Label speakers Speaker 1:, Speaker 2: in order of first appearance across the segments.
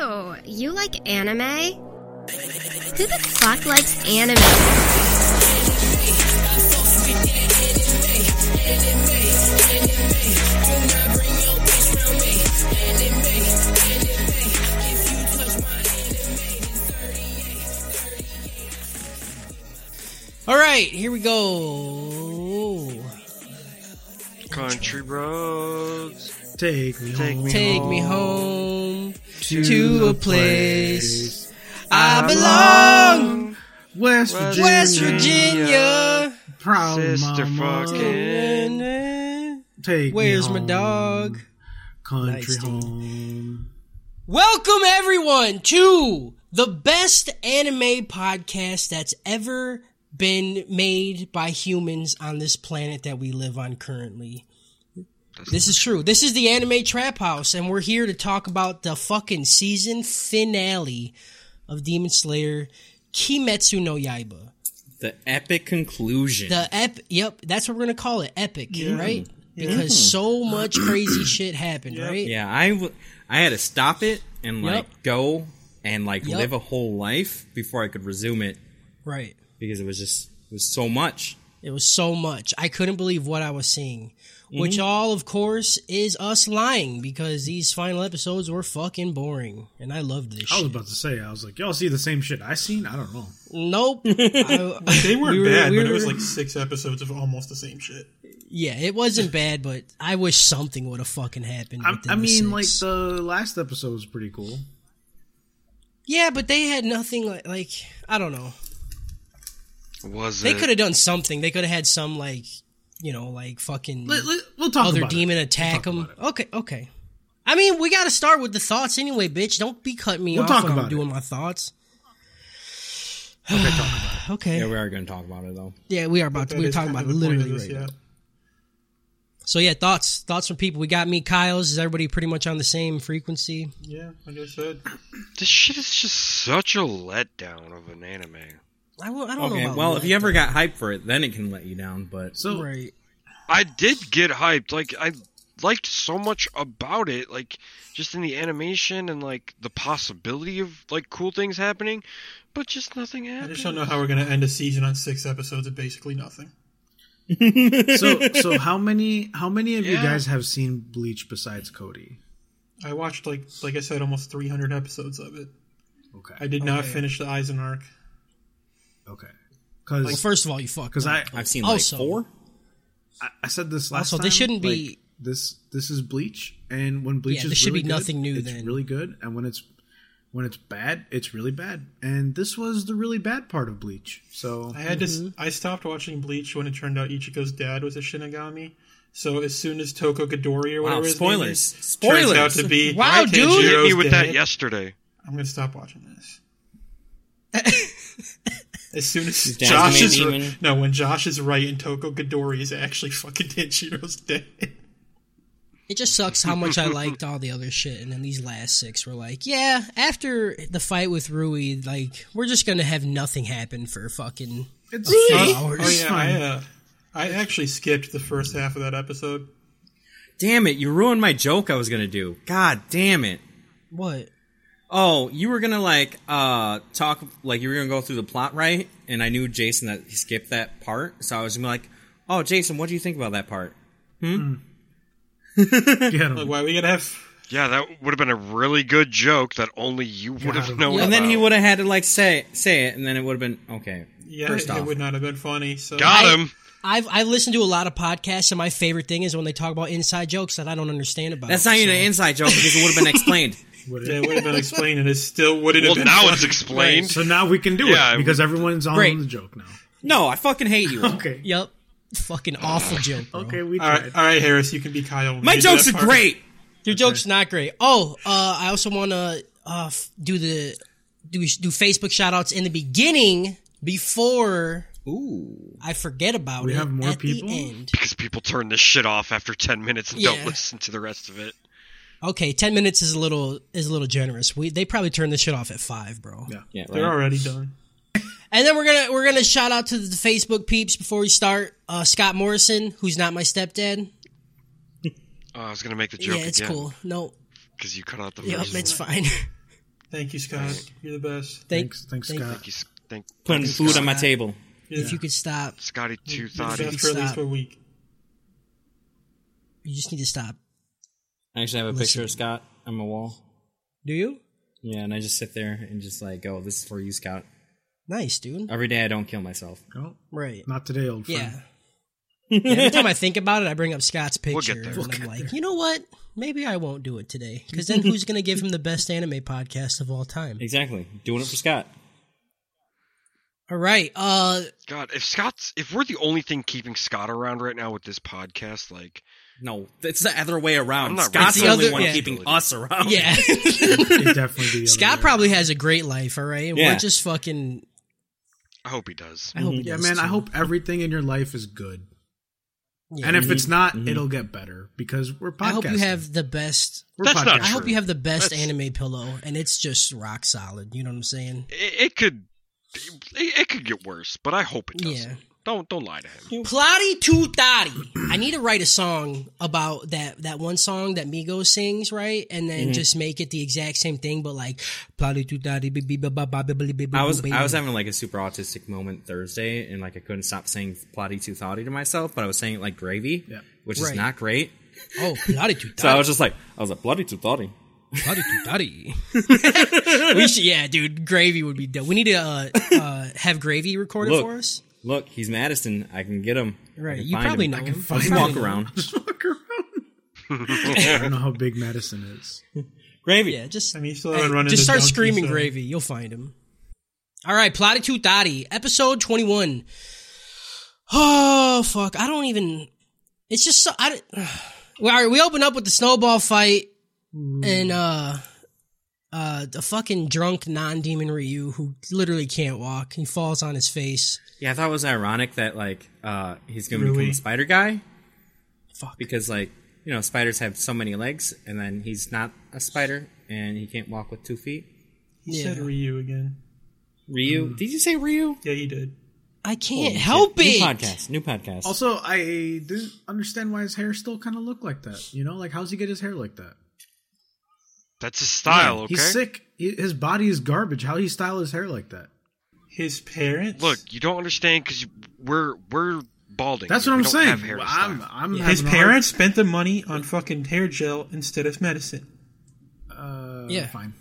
Speaker 1: Oh, you like anime? Who the fuck likes anime?
Speaker 2: All right, here we go.
Speaker 3: Country roads.
Speaker 4: Take me
Speaker 3: Take
Speaker 4: home.
Speaker 3: me
Speaker 2: Take me home to a place I belong.
Speaker 4: West
Speaker 3: West
Speaker 2: West
Speaker 4: Virginia.
Speaker 2: Virginia.
Speaker 4: Proud
Speaker 3: Sister
Speaker 4: mama.
Speaker 3: fucking.
Speaker 4: Take me
Speaker 2: Where's my
Speaker 4: home,
Speaker 2: dog?
Speaker 4: Country
Speaker 2: Nice, dude.
Speaker 4: home.
Speaker 2: Welcome everyone to the best anime podcast that's ever been made by humans on this planet that we live on currently. This is true. This is the Anime Trap House, and we're here to talk about the fucking season finale of Demon Slayer Kimetsu no Yaiba.
Speaker 5: The epic conclusion.
Speaker 2: The ep, yep, that's what we're gonna call it, epic, right? Because so much crazy shit happened, right?
Speaker 5: yeah, I, w- I had to stop it and like
Speaker 2: Yep.
Speaker 5: go and like
Speaker 2: Yep.
Speaker 5: live a whole life before I could resume it
Speaker 2: Right.
Speaker 5: because it was just it was so much.
Speaker 2: It was so much. I couldn't believe what I was seeing.
Speaker 6: Mm-hmm.
Speaker 2: Which all, of course, is us lying because these final episodes were fucking boring, and I loved this.
Speaker 4: I was
Speaker 6: Oh.
Speaker 2: Shit.
Speaker 4: about to say, I was like, y'all see the same shit I seen? I don't know.
Speaker 2: Nope. I-
Speaker 6: They weren't
Speaker 2: we were-
Speaker 6: bad,
Speaker 2: we
Speaker 6: but it
Speaker 2: were-
Speaker 6: was like six episodes of almost the same shit.
Speaker 2: yeah, it wasn't bad, but I wish something would have fucking happened.
Speaker 4: I,
Speaker 2: within
Speaker 4: I
Speaker 2: the
Speaker 4: mean, like
Speaker 2: six.
Speaker 4: the last episode was pretty cool.
Speaker 2: yeah, but they had nothing. Like, like I don't know.
Speaker 3: Was
Speaker 2: They
Speaker 3: it?
Speaker 2: could have done something. They could have had some like, you know, like fucking
Speaker 4: Let, let, we'll talk
Speaker 2: other
Speaker 4: about
Speaker 2: demon
Speaker 4: it.
Speaker 2: attack
Speaker 4: We'll
Speaker 2: him.
Speaker 4: talk about
Speaker 2: Okay, okay. I mean, we got to start with the thoughts anyway, bitch. Don't be cutting me
Speaker 4: We'll
Speaker 2: off
Speaker 4: talk
Speaker 2: when I'm
Speaker 4: about it.
Speaker 2: doing my thoughts.
Speaker 5: Yeah,
Speaker 2: okay.
Speaker 5: we are going to talk about it though.
Speaker 2: Yeah, we are about to.
Speaker 6: That
Speaker 2: We're
Speaker 6: is
Speaker 2: talking
Speaker 6: kind
Speaker 2: about
Speaker 6: of the point of
Speaker 2: literally
Speaker 6: this,
Speaker 2: right now. So yeah, thoughts, thoughts from people. We got me, Kyle's. Is everybody pretty much on the same frequency?
Speaker 6: Yeah. yeah, like I said.
Speaker 3: This shit is just such a letdown of an anime.
Speaker 2: I, wo- I don't know.
Speaker 5: Okay,
Speaker 2: About
Speaker 5: well, if
Speaker 2: that.
Speaker 5: you ever got hyped for it, then it can let you down. But
Speaker 4: So
Speaker 2: right,
Speaker 3: I did get hyped. Like I liked so much about it, like just in the animation and like the possibility of like cool things happening, but just nothing
Speaker 6: I
Speaker 3: happened.
Speaker 6: just don't know how we're going to end a season on six episodes of basically nothing.
Speaker 4: so so how many how many of you
Speaker 3: Yeah.
Speaker 4: guys have seen Bleach besides Cody?
Speaker 6: I watched like like I said, almost 300 episodes of it.
Speaker 4: Okay.
Speaker 6: I did not
Speaker 2: Okay.
Speaker 6: finish the Eisen arc.
Speaker 4: okay.
Speaker 2: well,
Speaker 4: Cuz
Speaker 2: first of all, you fuck.
Speaker 4: cuz I,
Speaker 5: I've seen like
Speaker 2: Also-
Speaker 5: four.
Speaker 4: I I said this last
Speaker 2: Also,
Speaker 4: time.
Speaker 2: they shouldn't be-
Speaker 4: like, this this is Bleach and when Bleach
Speaker 2: Yeah,
Speaker 4: is
Speaker 2: there should
Speaker 4: really
Speaker 2: be
Speaker 4: good,
Speaker 2: nothing new
Speaker 4: it's
Speaker 2: then.
Speaker 4: really good and when it's when it's bad, it's really bad. And this was the really bad part of Bleach. So
Speaker 6: I had to. s-
Speaker 2: Mm-hmm.
Speaker 6: I stopped watching Bleach when it turned out Ichigo's dad was a Shinigami. So as soon as Toko Midori or whatever
Speaker 5: Wow,
Speaker 6: his name
Speaker 5: spoilers!
Speaker 6: is,
Speaker 5: Spoilers!
Speaker 6: turns out to be
Speaker 2: Wow,
Speaker 6: "Hi,
Speaker 2: dude!
Speaker 3: You
Speaker 6: Tanjiro's
Speaker 3: hit me with that
Speaker 6: dad,"
Speaker 3: yesterday.
Speaker 6: I'm gonna stop watching this. as soon as
Speaker 5: dad's
Speaker 6: Josh
Speaker 5: main
Speaker 6: is r-
Speaker 5: demon.
Speaker 6: no, when Josh is right and Toko Midori is actually fucking Tanjiro's dad.
Speaker 2: It just sucks how much I liked all the other shit, and then these last six were like, yeah, after the fight with Rui, like, we're just gonna have nothing happen for fucking.
Speaker 4: it's
Speaker 6: oh
Speaker 2: Really?
Speaker 6: yeah, I, uh, I actually skipped the first half of that episode.
Speaker 5: Damn it! You ruined my joke I was going to do. God damn it!
Speaker 2: What?
Speaker 5: Oh, you were gonna like uh talk like you were gonna go through the plot, right? And I knew Jason that he skipped that part, so I was gonna be like, "Oh, Jason, what do you think about that part?"
Speaker 4: Get
Speaker 6: Like,
Speaker 4: him.
Speaker 6: why we gotta have?
Speaker 3: Yeah, that would have been a really good joke that only you would
Speaker 4: Yeah.
Speaker 3: have known.
Speaker 5: And then he
Speaker 3: about.
Speaker 5: would have had to like say say it, and then it would have been okay.
Speaker 6: Yeah,
Speaker 5: First
Speaker 6: it, it
Speaker 5: off.
Speaker 6: would not have been funny. So
Speaker 3: got him.
Speaker 2: I've I've listened to a lot of podcasts, and my favorite thing is when they talk about inside jokes that I don't understand about.
Speaker 5: That's not even an inside joke because it would have been explained.
Speaker 4: Would
Speaker 6: Yeah,
Speaker 4: it-
Speaker 6: it would have been explained, and it still wouldn't
Speaker 3: Well,
Speaker 6: have been.
Speaker 3: now
Speaker 6: funny.
Speaker 3: it's explained.
Speaker 4: So now we can do
Speaker 3: Yeah,
Speaker 4: it
Speaker 3: I
Speaker 4: because everyone's on
Speaker 2: Great.
Speaker 4: the joke now.
Speaker 5: No, I fucking hate you.
Speaker 4: Okay.
Speaker 2: Yep. Fucking awful joke. bro.
Speaker 4: Okay, we
Speaker 6: All
Speaker 4: tried.
Speaker 6: right, all right, Harris, you can be Kyle. when
Speaker 5: My
Speaker 6: you do
Speaker 5: jokes
Speaker 6: that
Speaker 5: are
Speaker 6: part.
Speaker 5: great.
Speaker 2: Your joke's not great. Oh, uh, I also want to uh, f- do the do do Facebook shout outs in the beginning before
Speaker 5: Ooh,
Speaker 2: I forget about
Speaker 4: We
Speaker 2: it.
Speaker 4: have more
Speaker 2: at
Speaker 4: people?
Speaker 2: The end.
Speaker 3: Because people turn this shit off after ten minutes and
Speaker 2: Yeah.
Speaker 3: don't listen to the rest of it.
Speaker 2: Okay, ten minutes is a little is a little generous. We they probably turned this shit off at five, bro.
Speaker 4: Yeah.
Speaker 5: yeah,
Speaker 6: They're already done.
Speaker 2: And then we're gonna we're gonna shout out to the Facebook peeps before we start. Uh, Scott Morrison, who's not my stepdad.
Speaker 3: Oh, I was gonna make the joke
Speaker 2: yeah, it's
Speaker 3: again
Speaker 2: cool. No,
Speaker 3: because you cut out the
Speaker 2: yep,
Speaker 3: first.
Speaker 2: it's fine.
Speaker 6: Thank you, Scott. You're the best.
Speaker 2: Thank,
Speaker 4: Thanks, thanks,
Speaker 2: thank-
Speaker 4: Scott.
Speaker 3: Thank you, S- thank
Speaker 5: Putting food on my
Speaker 2: Scott.
Speaker 5: table.
Speaker 6: Yeah.
Speaker 2: If you could stop,
Speaker 3: Scotty Two
Speaker 6: You're the
Speaker 3: Thoughty.
Speaker 6: best for at least
Speaker 2: Stop.
Speaker 6: a week.
Speaker 2: you just need to stop.
Speaker 5: I actually have a picture of Scott on my wall.
Speaker 2: Do you?
Speaker 5: Yeah, and I just sit there and just like go, this is for you, Scott.
Speaker 2: Nice,
Speaker 3: Uh,
Speaker 2: dude.
Speaker 5: Every day I don't kill myself.
Speaker 4: No,
Speaker 2: Right.
Speaker 4: Oh, not today, old friend.
Speaker 2: Yeah. Yeah, Every time I think about it, I bring up Scott's
Speaker 3: We'll
Speaker 2: picture,
Speaker 3: get there.
Speaker 2: and
Speaker 3: We'll
Speaker 2: I'm like, you know what? Maybe I won't do it today, because then who's going to give him the best anime podcast of all time?
Speaker 5: Exactly. Doing it for Scott.
Speaker 2: All right, uh,
Speaker 3: God, if Scott's if we're the only thing keeping Scott around right now with this podcast, like
Speaker 5: No, it's the other way
Speaker 3: I'm
Speaker 5: around.
Speaker 3: not
Speaker 5: Scott's
Speaker 2: racist.
Speaker 5: the only
Speaker 2: The other-
Speaker 5: one
Speaker 2: yeah.
Speaker 5: keeping us
Speaker 3: Oh,
Speaker 5: around.
Speaker 2: yeah,
Speaker 4: It'd definitely be the other
Speaker 2: Scott
Speaker 4: way.
Speaker 2: probably has a great life. All right, and
Speaker 5: Yeah.
Speaker 2: we're just fucking.
Speaker 3: I hope he does.
Speaker 2: I hope he
Speaker 4: Yeah,
Speaker 2: does,
Speaker 4: man. I
Speaker 2: too.
Speaker 4: hope everything in your life is good,
Speaker 2: Yeah.
Speaker 4: and if it's
Speaker 6: Mm-hmm.
Speaker 4: not, it'll get better because we're podcasting.
Speaker 2: I hope you have the best.
Speaker 4: We're
Speaker 3: That's not
Speaker 4: podcasting.
Speaker 2: I hope
Speaker 3: True.
Speaker 2: you have the best
Speaker 3: That's-
Speaker 2: anime pillow, and it's just rock solid. You know what I'm saying?
Speaker 3: It, it could it, it could get worse, but I hope it doesn't.
Speaker 2: Yeah.
Speaker 3: Don't don't lie to him.
Speaker 2: Plotty to thotty. I need to write a song about that that one song that Migos sings, right? And
Speaker 5: Mm-hmm.
Speaker 2: then just make it the exact same thing, but like plotty to thotty. bi- bi- ba- ba- ba- bi- bi- bi-
Speaker 5: I was
Speaker 2: bi-
Speaker 5: I was having like a super autistic moment Thursday, and like I couldn't stop saying plotty too thotty to myself, but I was saying it like gravy,
Speaker 4: Yeah.
Speaker 5: which
Speaker 2: Right.
Speaker 5: is not great.
Speaker 2: oh plotty to
Speaker 5: So I was
Speaker 2: thotty,
Speaker 5: just like, I was like bloody too thotty.
Speaker 2: plotty to thotty. We should, yeah, dude. Gravy would be dope. We need to uh, uh, have gravy recorded
Speaker 5: Look.
Speaker 2: for us.
Speaker 5: Look, he's Madison. I can get him. I
Speaker 2: Right,
Speaker 5: can
Speaker 2: you
Speaker 5: find
Speaker 2: probably
Speaker 5: him.
Speaker 2: know
Speaker 5: I
Speaker 2: him.
Speaker 5: can
Speaker 2: You
Speaker 5: fucking
Speaker 2: probably
Speaker 5: walk
Speaker 2: know
Speaker 5: around.
Speaker 4: Fuck around. I don't know how big Madison is.
Speaker 5: Gravy.
Speaker 2: Yeah, just
Speaker 6: I mean, you still
Speaker 2: Hey,
Speaker 6: haven't run
Speaker 2: just
Speaker 6: into
Speaker 2: start
Speaker 6: Donkey,
Speaker 2: screaming
Speaker 6: so-
Speaker 2: gravy. You'll find him. All right, Plotty Two Dotty, episode twenty one. Oh fuck! I don't even. It's just so. I. don't- Well, all right, we open up with the snowball fight and uh, uh, the fucking drunk non demon Ryu who literally can't walk. He falls on his face.
Speaker 5: Yeah, I thought it was ironic that like uh he's gonna
Speaker 6: Really?
Speaker 5: become a spider guy
Speaker 2: Fuck.
Speaker 5: because like you know spiders have so many legs, and then he's not a spider and he can't walk with two feet.
Speaker 6: He
Speaker 2: Yeah.
Speaker 6: said Ryu again.
Speaker 5: Ryu, did you say Ryu?
Speaker 6: Yeah, he did.
Speaker 2: I can't help
Speaker 5: New
Speaker 2: it.
Speaker 5: podcast. New podcast.
Speaker 4: Also, I didn't understand why his hair still kind of looked like that. You know, like how's he get his hair like that?
Speaker 3: That's his style, okay?
Speaker 4: He's sick. He, his body is garbage. How he style his hair like that?
Speaker 6: His parents.
Speaker 3: Look, you don't understand because we're we're balding.
Speaker 4: That's
Speaker 3: here.
Speaker 4: what
Speaker 3: We
Speaker 4: I'm
Speaker 3: don't
Speaker 4: saying.
Speaker 3: have hair
Speaker 4: Well,
Speaker 3: style.
Speaker 4: I'm, I'm
Speaker 2: Yeah.
Speaker 6: his
Speaker 4: having a hard-
Speaker 6: parents spent the money on fucking hair gel instead of medicine.
Speaker 4: Uh,
Speaker 2: Yeah.
Speaker 4: fine.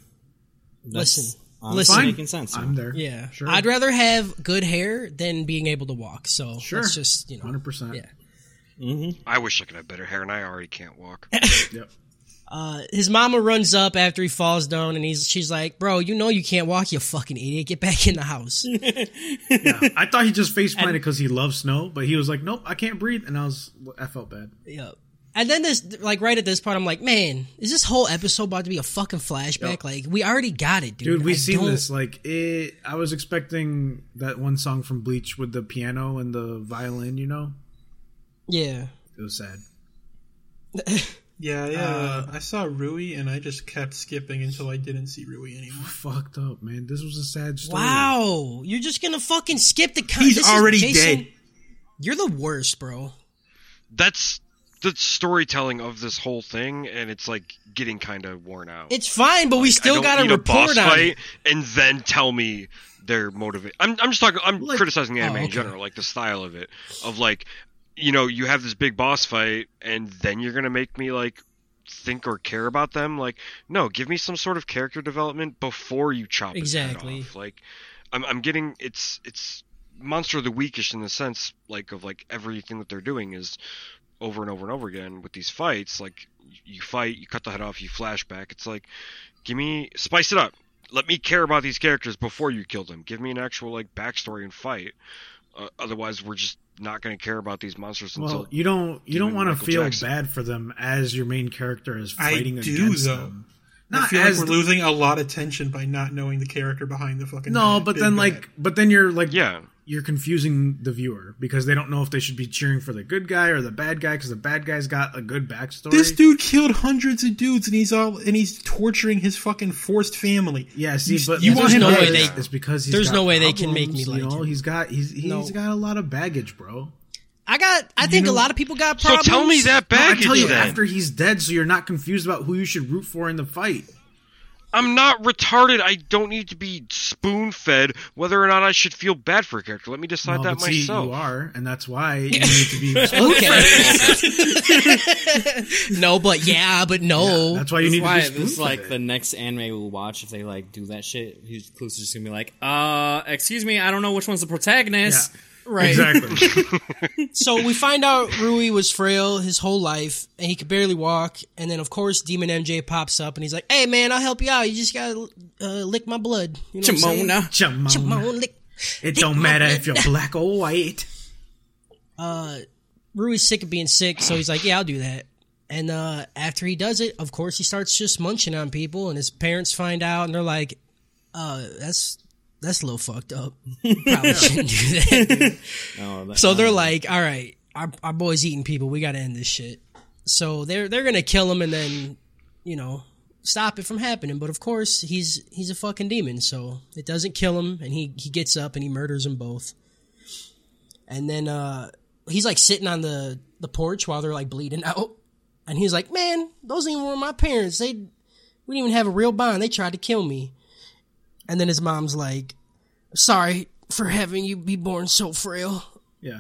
Speaker 5: That's
Speaker 2: listen,
Speaker 5: honestly
Speaker 2: listen.
Speaker 5: making sense.
Speaker 4: I'm there.
Speaker 2: Yeah,
Speaker 4: sure.
Speaker 2: I'd rather have good hair than being able to walk. So
Speaker 4: Sure.
Speaker 2: let's just you know,
Speaker 4: Hundred percent.
Speaker 2: yeah.
Speaker 3: I wish I could have better hair, and I already can't walk.
Speaker 4: Yep.
Speaker 2: Uh, his mama runs up after he falls down, and he's she's like, "Bro, you know you can't walk, you fucking idiot. Get back in the house."
Speaker 4: Yeah. I thought he just face planted because he loves snow, but he was like, "Nope, I can't breathe," and I was, I felt bad.
Speaker 2: yep. And then this, like, right at this part, I'm like, "Man, is this whole episode about to be a fucking flashback?
Speaker 4: Yep.
Speaker 2: Like, we already got it, dude.
Speaker 4: Dude, we
Speaker 2: I
Speaker 4: seen
Speaker 2: don't-
Speaker 4: this. Like, it, I was expecting that one song from Bleach with the piano and the violin. You know,
Speaker 2: Yeah,
Speaker 4: it was sad.
Speaker 6: Yeah, yeah. I saw Rui and I just kept skipping until I didn't see Rui anymore.
Speaker 4: Fucked up, man. This was a sad story.
Speaker 2: wow. You're just gonna fucking skip the. Con-
Speaker 6: He's
Speaker 2: this is
Speaker 6: already
Speaker 2: Jason-
Speaker 6: dead.
Speaker 2: You're the worst, bro.
Speaker 3: That's the storytelling of this whole thing, and it's like getting kind of worn out.
Speaker 2: It's fine, but we
Speaker 3: I
Speaker 2: still
Speaker 3: don't
Speaker 2: gotta
Speaker 3: need a boss
Speaker 2: report on
Speaker 3: fight
Speaker 2: it.
Speaker 3: and then tell me their motivation. I'm, I'm just talking. I'm
Speaker 4: Like-
Speaker 3: criticizing the anime
Speaker 2: Oh,
Speaker 3: in
Speaker 2: okay.
Speaker 3: general, like the style of it, of like, you know, you have this big boss fight, and then you're gonna make me like think or care about them. Like, no, give me some sort of character development before you chop his head
Speaker 2: Exactly.
Speaker 3: off. Like, I'm, I'm getting it's it's monster of the weakish in the sense like of like everything that they're doing is over and over and over again with these fights like you fight you cut the head off you flashback it's like give me spice it up let me care about these characters before you kill them give me an actual like backstory and fight uh, otherwise we're just not going to care about these monsters until
Speaker 4: Well, you don't you don't
Speaker 3: doing
Speaker 4: want to
Speaker 3: Michael
Speaker 4: feel
Speaker 3: Jackson.
Speaker 4: bad for them as your main character is
Speaker 6: I
Speaker 4: fighting
Speaker 6: do,
Speaker 4: against
Speaker 6: though.
Speaker 4: them.
Speaker 6: I
Speaker 4: Not
Speaker 6: feel like
Speaker 4: as
Speaker 6: we're
Speaker 4: the-
Speaker 6: losing a lot of tension by not knowing the character behind the fucking.
Speaker 4: no,
Speaker 6: bad-
Speaker 4: but
Speaker 6: big
Speaker 4: then
Speaker 6: bad.
Speaker 4: like but then you're like
Speaker 3: yeah
Speaker 4: you're confusing the viewer because they don't know if they should be cheering for the good guy or the bad guy because the bad guy's got a good backstory.
Speaker 6: this dude killed hundreds of dudes and he's all and he's torturing his fucking forced family.
Speaker 4: yeah, see, but
Speaker 6: you want
Speaker 4: there's
Speaker 6: him
Speaker 4: no
Speaker 6: to
Speaker 4: way
Speaker 6: like
Speaker 4: they,
Speaker 6: it.
Speaker 4: it's because he's
Speaker 2: There's
Speaker 4: got
Speaker 2: no way they can make
Speaker 4: problems,
Speaker 2: me
Speaker 4: you
Speaker 2: like
Speaker 4: know?
Speaker 2: him.
Speaker 4: He's got he's he's got a lot of baggage, bro.
Speaker 2: I got. I think a lot of people got
Speaker 3: so
Speaker 2: problems.
Speaker 3: tell me that
Speaker 4: No, I
Speaker 3: baggage
Speaker 4: tell you
Speaker 3: then
Speaker 4: after he's dead, so you're not confused about who you should root for in the fight.
Speaker 3: I'm not retarded. I don't need to be spoon fed whether or not I should feel bad for a character. Let me decide
Speaker 4: Well,
Speaker 3: that
Speaker 4: but see,
Speaker 3: myself.
Speaker 4: you are, and that's why you need to be. responsible.
Speaker 2: Okay. no, but yeah, but no.
Speaker 4: That's why you
Speaker 5: That's
Speaker 4: need
Speaker 5: why
Speaker 4: to be.
Speaker 5: this is like the
Speaker 4: spoon-fed.
Speaker 5: next anime we'll watch if they like do that shit. He's Clues is just gonna be like, uh, excuse me, I don't know which one's the protagonist.
Speaker 4: Yeah.
Speaker 2: right.
Speaker 4: Exactly.
Speaker 2: So we find out Rui was frail his whole life and he could barely walk. And then, of course, Demon MJ pops up and he's like, hey, man, I'll help you out. You just gotta uh, lick my blood. You know what I'm saying?
Speaker 5: Jamona.
Speaker 4: Jamona.
Speaker 2: Jamona, lick.
Speaker 4: It don't matter if you're black or white.
Speaker 2: Rui's sick of being sick, so he's like, "Yeah, I'll do that." And uh, after he does it, of course, he starts just munching on people, and his parents find out, and they're like, "Uh, that's that's a little fucked up. Probably shouldn't do that." dude." so they're like, "All right, our our boy's eating people. We got to end this shit." So they're they're gonna kill him, and then you know stop it from happening. But of course, he's he's a fucking demon, so it doesn't kill him, and he he gets up and he murders them both. And then uh he's like sitting on the the porch while they're like bleeding out, and he's like, "Man, those even were my parents. They we didn't even have a real bond. They tried to kill me." And then his mom's like, "Sorry for having you be born so frail."
Speaker 4: Yeah.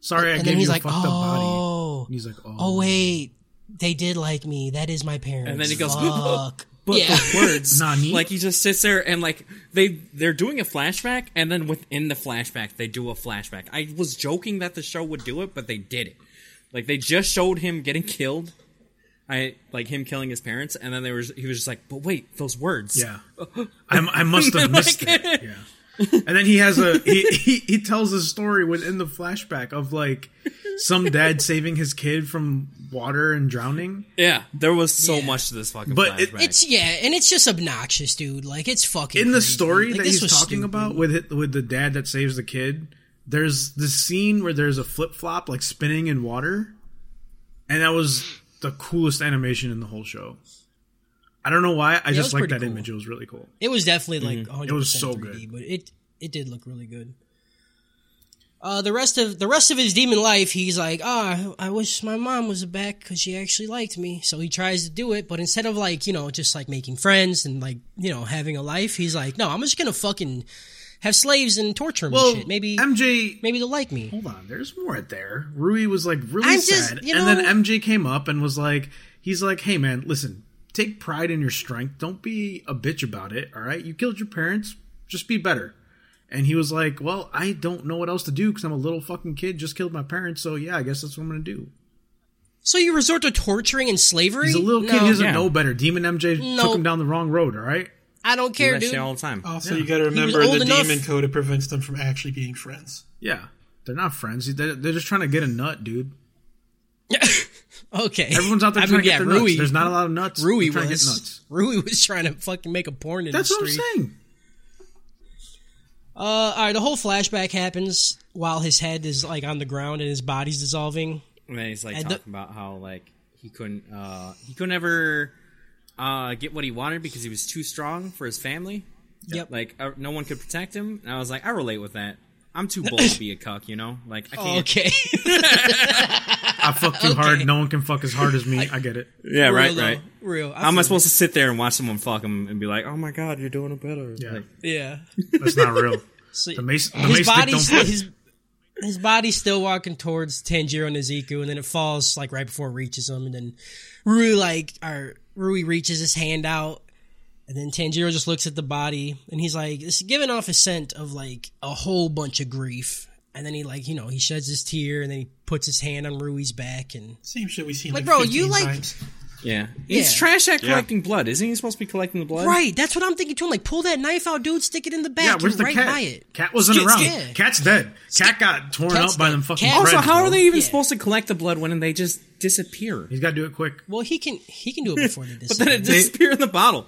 Speaker 4: Sorry, I
Speaker 2: And
Speaker 4: gave
Speaker 2: then
Speaker 4: you
Speaker 2: he's
Speaker 4: a
Speaker 2: like,
Speaker 4: fucked up body.
Speaker 2: "Oh,
Speaker 4: And He's like, oh,
Speaker 2: oh wait, they did like me. That is my parents."
Speaker 5: And then he goes,
Speaker 2: Fuck.
Speaker 5: But
Speaker 2: yeah.
Speaker 5: the words,
Speaker 4: Nani?
Speaker 5: like he just sits there and like they they're doing a flashback, and then within the flashback they do a flashback. I was joking that the show would do it, but they did it. Like they just showed him getting killed, I like him killing his parents, and then they were he was just like, but wait, those words,
Speaker 4: Yeah. I'm, I must have missed it. Yeah. And then he has a he, he he tells a story within the flashback of like some dad saving his kid from water and drowning.
Speaker 5: Yeah, there was so
Speaker 2: Yeah.
Speaker 5: much to this fucking
Speaker 4: But it-
Speaker 5: flashback.
Speaker 2: It's yeah, and it's just obnoxious, dude. Like it's fucking
Speaker 4: In the
Speaker 2: crazy.
Speaker 4: story
Speaker 2: Like,
Speaker 4: that
Speaker 2: this
Speaker 4: he's
Speaker 2: was
Speaker 4: talking
Speaker 2: stupid.
Speaker 4: about with it, with the dad that saves the kid, there's the scene where there's a flip flop like spinning in water, and that was the coolest animation in the whole show. I don't know why. I
Speaker 2: was
Speaker 4: just like
Speaker 2: pretty
Speaker 4: that
Speaker 2: cool.
Speaker 4: image. It was really cool.
Speaker 2: It was definitely like 100
Speaker 4: Mm-hmm. It was so
Speaker 2: 3D,
Speaker 4: good.
Speaker 2: but it it did look really good. Uh, the rest of the rest of his demon life, he's like, ah, I wish my mom was back because she actually liked me. So he tries to do it, but instead of like you know just like making friends and like you know having a life, he's like, no, I'm just gonna fucking have slaves and torture 'em
Speaker 4: Well,
Speaker 2: and shit. Maybe
Speaker 4: MJ
Speaker 2: maybe they'll like me.
Speaker 4: hold on, there's more there. Rui was like really
Speaker 2: I'm just-
Speaker 4: sad,
Speaker 2: you
Speaker 4: and
Speaker 2: know-
Speaker 4: then MJ came up and was like, he's like, hey man, listen, take pride in your strength. Don't be a bitch about it. All right, you killed your parents, just be better. And he was like, well, I don't know what else to do because I'm a little fucking kid, just killed my parents, so yeah, I guess that's what I'm gonna do.
Speaker 2: So you resort to torturing and slavery?
Speaker 4: He's a little
Speaker 2: no,
Speaker 4: kid, he doesn't
Speaker 5: yeah.
Speaker 4: know better. Demon MJ
Speaker 2: Nope.
Speaker 4: took him down the wrong road. All right,
Speaker 2: I don't
Speaker 5: Do
Speaker 2: care,
Speaker 5: that shit
Speaker 2: dude.
Speaker 5: all the time.
Speaker 6: Also, you got to
Speaker 2: was
Speaker 6: remember
Speaker 2: old
Speaker 6: the
Speaker 2: enough.
Speaker 6: demon code it prevents them from actually being friends.
Speaker 4: yeah, they're not friends. They're, they're just trying to get a nut, dude.
Speaker 2: okay,
Speaker 4: Everyone's out there
Speaker 2: I
Speaker 4: trying
Speaker 2: mean,
Speaker 4: to
Speaker 2: yeah,
Speaker 4: get their
Speaker 2: Rui-
Speaker 4: nuts. There's not a lot of nuts.
Speaker 2: Rui
Speaker 4: They're trying to get
Speaker 2: was
Speaker 4: nuts.
Speaker 2: Rui was trying to fucking make a porn
Speaker 4: That's
Speaker 2: industry.
Speaker 4: what I'm saying.
Speaker 2: Uh, all right, the whole flashback happens while his head is like on the ground and his body's dissolving.
Speaker 5: And then he's like
Speaker 2: And the-
Speaker 5: talking about how like he couldn't uh he couldn't ever uh get what he wanted because he was too strong for his family.
Speaker 2: Yep.
Speaker 5: Like uh, no one could protect him. And I was like, I relate with that. I'm too bold to be a cuck, you know? Like I can't
Speaker 2: Okay.
Speaker 4: I fuck too hard. No one can fuck as hard as me. I get it.
Speaker 5: Yeah, right,
Speaker 2: real, though.
Speaker 5: right.
Speaker 2: Real. uh, I
Speaker 5: How am I
Speaker 2: feel-
Speaker 5: supposed to sit there and watch someone fuck him and be like, "Oh my god, you're doing it better"?
Speaker 4: Yeah,
Speaker 5: Like,
Speaker 2: Yeah.
Speaker 4: that's not real.
Speaker 2: So,
Speaker 4: The mace, the
Speaker 2: his
Speaker 4: mace dick don't
Speaker 2: body's
Speaker 4: fuck.
Speaker 2: his, his body's still walking towards Tanjiro and Izuku, and then it falls like right before it reaches him, and then Rui like or Rui reaches his hand out, and then Tanjiro just looks at the body, and he's like, "This is giving off a scent of like a whole bunch of grief." And then he like you know he sheds his tear, and then he puts his hand on Rui's back, and
Speaker 6: Same shit we've seen.
Speaker 2: Like,
Speaker 6: Like,
Speaker 2: bro,
Speaker 6: 15
Speaker 2: you, like-
Speaker 6: times.
Speaker 5: yeah. He's
Speaker 2: Yeah.
Speaker 5: trash at collecting blood. Isn't he supposed to be collecting the blood?
Speaker 2: right, that's what I'm thinking too. I'm like, pull that knife out, dude, stick it in the back,
Speaker 4: Yeah,
Speaker 2: You're
Speaker 4: where's the
Speaker 2: right by
Speaker 4: cat?
Speaker 2: it.
Speaker 4: Cat wasn't
Speaker 2: Skit's
Speaker 4: around.
Speaker 2: dead.
Speaker 4: Cat's dead. Cat got torn
Speaker 2: Cat's
Speaker 4: up by
Speaker 2: dead.
Speaker 4: them fucking
Speaker 2: Cat- Also,
Speaker 5: So
Speaker 4: Preds,
Speaker 5: how
Speaker 4: bro.
Speaker 5: are they even
Speaker 2: Yeah.
Speaker 5: supposed to collect the blood when they just disappear?
Speaker 4: He's got to do it quick.
Speaker 2: Well, he can he can do it before they
Speaker 5: Then
Speaker 2: disappear.
Speaker 5: it disappear in the bottle.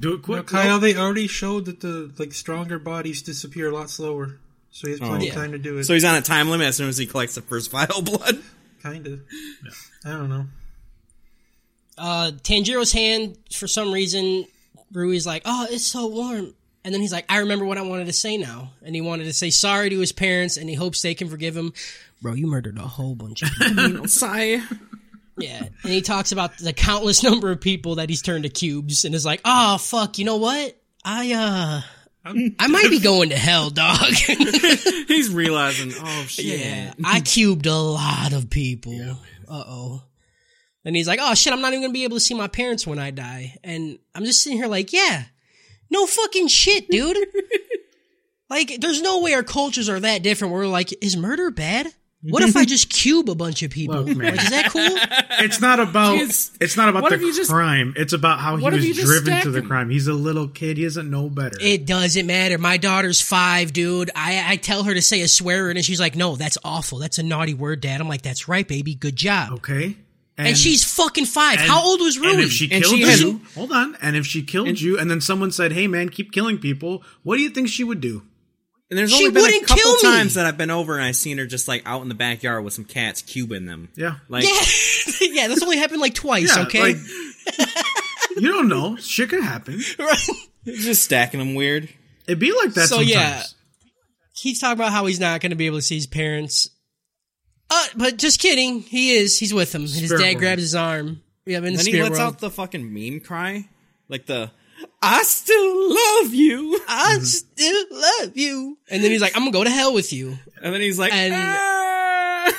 Speaker 4: Do it quick.
Speaker 6: Kyle, they already showed that the like stronger bodies disappear a lot slower, so he has plenty of
Speaker 2: okay.
Speaker 6: time to do it.
Speaker 5: So he's on a time limit as soon as he collects the first vial of blood.
Speaker 6: kind of. I don't know.
Speaker 2: uh, Tanjiro's hand, for some reason, Rui's like, oh, it's so warm. And then he's like, I remember what I wanted to say now. And he wanted to say sorry to his parents and he hopes they can forgive him. Bro, you murdered a whole bunch of people.
Speaker 5: Sigh.
Speaker 2: Yeah, and he talks about the countless number of people that he's turned to cubes, and is like, "Oh fuck, you know what? I uh, I might be going to hell, dog."
Speaker 5: He's realizing, oh shit.
Speaker 2: yeah, I
Speaker 4: Mm.
Speaker 2: cubed a lot of people. uh oh. And he's like, "Oh shit, I'm not even gonna be able to see my parents when I die." And I'm just sitting here like, "Yeah, no fucking shit, dude." like, there's no way our cultures are that different. We're like, is murder bad? What if I just cube a bunch of people?
Speaker 4: Look, man.
Speaker 2: Like, is that cool?
Speaker 4: It's not about
Speaker 5: It's-
Speaker 4: it's not about
Speaker 5: what
Speaker 4: the
Speaker 5: if you just-
Speaker 4: crime. It's about how he
Speaker 5: what if you
Speaker 4: was
Speaker 5: just
Speaker 4: driven
Speaker 5: stack
Speaker 4: to the
Speaker 5: him?
Speaker 4: crime. He's a little kid. He doesn't know better.
Speaker 2: It doesn't matter. My daughter's five, dude. I, I tell her to say a swear word, and she's like, "No, that's awful. That's a naughty word, Dad." I'm like, "That's right, baby. Good job."
Speaker 4: okay.
Speaker 2: And, she's fucking five.
Speaker 4: and-
Speaker 2: How old was Rudy?
Speaker 4: And if she
Speaker 5: And
Speaker 4: killed
Speaker 5: she
Speaker 4: you,
Speaker 5: had-
Speaker 4: hold on. And if she killed you, and then someone said, "Hey, man, keep killing people," what do you think she would do?
Speaker 5: And there's
Speaker 2: She
Speaker 5: only been a
Speaker 2: wouldn't
Speaker 5: couple
Speaker 2: kill me.
Speaker 5: times that I've been over and I've seen her just like out in the backyard with some cats cubing them.
Speaker 4: Yeah.
Speaker 5: Like
Speaker 2: yeah, yeah, that's only happened like twice. okay,
Speaker 4: like, you don't know. Shit could happen.
Speaker 2: Right?
Speaker 5: just stacking them weird.
Speaker 4: It'd be like that
Speaker 2: So,
Speaker 4: sometimes.
Speaker 2: yeah. He's talking about how he's not going to be able to see his parents. Uh, but just kidding. He is. He's with him. And his
Speaker 4: Spirit
Speaker 2: dad
Speaker 4: world.
Speaker 2: grabs his arm. Yeah, in the
Speaker 5: Then he
Speaker 2: spirit
Speaker 5: lets
Speaker 2: world.
Speaker 5: out the fucking meme cry. Like the I still love you.
Speaker 2: I still love you. And then he's like, "I'm gonna go to hell with you."
Speaker 5: And then he's like
Speaker 2: And-
Speaker 5: "Ah."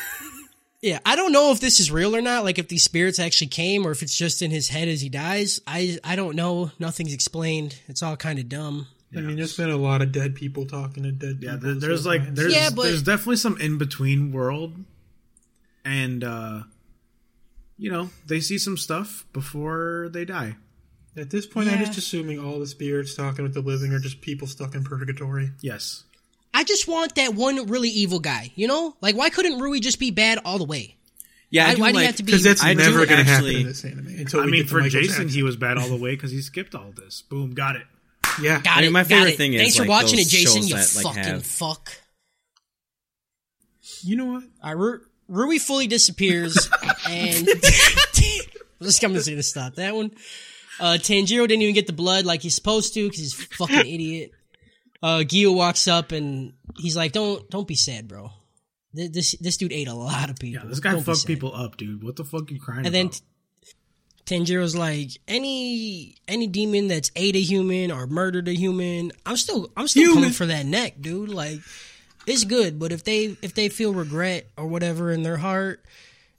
Speaker 2: Yeah, I don't know if this is real or not. Like, if these spirits actually came, or if it's just in his head as he dies. I I don't know. Nothing's explained. It's all kind of dumb.
Speaker 6: I mean, there's been a lot of dead people talking to dead
Speaker 4: Yeah,
Speaker 6: people.
Speaker 4: there, there's
Speaker 6: so I-
Speaker 4: like there's
Speaker 2: Yeah, but-
Speaker 4: there's definitely some in between world, and uh you know they see some stuff before they die.
Speaker 6: At this point, I'm
Speaker 2: Yeah.
Speaker 6: just assuming all the spirits talking with the living are just people stuck in purgatory.
Speaker 4: Yes,
Speaker 2: I just want that one really evil guy. You know, like why couldn't Rui just be bad all the way?
Speaker 5: Yeah, I
Speaker 2: Why,
Speaker 5: do
Speaker 2: why do
Speaker 5: like,
Speaker 2: you have to be?
Speaker 6: Because that's
Speaker 5: I do
Speaker 6: never going to happen
Speaker 5: actually-
Speaker 6: in this anime. Until
Speaker 4: I
Speaker 6: we
Speaker 4: mean
Speaker 6: get to
Speaker 4: for
Speaker 6: Michael
Speaker 4: Jason
Speaker 6: Jackson.
Speaker 4: he was bad all the way because he skipped all this. Boom, got it.
Speaker 6: yeah.
Speaker 2: Got
Speaker 5: I mean,
Speaker 2: it,
Speaker 5: my
Speaker 2: got
Speaker 5: favorite
Speaker 2: it.
Speaker 5: thing is,
Speaker 2: Thanks for
Speaker 5: like,
Speaker 2: watching it,
Speaker 5: those
Speaker 2: Jason.
Speaker 5: shows
Speaker 2: You
Speaker 5: that, like,
Speaker 2: fucking
Speaker 5: have-
Speaker 2: fuck.
Speaker 6: You know what?
Speaker 2: All right, Ru- Rui fully disappears, and just I'm just gonna stop that one. Uh, Tanjiro didn't even get the blood like he's supposed to because he's a fucking idiot. Uh, Gio walks up and he's like, "Don't, don't be sad, bro. Th- This this dude ate a lot of people.
Speaker 4: Yeah, this guy
Speaker 2: Don't be
Speaker 4: fucked
Speaker 2: sad."
Speaker 4: people up, dude. What the fuck you crying
Speaker 2: And then
Speaker 4: about?
Speaker 2: Tanjiro's like, "Any any demon that's ate a human or murdered a human, I'm still I'm still coming for that neck, dude. Like, it's good, but if they if they feel regret or whatever in their heart."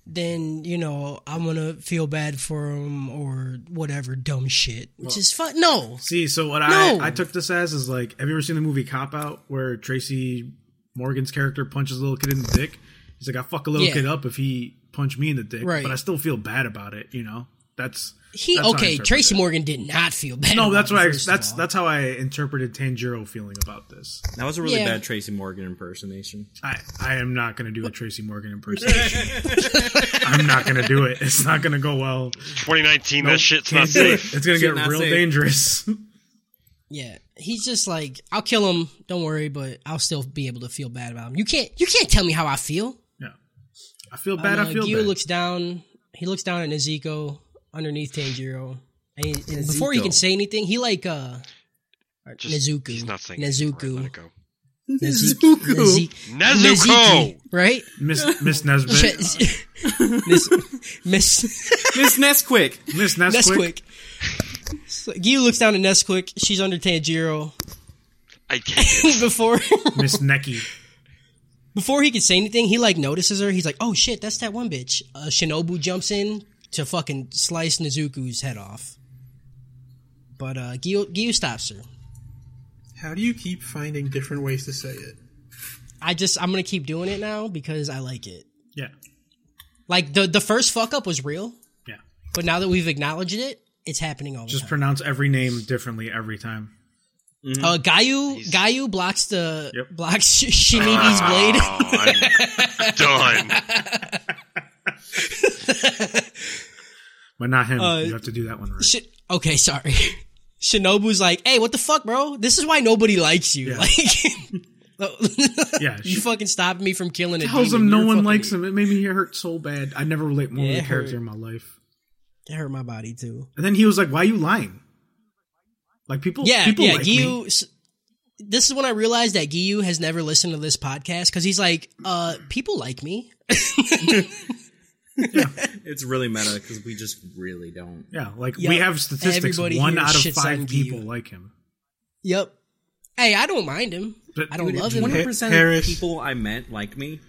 Speaker 2: Then you know I'm gonna feel bad for them or whatever dumb shit, which is fun. No,
Speaker 4: see, so what
Speaker 2: No.
Speaker 4: I I took this as is like, have you ever seen the movie Cop Out where Tracy Morgan's character punches a little kid in the dick? He's like, I fuck a little
Speaker 2: Yeah.
Speaker 4: kid up if he punched me in the dick,
Speaker 2: Right.
Speaker 4: but I still feel bad about it. You know, that's
Speaker 2: he
Speaker 4: that's how I
Speaker 2: okay.
Speaker 4: interpret
Speaker 2: Tracy
Speaker 4: it.
Speaker 2: Morgan did not feel bad.
Speaker 4: No,
Speaker 2: about
Speaker 4: that's
Speaker 2: it,
Speaker 4: why. I,
Speaker 2: first of
Speaker 4: that's
Speaker 2: all.
Speaker 4: that's how I interpreted Tanjiro feeling about this.
Speaker 5: That was a really
Speaker 2: Yeah.
Speaker 5: bad Tracy Morgan impersonation.
Speaker 4: I I am not going to do a Tracy Morgan impersonation. I'm not going to do it. It's not going to go well.
Speaker 3: 2019, that shit's
Speaker 4: Can't
Speaker 3: not
Speaker 4: do it.
Speaker 3: safe.
Speaker 4: It's going to
Speaker 5: Shit
Speaker 4: get
Speaker 5: not
Speaker 4: real
Speaker 5: safe.
Speaker 4: dangerous.
Speaker 2: Yeah, he's just like, I'll kill him. Don't worry, but I'll still be able to feel bad about him. You can't, you can't tell me how I feel.
Speaker 4: yeah, I feel bad.
Speaker 2: And,
Speaker 4: I
Speaker 2: uh,
Speaker 4: feel
Speaker 2: Gyu
Speaker 4: bad.
Speaker 2: looks down. He looks down at Nezuko underneath Tanjiro, and, he, and before he
Speaker 5: Nezuko.
Speaker 2: can say anything, he like uh
Speaker 3: Just-
Speaker 2: Nezuko.
Speaker 3: He's not saying
Speaker 2: Nezuko.
Speaker 3: Let it go.
Speaker 2: Nezuko, Nezuko,
Speaker 3: Nezuko!
Speaker 2: right?
Speaker 4: Miss Miss Nesbitt,
Speaker 2: Miss Miss
Speaker 5: Miss Nesquik.
Speaker 4: Miss Nesquik.
Speaker 2: Nesquik. So Gyu looks down at Nesquik. She's under Tanjiro.
Speaker 3: I can't.
Speaker 2: Before
Speaker 4: Miss Necky.
Speaker 2: before he can say anything, he like notices her. He's like, "Oh shit, that's that one bitch." Uh, Shinobu jumps in to fucking slice Nezuko's head off, but uh, Gyu, Gyu stops her.
Speaker 6: How do you keep finding different ways to say it?
Speaker 2: I just I'm gonna keep doing it now because I like it.
Speaker 4: Yeah,
Speaker 2: Like the the first fuck up was real,
Speaker 4: yeah.
Speaker 2: but now that we've acknowledged it, it's happening all the
Speaker 4: Just
Speaker 2: time.
Speaker 4: pronounce every name differently every time.
Speaker 2: uh, Gayu Gayu blocks the
Speaker 4: Yep.
Speaker 2: blocks Sh- Shinibi's blade.
Speaker 3: Oh, I'm done.
Speaker 4: But not him.
Speaker 2: Uh,
Speaker 4: you have to do that one right.
Speaker 2: Sh- okay, sorry. Shinobu's like, hey, what the fuck, bro? This is why nobody likes you.
Speaker 4: Yeah.
Speaker 2: Like,
Speaker 4: yeah,
Speaker 2: you
Speaker 4: she
Speaker 2: fucking stopped me from killing it.
Speaker 4: tells him no one likes him. It made me hurt so bad. I never relate more
Speaker 2: Yeah,
Speaker 4: to
Speaker 2: it
Speaker 4: a character
Speaker 2: hurt.
Speaker 4: in my life.
Speaker 2: That hurt my body too.
Speaker 4: And then he was like, "Why are you lying?" Like people,
Speaker 2: Yeah,
Speaker 4: people
Speaker 2: yeah.
Speaker 4: like me.
Speaker 2: Gyu. s- This is when I realized that Gyu has never listened to this podcast because he's like, uh, people like me.
Speaker 5: it's really meta because we just really don't.
Speaker 4: Yeah, like
Speaker 2: Yeah,
Speaker 4: we have statistics.
Speaker 2: everybody
Speaker 4: One
Speaker 2: here
Speaker 4: out of
Speaker 2: shits on
Speaker 4: five people
Speaker 2: Giyu.
Speaker 4: like him.
Speaker 2: Yep. Hey, I don't mind him.
Speaker 4: But
Speaker 2: I don't
Speaker 4: dude,
Speaker 2: love him.
Speaker 5: Twenty percent of
Speaker 6: Harris.
Speaker 5: people I met like me.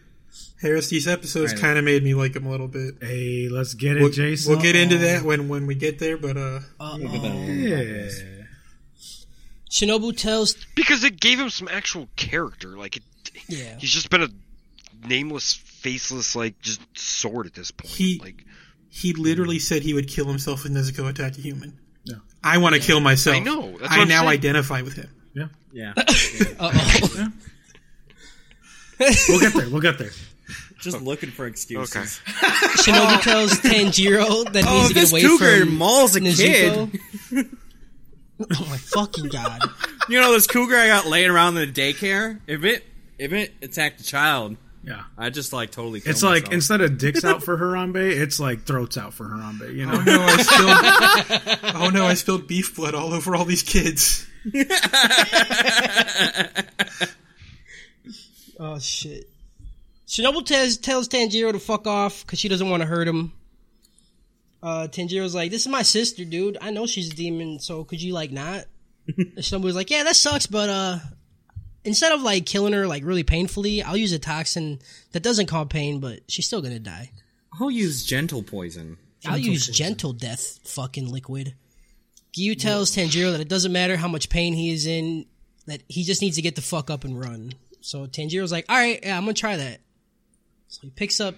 Speaker 6: Harris, these episodes
Speaker 5: Alright.
Speaker 6: kind of made me like him a little bit.
Speaker 4: Hey, let's get it,
Speaker 6: We'll,
Speaker 4: Jason.
Speaker 6: we'll get into that when when we get there, but uh,
Speaker 4: Yeah.
Speaker 2: Shinobu tells.
Speaker 3: because it gave him some actual character. Like it,
Speaker 2: Yeah.
Speaker 3: he's just been a nameless, faceless, like just sword at this point.
Speaker 6: He-
Speaker 3: like
Speaker 6: he literally said he would kill himself if Nezuko attacked a human.
Speaker 4: Yeah.
Speaker 6: I want to kill myself.
Speaker 3: I know, that's
Speaker 6: I
Speaker 3: what I'm
Speaker 6: now
Speaker 3: saying.
Speaker 6: identify with him.
Speaker 4: Yeah.
Speaker 5: Yeah,
Speaker 2: Uh-oh.
Speaker 4: We'll get there. We'll get there.
Speaker 5: just looking for excuses.
Speaker 3: okay,
Speaker 2: Shinobu tells Tanjiro that he
Speaker 5: Oh,
Speaker 2: needs to get away from
Speaker 5: mauls a
Speaker 2: Nezuko. oh my fucking god!
Speaker 5: You know this cougar I got laying around in the daycare. If it if it attacked a child,
Speaker 4: Yeah.
Speaker 5: I just like totally. kill
Speaker 4: It's like
Speaker 5: myself.
Speaker 4: instead of dicks out for Harambe, it's like throats out for Harambe. You know,
Speaker 6: Oh no, I spilled. oh no, I spilled beef blood all over all these kids.
Speaker 2: Oh shit! Shinobu tells tells Tanjiro to fuck off because she doesn't want to hurt him. Uh, Tanjiro's like, "This is my sister, dude. I know she's a demon, so could you like not?" and Shinobu's like, "Yeah, that sucks, but uh." Instead of like killing her like really painfully, I'll use a toxin that doesn't cause pain, but she's still gonna die.
Speaker 5: I'll use gentle poison.
Speaker 2: I'll use gentle death fucking liquid. Gyu tells Tanjiro that it doesn't matter how much pain he is in, that he just needs to get the fuck up and run. So Tanjiro's like, alright, yeah, I'm gonna try that. So he picks up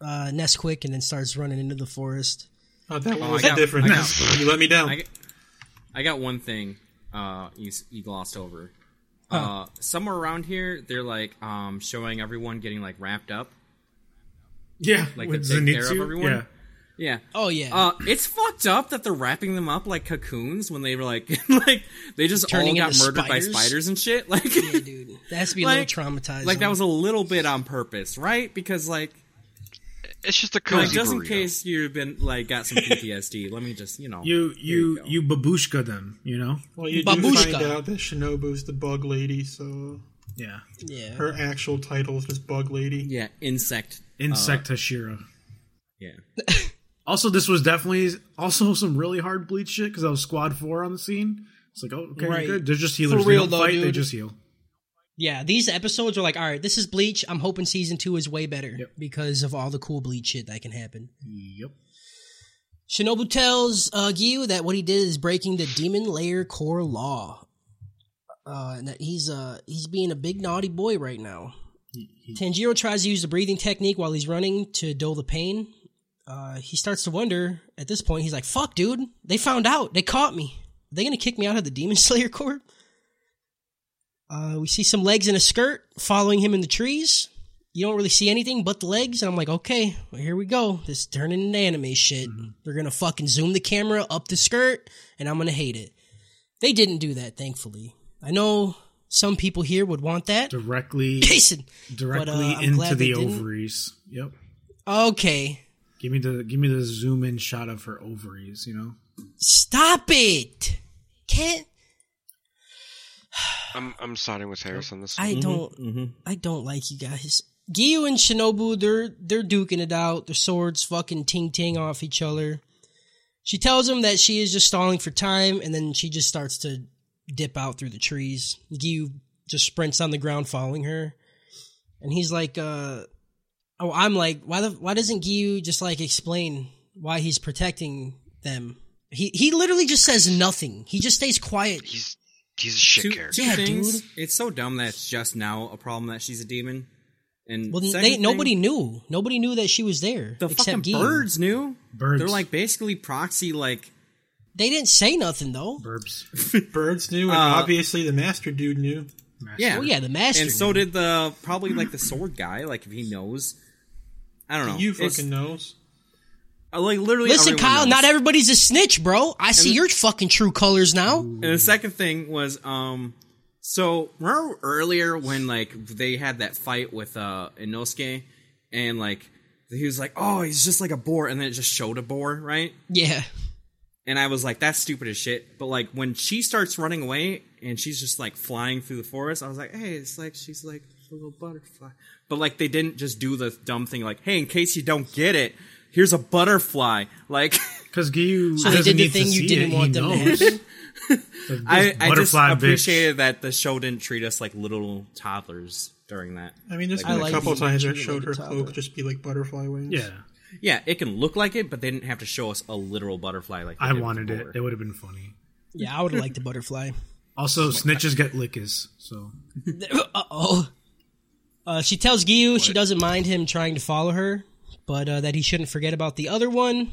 Speaker 2: uh, Nesquik and then starts running into the forest.
Speaker 6: Oh, that one was
Speaker 5: I got-
Speaker 6: different.
Speaker 5: I got-
Speaker 6: you let me down.
Speaker 5: I got, I got one thing uh, you, s- you glossed over. Uh, somewhere around here, they're like um, showing everyone getting like wrapped up.
Speaker 4: yeah,
Speaker 5: Like
Speaker 4: with
Speaker 5: to take care
Speaker 4: Zenitsu,
Speaker 5: of everyone?
Speaker 4: Yeah,
Speaker 5: Yeah.
Speaker 2: Oh yeah.
Speaker 5: Uh, it's fucked up that they're wrapping them up like cocoons when they were like, like they just
Speaker 2: Turning
Speaker 5: all got
Speaker 2: into
Speaker 5: murdered by
Speaker 2: spiders?
Speaker 5: spiders and shit. Like,
Speaker 2: yeah, dude. That has to be
Speaker 5: like-
Speaker 2: a little traumatizing.
Speaker 5: like that was a little bit on purpose, right? Because like,
Speaker 3: it's just a cozy
Speaker 5: like just in
Speaker 3: burrito.
Speaker 5: case you've been like got some PTSD, let me just you know
Speaker 4: you you
Speaker 5: go.
Speaker 4: you babushka them. You know,
Speaker 6: well, you
Speaker 2: Babushka.
Speaker 6: do find out that Shinobu's the Bug Lady, so
Speaker 4: yeah,
Speaker 2: yeah.
Speaker 6: her actual title is just Bug Lady.
Speaker 5: yeah insect
Speaker 4: insect
Speaker 5: Uh.
Speaker 4: Hashira.
Speaker 5: yeah
Speaker 4: Also, this was definitely also some really hard bleach shit because I was squad four on the scene. It's like, oh, okay,
Speaker 2: Right.
Speaker 4: good. They're just healers.
Speaker 2: For real
Speaker 4: they don't
Speaker 2: though,
Speaker 4: fight, they
Speaker 2: dude.
Speaker 4: just heal.
Speaker 2: Yeah, these episodes are like, all right, this is Bleach. I'm hoping season two is way better because of all the cool Bleach shit that can happen.
Speaker 4: Yep.
Speaker 2: Shinobu tells uh, Gyu that what he did is breaking the Demon Layer Core Law, uh, and that he's uh, he's being a big naughty boy right now. Tanjiro tries to use the breathing technique while he's running to dull the pain. Uh, he starts to wonder. At this point, he's like, "Fuck, dude! They found out. They caught me. Are they gonna kick me out of the Demon Slayer Corps?" Uh, we see some legs in a skirt following him in the trees. You don't really see anything but the legs, and I'm like, okay, well, here we go. This is turning into anime shit. They're gonna fucking zoom the camera up the skirt, and I'm gonna hate it. They didn't do that, thankfully. I know some people here would want that.
Speaker 4: Directly,
Speaker 2: Jason.
Speaker 4: directly
Speaker 2: But, uh, I'm
Speaker 4: into
Speaker 2: glad they
Speaker 4: the
Speaker 2: didn't.
Speaker 4: ovaries. Yep.
Speaker 2: Okay,
Speaker 4: Give me the give me the zoom in shot of her ovaries. You know.
Speaker 2: stop it. Can't
Speaker 3: I'm I'm siding with Harris on this.
Speaker 2: I
Speaker 3: one.
Speaker 2: don't I don't like you guys. Gyu and Shinobu, they're they're duking it out. Their swords fucking ting ting off each other. She tells him that she is just stalling for time, and then she just starts to dip out through the trees. Gyu just sprints on the ground following her. And he's like, uh Oh, I'm like, why the why doesn't Gyu just like explain why he's protecting them? He he literally just says nothing. He just stays quiet.
Speaker 3: He's he's a shit
Speaker 5: two,
Speaker 3: character.
Speaker 5: two
Speaker 2: Yeah,
Speaker 5: things.
Speaker 2: dude.
Speaker 5: It's so dumb that it's just now a problem that she's a demon. And
Speaker 2: Well,
Speaker 5: second
Speaker 2: they,
Speaker 5: thing,
Speaker 2: nobody knew. Nobody knew that she was there.
Speaker 5: the fucking
Speaker 2: except Gee.
Speaker 5: birds knew.
Speaker 4: Birds.
Speaker 5: They're like basically proxy. Like
Speaker 2: They didn't say nothing though.
Speaker 4: Burbs.
Speaker 6: Birds knew, and
Speaker 5: Uh,
Speaker 6: obviously the master dude knew.
Speaker 5: yeah,
Speaker 2: Oh yeah, the master.
Speaker 5: And so did the probably like the sword guy. Like if he knows, I don't know.
Speaker 6: You
Speaker 5: It's-
Speaker 6: fucking knows.
Speaker 5: uh, Like literally.
Speaker 2: Listen,
Speaker 5: everyone
Speaker 2: Kyle.
Speaker 5: knows.
Speaker 2: Not everybody's a snitch, bro. I see
Speaker 5: the-
Speaker 2: your fucking true colors now.
Speaker 5: And the second thing was um. So remember earlier when like they had that fight with uh Inosuke, and like he was like, oh, he's just like a boar, and then it just showed a boar, right?
Speaker 2: Yeah,
Speaker 5: And I was like, that's stupid as shit. But like when she starts running away and she's just like flying through the forest, I was like, hey, it's like she's like a little butterfly. But like they didn't just do the dumb thing like, hey, in case you don't get it, here's a butterfly. Like
Speaker 4: Because Gyu
Speaker 2: they
Speaker 4: doesn't
Speaker 2: did the
Speaker 4: need
Speaker 2: thing
Speaker 4: to
Speaker 2: you
Speaker 4: see
Speaker 2: didn't
Speaker 4: it, he
Speaker 2: want them to
Speaker 4: knows.
Speaker 2: have.
Speaker 4: Like,
Speaker 5: I,
Speaker 4: this
Speaker 5: I just
Speaker 4: butterfly bitch.
Speaker 5: appreciated that the show didn't treat us like little toddlers during that.
Speaker 6: I mean, there's
Speaker 5: Like,
Speaker 6: been
Speaker 2: I
Speaker 6: a
Speaker 2: like
Speaker 6: couple
Speaker 2: being
Speaker 6: times where it
Speaker 2: treated
Speaker 6: showed
Speaker 2: like
Speaker 6: her
Speaker 2: a
Speaker 6: cloak
Speaker 2: toddler.
Speaker 6: just be like butterfly wings.
Speaker 4: Yeah,
Speaker 5: Yeah, it can look like it, but they didn't have to show us a literal butterfly like they
Speaker 4: I
Speaker 5: did
Speaker 4: wanted it.
Speaker 5: before.
Speaker 4: It would have been funny.
Speaker 2: Yeah, I would have liked the butterfly.
Speaker 4: Also, snitches get lickers. So
Speaker 2: Uh oh. Uh, she tells Gyu she doesn't mind him trying to follow her, but uh, that he shouldn't forget about the other one.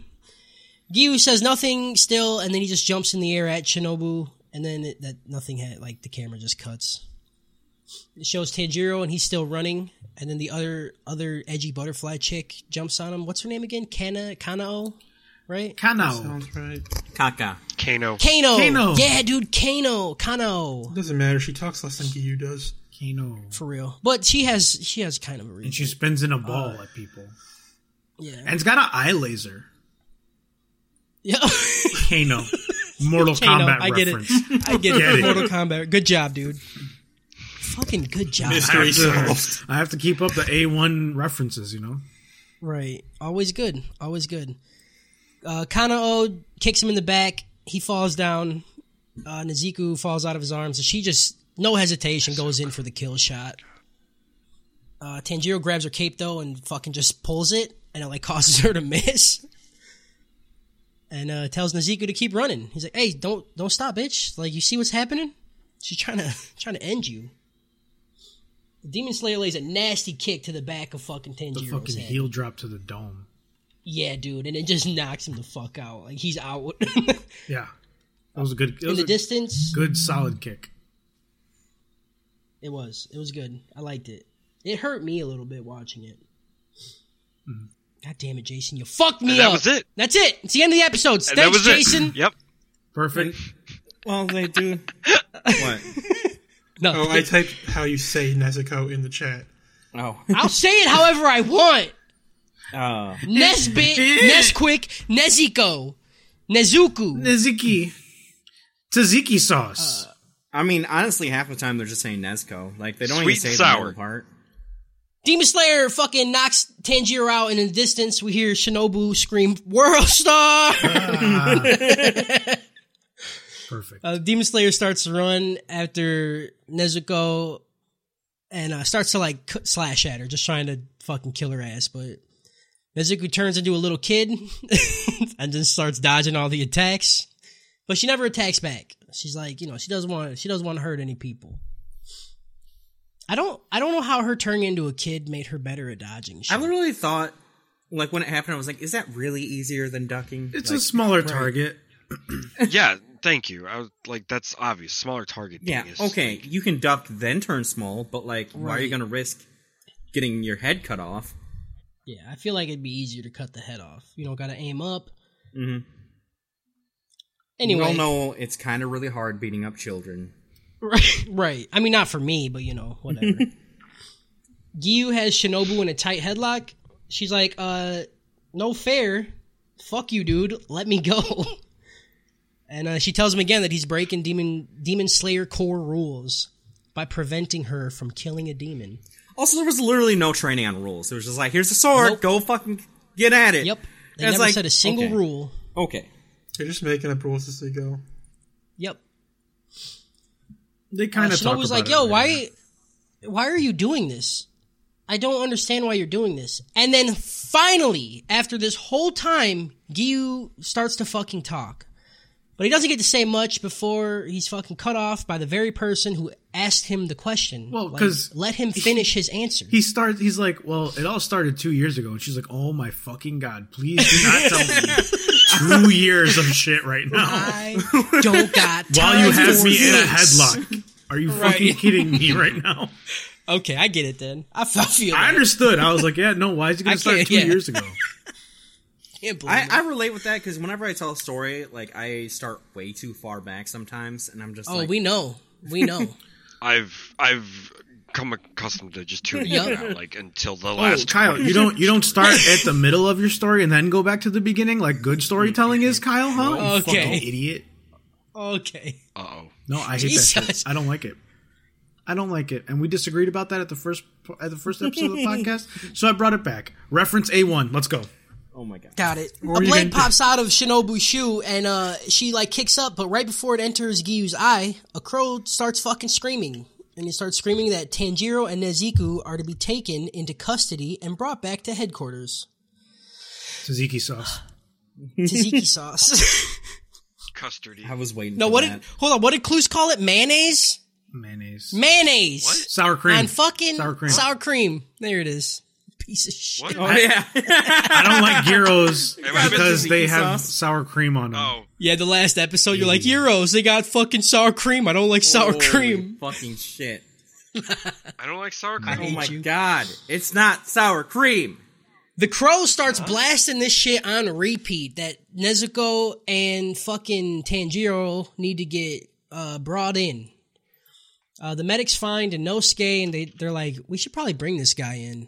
Speaker 2: Gyu says nothing still, and then he just jumps in the air at Shinobu, and then it, that nothing had like the camera just cuts. It shows Tanjiro, and he's still running, and then the other other edgy butterfly chick jumps on him. What's her name again? Kana Kanao, right?
Speaker 4: Kanao.
Speaker 6: Sounds right.
Speaker 5: Kaka.
Speaker 3: Kano.
Speaker 2: Kano.
Speaker 4: Kano.
Speaker 2: Yeah, dude, Kano. Kano.
Speaker 6: Doesn't matter. She talks less than Giyu does.
Speaker 4: Kano.
Speaker 2: For real, but she has she has kind of a
Speaker 4: And
Speaker 2: reason.
Speaker 4: she spins in a ball at people.
Speaker 2: Yeah.
Speaker 4: And it's got an eye laser.
Speaker 2: Yeah.
Speaker 4: Kano. Mortal
Speaker 2: Kano,
Speaker 4: Kombat
Speaker 2: I get
Speaker 4: reference.
Speaker 2: it. I get
Speaker 4: Get
Speaker 2: it.
Speaker 4: it.
Speaker 2: Mortal Kombat. Good job, dude. Fucking good job.
Speaker 6: Miss-
Speaker 4: I have, to, I have to keep up the A1 references, you know?
Speaker 2: Right. Always good. Always good. Uh, Kanao kicks him in the back. He falls down. Uh, Nezuko falls out of his arms, and she just, no hesitation, goes in for the kill shot. Uh, Tanjiro grabs her cape, though, and fucking just pulls it, and it, like, causes her to miss. And uh, tells Nezuko to keep running. He's like, "Hey, don't don't stop, bitch! Like, you see what's happening? She's trying to trying to end you." The Demon Slayer lays a nasty kick to the back of fucking
Speaker 4: The
Speaker 2: Tanjiro's
Speaker 4: fucking
Speaker 2: head.
Speaker 4: heel drop to the dome.
Speaker 2: Yeah, dude, and it just knocks him the fuck out. Like he's out
Speaker 4: Yeah. That was a good, it
Speaker 2: in
Speaker 4: was
Speaker 2: the
Speaker 4: a
Speaker 2: distance.
Speaker 4: good solid kick.
Speaker 2: It was. It was good. I liked it. It hurt me a little bit watching it.
Speaker 6: Mm-hmm.
Speaker 2: God damn it, Jason! You fucked me
Speaker 3: And that
Speaker 2: up.
Speaker 3: was it.
Speaker 2: That's it. It's the end of the episode.
Speaker 3: And
Speaker 2: Thanks,
Speaker 3: that was
Speaker 2: Jason.
Speaker 3: it. Yep.
Speaker 4: Perfect.
Speaker 5: Well, they do. what?
Speaker 2: No,
Speaker 6: Oh, I typed how you say Nezuko in the chat.
Speaker 5: Oh.
Speaker 2: I'll say it however I want.
Speaker 5: Oh.
Speaker 2: Nesbit, Nesquick, Nezuko, Nezuku.
Speaker 4: Niziki. Tzatziki sauce.
Speaker 2: Uh,
Speaker 5: I mean, honestly, half the time they're just saying Nezco. Like they don't
Speaker 3: Sweet
Speaker 5: even say
Speaker 3: and
Speaker 5: the
Speaker 3: sour.
Speaker 5: middle part.
Speaker 2: Demon Slayer fucking knocks Tanjiro out, and in the distance we hear Shinobu scream, "World Star!"
Speaker 4: Perfect.
Speaker 2: Uh, Demon Slayer starts to run after Nezuko and uh, starts to like c- slash at her, just trying to fucking kill her ass. But Nezuko turns into a little kid and then starts dodging all the attacks. But she never attacks back. She's like, you know, she doesn't want she doesn't want to hurt any people. I don't I don't know how her turning into a kid made her better at dodging.
Speaker 5: I
Speaker 2: Shit.
Speaker 5: literally thought, like when it happened, I was like, "Is that really easier than ducking?"
Speaker 4: it's
Speaker 5: Like,
Speaker 4: a smaller target.
Speaker 3: Yeah. Thank you. I was like, that's obvious. Smaller target.
Speaker 5: yeah.
Speaker 3: thing is,
Speaker 5: Okay, you can duck then turn small, but like, why are you
Speaker 2: Right.
Speaker 5: gonna risk getting your head cut off?
Speaker 2: Yeah, I feel like it'd be easier to cut the head off. You don't got to aim up.
Speaker 5: Mhm.
Speaker 2: Anyway,
Speaker 5: we all know it's kind of really hard beating up children.
Speaker 2: Right, right. I mean, not for me, but you know, whatever. Gyu has Shinobu in a tight headlock. She's like, uh, no fair. Fuck you, dude. Let me go. And uh, she tells him again that he's breaking demon demon slayer core rules by preventing her from killing a demon.
Speaker 5: Also, there was literally no training on rules. It was just like, "Here's a sword,
Speaker 2: Nope.
Speaker 5: go fucking get at it."
Speaker 2: Yep. They
Speaker 5: And it's
Speaker 2: never
Speaker 5: like,
Speaker 2: said a single
Speaker 5: okay.
Speaker 2: rule.
Speaker 5: Okay.
Speaker 6: They're just making up rules as they go.
Speaker 2: Yep.
Speaker 4: They kind of
Speaker 2: Shinobu's
Speaker 4: talk about
Speaker 2: like,
Speaker 4: it
Speaker 2: "Yo,
Speaker 4: later.
Speaker 2: why, why are you doing this? I don't understand why you're doing this." And then finally, after this whole time, Gyu starts to fucking talk, but he doesn't get to say much before he's fucking cut off by the very person who asked him the question.
Speaker 4: Well,
Speaker 2: Like,
Speaker 4: 'cause
Speaker 2: let him finish his answer.
Speaker 4: He starts. He's like, "Well, it all started two years ago," and she's like, "Oh my fucking god! Please do not tell me two years of shit right now
Speaker 2: I don't got time
Speaker 4: while you have
Speaker 2: for
Speaker 4: me in a
Speaker 2: this.
Speaker 4: headlock. Are you fucking kidding me right now?"
Speaker 2: Okay, I get it then. I, f- I feel.
Speaker 4: I
Speaker 2: I
Speaker 4: understood. I was like, "Yeah, no. Why is it going
Speaker 2: I
Speaker 4: to start
Speaker 2: can't-
Speaker 4: two
Speaker 2: yeah.
Speaker 4: years ago?"
Speaker 2: can't blame
Speaker 5: I,
Speaker 2: him.
Speaker 5: I relate with that because whenever I tell a story, like I start way too far back sometimes, and I'm just
Speaker 2: Oh,
Speaker 5: like,
Speaker 2: we know. We know.
Speaker 3: I've I've come accustomed to just tuning
Speaker 2: Yup.
Speaker 3: it out like until the
Speaker 4: Oh,
Speaker 3: last.
Speaker 4: Kyle, you don't you don't start at the middle of your story and then go back to the beginning like good storytelling is, Kyle? Huh? You
Speaker 2: Okay.
Speaker 4: fucking idiot.
Speaker 2: okay.
Speaker 3: Uh oh.
Speaker 4: No, I hate that
Speaker 2: Jesus.
Speaker 4: shit. I don't like it. I don't like it, and we disagreed about that at the first at the first episode of the podcast. So I brought it back. Reference A one. Let's go.
Speaker 5: Oh my god.
Speaker 2: Got it.
Speaker 6: are
Speaker 2: A
Speaker 6: you
Speaker 2: blade
Speaker 6: gonna-
Speaker 2: pops out of Shinobu's shoe and uh, she like kicks up, but right before it enters Giyu's eye, a crow starts fucking screaming. And it starts screaming that Tanjiro and Nezuko are to be taken into custody and brought back to headquarters.
Speaker 4: Tzatziki sauce.
Speaker 2: Tzatziki sauce.
Speaker 3: Custardy.
Speaker 5: I was waiting.
Speaker 2: no,
Speaker 5: for
Speaker 2: what
Speaker 5: that.
Speaker 2: did hold on, what did Clues call it? Mayonnaise?
Speaker 4: Mayonnaise.
Speaker 2: Mayonnaise.
Speaker 3: What?
Speaker 4: Sour cream.
Speaker 2: And fucking
Speaker 4: Sour cream.
Speaker 2: cream. There it is. Piece of shit.
Speaker 3: What?
Speaker 5: Oh yeah.
Speaker 4: I don't like gyros
Speaker 3: I meant
Speaker 4: because
Speaker 5: tzatziki
Speaker 4: they have
Speaker 5: sauce.
Speaker 4: sour cream on them.
Speaker 3: Oh,
Speaker 2: Yeah, the last episode, you're like, Euros, they got fucking sour cream. I don't like sour
Speaker 5: Holy
Speaker 2: cream.
Speaker 5: Fucking shit.
Speaker 3: I don't like sour
Speaker 2: I
Speaker 3: cream.
Speaker 5: Oh
Speaker 2: hate
Speaker 5: my
Speaker 2: you.
Speaker 5: god. It's not sour cream.
Speaker 2: The crow starts blasting this shit on repeat that Nezuko and fucking Tanjiro need to get uh, brought in. Uh, the medics find Inosuke and they, they're like, we should probably bring this guy in.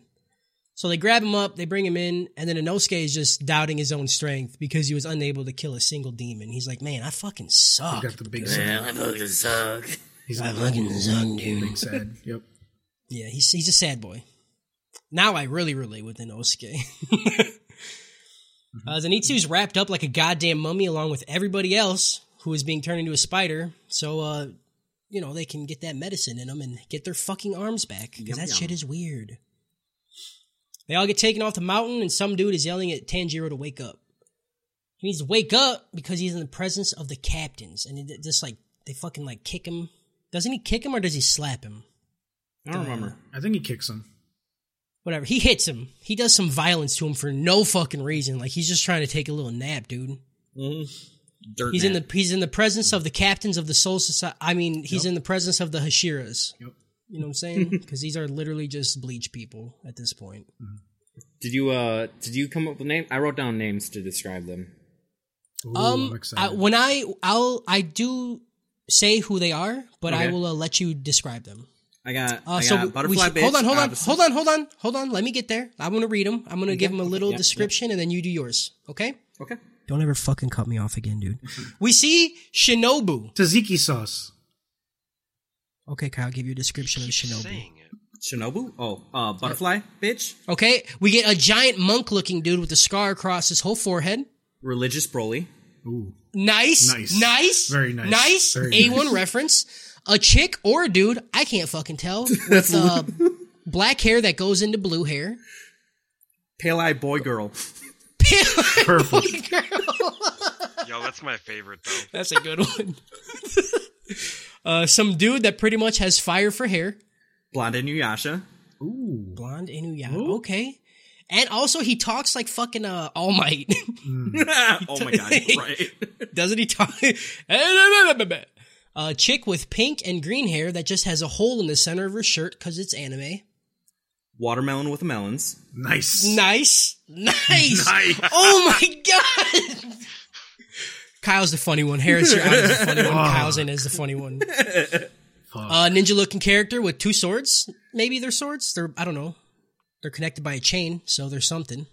Speaker 2: So they grab him up, they bring him in, and then Inosuke is just doubting his own strength because he was unable to kill a single demon. He's like, man, I fucking suck.
Speaker 4: Got the big sad.
Speaker 5: I fucking suck.
Speaker 4: He's
Speaker 2: I
Speaker 4: like
Speaker 2: fucking suck, dude.
Speaker 4: sad. Yep.
Speaker 2: Yeah, he's he's a sad boy. Now I really relate with Inosuke.
Speaker 5: Mm-hmm.
Speaker 2: uh, Zenitsu's wrapped up like a goddamn mummy along with everybody else who is being turned into a spider. So, uh, you know, they can get that medicine in them and get their fucking arms back because
Speaker 5: Yum,
Speaker 2: that
Speaker 5: yum.
Speaker 2: shit is weird. They all get taken off the mountain and some dude is yelling at Tanjiro to wake up. He needs to wake up because he's in the presence of the captains and it just like they fucking like kick him. Doesn't he kick him or does he slap him?
Speaker 5: I don't remember.
Speaker 4: I think he kicks him.
Speaker 2: whatever. He hits him. He does some violence to him for no fucking reason. Like he's just trying to take a little nap, dude.
Speaker 5: Dirt
Speaker 2: He's in
Speaker 5: nap.
Speaker 2: the he's in the presence of the captains of the Soul Society. I mean, he's in the presence of the Hashiras.
Speaker 4: Yep.
Speaker 2: You know what I'm saying? Because these are literally just bleach people at this point.
Speaker 5: Did you uh did you come up with name? I wrote down names to describe them.
Speaker 4: Ooh, I'm
Speaker 2: um, I,
Speaker 4: excited.
Speaker 2: when I I'll I do say who they are, but I
Speaker 5: Okay.
Speaker 2: will uh, let you describe them.
Speaker 5: I got,
Speaker 2: Uh,
Speaker 5: I got
Speaker 2: so we- we
Speaker 5: butterfly
Speaker 2: should,
Speaker 5: bitch. uh,
Speaker 2: hold on, hold on,
Speaker 5: Odyssey.
Speaker 2: hold on, hold on, hold on. Let me get there. I'm gonna read them. I'm gonna give them a little
Speaker 5: yeah, yeah.
Speaker 2: description, and then you do yours. Okay?
Speaker 5: Okay.
Speaker 2: Don't ever fucking cut me off again, dude. we see Shinobu.
Speaker 4: Tzatziki sauce.
Speaker 2: Okay, Kyle, give you a description of Shinobu.
Speaker 3: saying it.
Speaker 5: Shinobu? Oh, uh butterfly bitch.
Speaker 2: Okay, we get a giant monk looking dude with a scar across his whole forehead.
Speaker 5: Religious Broly.
Speaker 4: Ooh.
Speaker 2: Nice.
Speaker 4: Nice.
Speaker 2: Nice.
Speaker 4: Very nice.
Speaker 2: Nice.
Speaker 4: Very
Speaker 2: A1 reference. A chick or a dude, I can't fucking tell, with uh, black hair that goes into blue hair.
Speaker 5: Pale Eye Boy Girl.
Speaker 4: Purple.
Speaker 3: Yo, that's my favorite though.
Speaker 2: That's a good one. uh, some dude that pretty much has fire for hair.
Speaker 5: Blonde Inuyasha.
Speaker 4: Ooh.
Speaker 2: Blonde Inuyasha. Okay. And also, he talks like fucking uh, All Might.
Speaker 4: Mm.
Speaker 5: oh my god, right.
Speaker 2: Doesn't he talk? A chick with pink and green hair that just has a hole in the center of her shirt because it's anime.
Speaker 5: Watermelon with melons.
Speaker 4: Nice.
Speaker 2: Nice. Nice.
Speaker 4: Nice.
Speaker 2: Oh my god. Kyle's the funny one. Harris, you're out as the funny one. Kyle's in as the funny one. Uh, ninja looking character with two swords. Maybe they're swords. They're I don't know. They're connected by a chain, so there's something.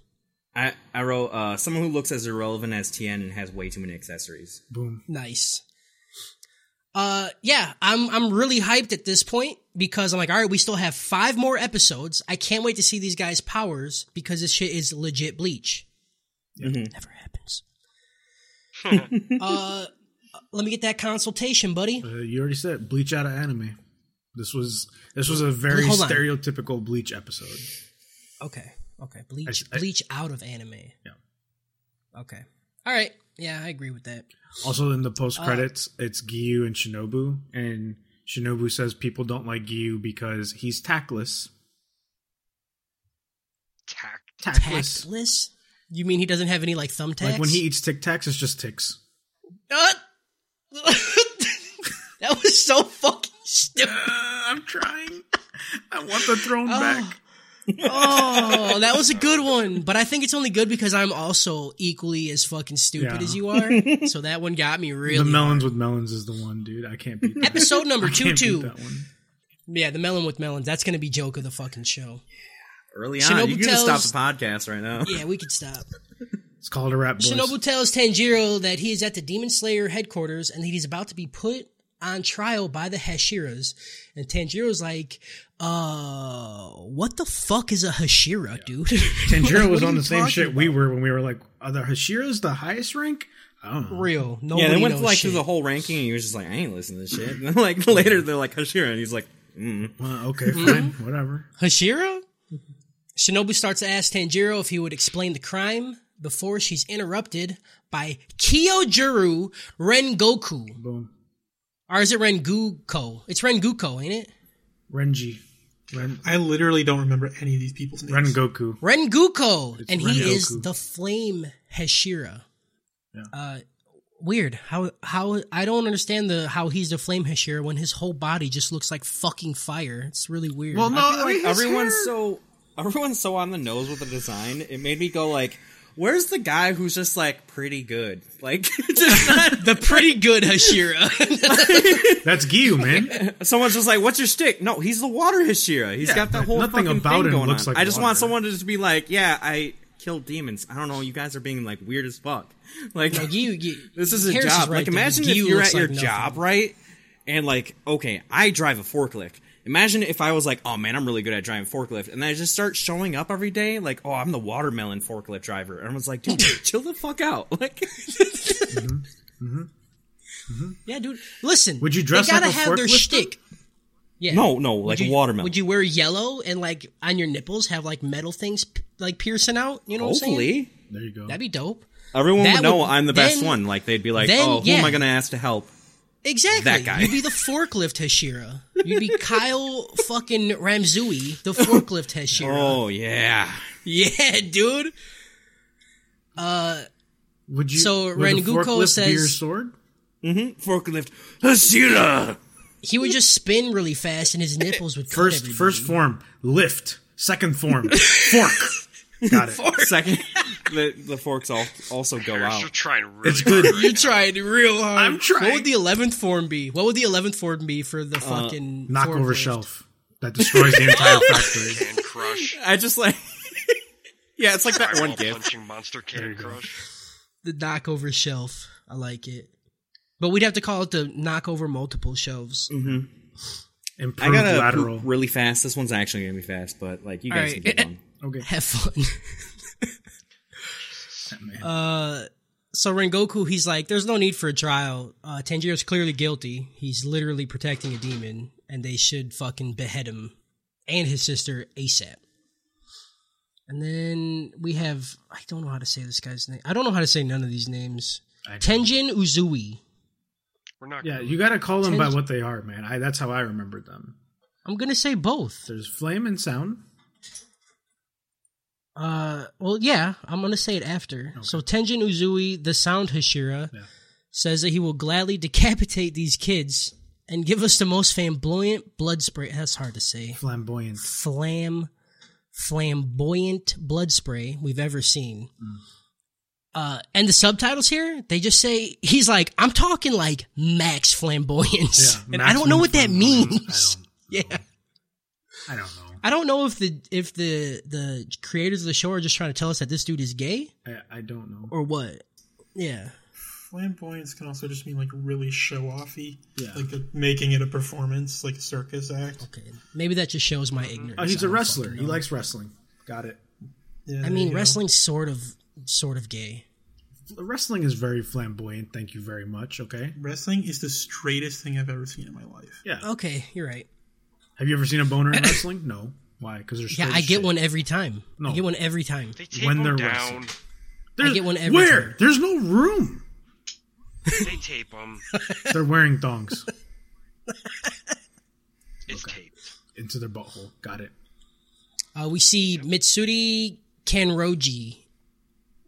Speaker 5: I, I wrote uh, someone who looks as irrelevant as Tien and has way too many accessories.
Speaker 4: Boom.
Speaker 2: Nice. Uh yeah, I'm I'm really hyped at this point because I'm like, all right, we still have five more episodes. I can't wait to see these guys' powers because this shit is legit bleach. Never happens. uh let me get that consultation, buddy.
Speaker 4: Uh, you already said bleach out of anime. This was this was a very
Speaker 2: Hold on.
Speaker 4: stereotypical bleach episode.
Speaker 2: Okay. Okay. Bleach
Speaker 4: I- I-
Speaker 2: bleach out of anime. Okay. All right. Yeah, I agree with that.
Speaker 4: Also, in the post
Speaker 2: Uh.
Speaker 4: credits, it's Giyu and Shinobu, and Shinobu says people don't like Giyu because he's tactless.
Speaker 3: Tack.
Speaker 4: Tactless.
Speaker 2: Tactless? You mean he doesn't have any like thumbtacks?
Speaker 4: Like when he eats Tic Tacs, it's just ticks.
Speaker 2: Uh, that was so fucking stupid.
Speaker 4: Uh, I'm trying. I want the throne back.
Speaker 2: Oh, that was a good one. But I think it's only good because I'm also equally as fucking stupid
Speaker 4: Yeah.
Speaker 2: as you are. So that one got me really.
Speaker 4: The melons with melons is the one, dude. I can't beat that.
Speaker 2: Episode number
Speaker 4: I
Speaker 2: two
Speaker 4: can't beat
Speaker 2: two.
Speaker 4: that one.
Speaker 2: Yeah, the melon with melons. That's gonna be joke of the fucking show.
Speaker 5: Early
Speaker 2: Shinobu
Speaker 5: on, you can stop
Speaker 2: tells-
Speaker 5: the podcast right now.
Speaker 2: Yeah, we could stop.
Speaker 4: It's called a rap. Boys.
Speaker 2: Shinobu tells Tanjiro that he is at the Demon Slayer headquarters and that he's about to be put on trial by the Hashiras. And Tanjiro's like, uh, what the fuck is a Hashira, dude?
Speaker 4: Tanjiro
Speaker 2: Like,
Speaker 4: was
Speaker 2: what are
Speaker 4: on
Speaker 2: you
Speaker 4: the same
Speaker 2: talking
Speaker 4: shit we
Speaker 2: about?
Speaker 4: were when we were like, are the Hashiras the highest rank? I don't know.
Speaker 2: Real. Nobody
Speaker 5: Yeah, they went
Speaker 2: knows
Speaker 5: like
Speaker 2: shit.
Speaker 5: through the whole ranking, and he was just like, "I ain't listening to this shit." And then, like later, they're like Hashira, and he's like, mm.
Speaker 4: Well, okay, fine, whatever.
Speaker 2: Hashira? Shinobu starts to ask Tanjiro if he would explain the crime before she's interrupted by Kyojuru Rengoku.
Speaker 4: Boom.
Speaker 2: Or is it Renguko? It's Renguko, ain't it?
Speaker 4: Renji. Ren,
Speaker 6: I literally don't remember any of these people's names.
Speaker 4: Ren Goku.
Speaker 2: Renguko! and he
Speaker 4: Rengoku.
Speaker 2: is the flame Hashira.
Speaker 4: Yeah.
Speaker 2: Uh, weird. How, how, I don't understand the, how he's the flame Hashira when his whole body just looks like fucking fire. It's really weird.
Speaker 4: Well, no, I mean, his
Speaker 5: everyone's
Speaker 4: hair-
Speaker 5: so everyone's so on the nose with the design. It made me go like, "Where's the guy who's just like pretty good?" Like, just not,
Speaker 2: the pretty good Hashira.
Speaker 4: That's Gyu, man.
Speaker 5: someone's just like, "What's your stick?" No, he's the water Hashira. He's
Speaker 4: Yeah,
Speaker 5: got that
Speaker 4: but
Speaker 5: whole
Speaker 4: nothing
Speaker 5: fucking
Speaker 4: about
Speaker 5: thing
Speaker 4: him
Speaker 5: going
Speaker 4: looks
Speaker 5: on.
Speaker 4: like
Speaker 5: I just want
Speaker 4: water.
Speaker 5: someone to just be like, "Yeah, I killed demons." I don't know. You guys are being like weird as fuck. Like,
Speaker 2: Like, you, you-
Speaker 5: This is a
Speaker 2: Harris
Speaker 5: job.
Speaker 2: right,
Speaker 5: like,
Speaker 2: though.
Speaker 5: imagine if
Speaker 2: Gyu
Speaker 5: you're
Speaker 2: looks
Speaker 5: at your
Speaker 2: like nothing.
Speaker 5: job, right? And like, okay, I drive a forklift. Imagine if I was like, oh man, I'm really good at driving forklift, and I just start showing up every day, like, oh, I'm the watermelon forklift driver. And I was like, dude, chill the fuck out. Like,
Speaker 2: Yeah, dude. Listen,
Speaker 4: Would you dress
Speaker 2: they gotta
Speaker 4: like a
Speaker 2: have their
Speaker 4: forklift
Speaker 2: shtick. Yeah.
Speaker 5: no, no, like
Speaker 2: would you,
Speaker 5: watermelon.
Speaker 2: Would you wear yellow and like on your nipples have like metal things p- like piercing out? You know what I'm saying?
Speaker 5: Hopefully,
Speaker 4: There you go.
Speaker 2: That'd be dope.
Speaker 5: everyone
Speaker 2: That
Speaker 5: would know
Speaker 2: would-
Speaker 5: I'm the best
Speaker 2: then-
Speaker 5: one. Like, they'd be like,
Speaker 2: then,
Speaker 5: oh, who am
Speaker 2: yeah.
Speaker 5: I gonna ask to help?
Speaker 2: Exactly.
Speaker 5: That guy.
Speaker 2: You'd be the forklift Hashira. You'd be Kyle fucking Ramzui, the forklift Hashira.
Speaker 5: Oh yeah,
Speaker 2: Yeah, dude.
Speaker 4: would you?
Speaker 2: so
Speaker 4: would the
Speaker 2: Rengoku
Speaker 4: forklift
Speaker 2: says-
Speaker 4: be your sword.
Speaker 5: forklift Hashira.
Speaker 2: He would just spin really fast and his nipples would cut
Speaker 4: First,
Speaker 2: everybody.
Speaker 4: first form lift. Second form fork. Got it.
Speaker 5: Second, the the forks all, also go
Speaker 3: You're
Speaker 5: out.
Speaker 3: still trying really
Speaker 4: It's good.
Speaker 3: hard right
Speaker 2: You're
Speaker 3: now.
Speaker 2: trying real hard.
Speaker 4: I'm
Speaker 2: What
Speaker 4: trying.
Speaker 2: would the eleventh form be? What would the eleventh form be for the fucking
Speaker 4: Knock over
Speaker 2: forklift?
Speaker 4: shelf that destroys the entire factory.
Speaker 3: Can crush.
Speaker 5: I just like, yeah, it's like that one
Speaker 3: Eyeball
Speaker 5: gift.
Speaker 3: punching monster can crush.
Speaker 2: the knockover shelf. I like it. But we'd have to call it the knockover multiple shelves.
Speaker 4: Mm,
Speaker 5: I
Speaker 4: Improved
Speaker 5: gotta
Speaker 4: lateral.
Speaker 5: poop really fast. This one's actually gonna be fast, but like you
Speaker 2: All
Speaker 5: guys
Speaker 2: right.
Speaker 5: can get on.
Speaker 4: Okay.
Speaker 2: Have fun. uh, so Rengoku, he's like, there's no need for a trial. Uh, Tanjiro's clearly guilty. He's literally protecting a demon, and they should fucking behead him and his sister ASAP. And then we have, I don't know how to say this guy's name. I don't know how to say none of these names.
Speaker 4: I don't.
Speaker 2: Tenjin Uzui.
Speaker 3: We're not.
Speaker 4: Yeah,
Speaker 3: gonna-
Speaker 4: you gotta call them by
Speaker 2: Ten-
Speaker 4: what they are, man. I, that's how I remembered them.
Speaker 2: I'm gonna say both.
Speaker 4: There's flame and sound.
Speaker 2: Uh, well, yeah, I'm gonna say it after. So Tenjin Uzui, the Sound Hashira,
Speaker 4: Yeah.
Speaker 2: says that he will gladly decapitate these kids and give us the most flamboyant blood spray. That's hard to say.
Speaker 4: Flamboyant.
Speaker 2: Flam, flamboyant blood spray we've ever seen.
Speaker 4: Mm.
Speaker 2: Uh, and the subtitles here, they just say he's like, I'm talking like max flamboyance,
Speaker 4: Yeah,
Speaker 2: and I don't know
Speaker 4: maximum
Speaker 2: what that
Speaker 4: flamboyant.
Speaker 2: means.
Speaker 4: I don't,
Speaker 2: Yeah.
Speaker 4: I don't know.
Speaker 2: I don't know if the if the the creators of the show are just trying to tell us that this dude is gay
Speaker 4: I, I don't know.
Speaker 2: or what. Yeah.
Speaker 6: Flamboyance can also just mean like really show offy.
Speaker 4: Yeah.
Speaker 6: Like they're making it a performance, like a circus act.
Speaker 2: Okay. Maybe that just shows my ignorance.
Speaker 4: Oh,
Speaker 2: I
Speaker 4: he's a
Speaker 2: don't
Speaker 4: wrestler.
Speaker 2: fucking
Speaker 4: He
Speaker 2: know.
Speaker 4: likes wrestling. Got it.
Speaker 6: Yeah,
Speaker 2: I
Speaker 6: there you
Speaker 2: mean,
Speaker 6: go.
Speaker 2: wrestling's sort of sort of gay.
Speaker 4: Wrestling is very flamboyant. Thank you very much. Okay.
Speaker 6: Wrestling is the straightest thing I've ever seen in my life.
Speaker 4: Yeah.
Speaker 2: Okay, you're right.
Speaker 4: Have you ever seen a boner in wrestling? No. Why? Because there's
Speaker 2: Yeah, I get one every time. I
Speaker 4: No.
Speaker 2: get one every time.
Speaker 3: They tape
Speaker 4: when
Speaker 3: them
Speaker 4: they're
Speaker 3: down.
Speaker 4: wrestling. There's,
Speaker 2: get one every
Speaker 4: where?
Speaker 2: time.
Speaker 4: There's no room.
Speaker 3: They tape them.
Speaker 4: They're wearing thongs
Speaker 3: It's taped.
Speaker 4: into their butthole. Got it.
Speaker 2: Uh, we see Mitsuri Kanroji,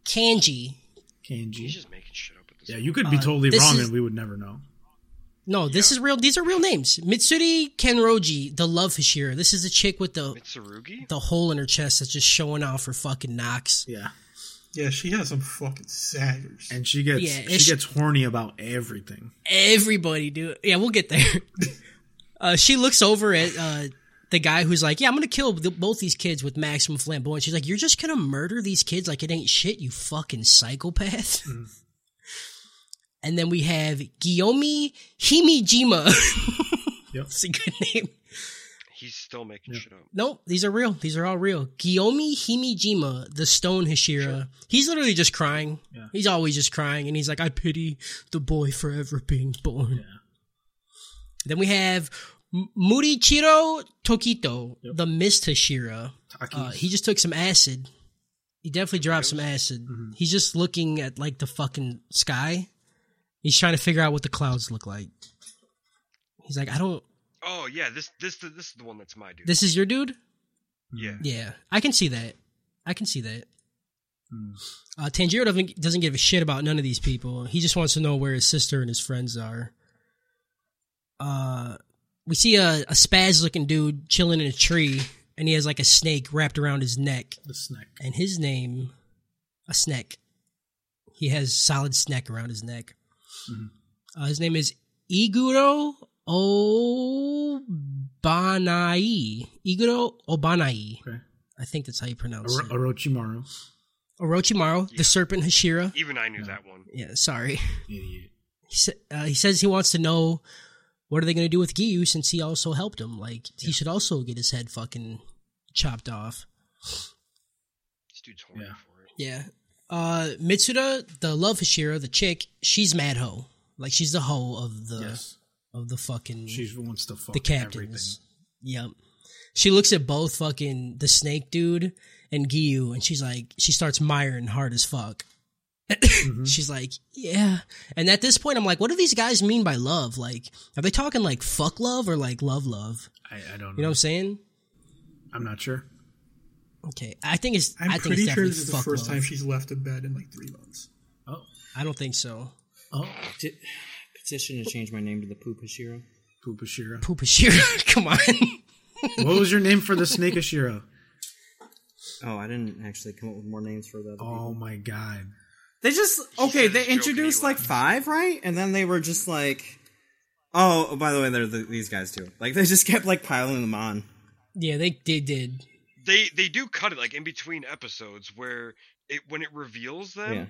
Speaker 2: Kanji.
Speaker 3: He's
Speaker 4: Kanji.
Speaker 3: just making shit up at this.
Speaker 4: Yeah, you could be totally
Speaker 2: Uh, this
Speaker 4: wrong
Speaker 2: is-
Speaker 4: and we would never know.
Speaker 2: No, this is real. These are real names. Mitsuri Kanroji, the love Hashira. This is the chick with the
Speaker 3: Mitsurugi.
Speaker 2: the hole in her chest that's just showing off her fucking knocks.
Speaker 4: Yeah.
Speaker 6: Yeah, she has some fucking saggers.
Speaker 4: And she gets
Speaker 2: Yeah,
Speaker 4: she
Speaker 2: it's-
Speaker 4: gets horny about everything.
Speaker 2: everybody do it. Yeah, we'll get there. uh, she looks over at uh, the guy who's like, "Yeah, I'm gonna kill the, both these kids with maximum flamboyance." She's like, "You're just gonna murder these kids like it ain't shit, you fucking psychopath." And then we have Guillaume Himijima.
Speaker 4: Yep.
Speaker 2: It's a good name.
Speaker 3: He's still making shit up.
Speaker 2: Nope, these are real. These are all real. Guillaume Himijima, the Stone Hashira. He's literally just crying. He's always just crying, and he's like, "I pity the boy forever being born." Then we have M- Murichiro Tokito, the Mist Hashira. Uh, he just took some acid. He definitely dropped some acid. He's just looking at like the fucking sky. He's trying to figure out what the clouds look like. He's like, I don't.
Speaker 3: Oh yeah, this this this is the one that's my dude.
Speaker 2: This is your dude.
Speaker 3: yeah.
Speaker 2: Yeah, I can see that. I can see that. Uh, Tanjiro doesn't doesn't give a shit about none of these people. He just wants to know where his sister and his friends are. Uh, we see a, a spaz looking dude chilling in a tree, and he has like a snake wrapped around his neck,
Speaker 4: The snack.
Speaker 2: and his name, a snack. He has solid snack around his neck. Uh, his name is Iguro Obanai. Iguro Obanai.
Speaker 4: Okay.
Speaker 2: I think that's how you pronounce
Speaker 4: Oro-
Speaker 2: it.
Speaker 4: Orochimaru.
Speaker 2: Orochimaru, the serpent Hashira.
Speaker 3: Even I knew that one.
Speaker 2: Yeah, sorry.
Speaker 4: Idiot.
Speaker 2: He, sa- uh, he says he wants to know what are they going to do with Giyu since he also helped him. Like, he should also get his head fucking chopped off.
Speaker 3: This dude's horny
Speaker 4: Yeah.
Speaker 3: for it.
Speaker 2: Yeah. Uh, Mitsuda, the love Hashira, the chick, she's mad hoe. Like, she's the hoe of the,
Speaker 4: Yes.
Speaker 2: of the fucking,
Speaker 4: She wants to fuck
Speaker 2: the captains. Yep. She looks at both fucking the snake dude and Giyu, and she's like, she starts miring hard as fuck.
Speaker 6: Mm-hmm.
Speaker 2: She's like, yeah. And at this point, I'm like, what do these guys mean by love? Like, are they talking like fuck love or like love love?
Speaker 4: everything. I, I don't know.
Speaker 2: You know what I'm saying?
Speaker 4: I'm not sure.
Speaker 2: Okay, I think it's.
Speaker 6: I'm
Speaker 2: i think
Speaker 6: pretty
Speaker 2: it's
Speaker 6: sure
Speaker 2: definitely
Speaker 6: this is the
Speaker 2: fuck
Speaker 6: first
Speaker 2: love.
Speaker 6: time she's left a bed in like three months.
Speaker 4: Oh.
Speaker 2: I don't think so.
Speaker 4: Oh.
Speaker 5: T- petition to change my name to the Poop Hashira.
Speaker 4: Poopashira.
Speaker 2: Poop is sheer. Come on.
Speaker 4: what was your name for the snake Ashira?
Speaker 5: Oh, I didn't actually come up with more names for that.
Speaker 4: Oh my god.
Speaker 5: They just okay. They introduced like five, right? And then they were just like, oh, by the way, they're the, these guys too. Like they just kept like piling them on.
Speaker 2: yeah, they, they did.
Speaker 3: They they do cut it like in between episodes where it when it reveals them
Speaker 5: Yeah.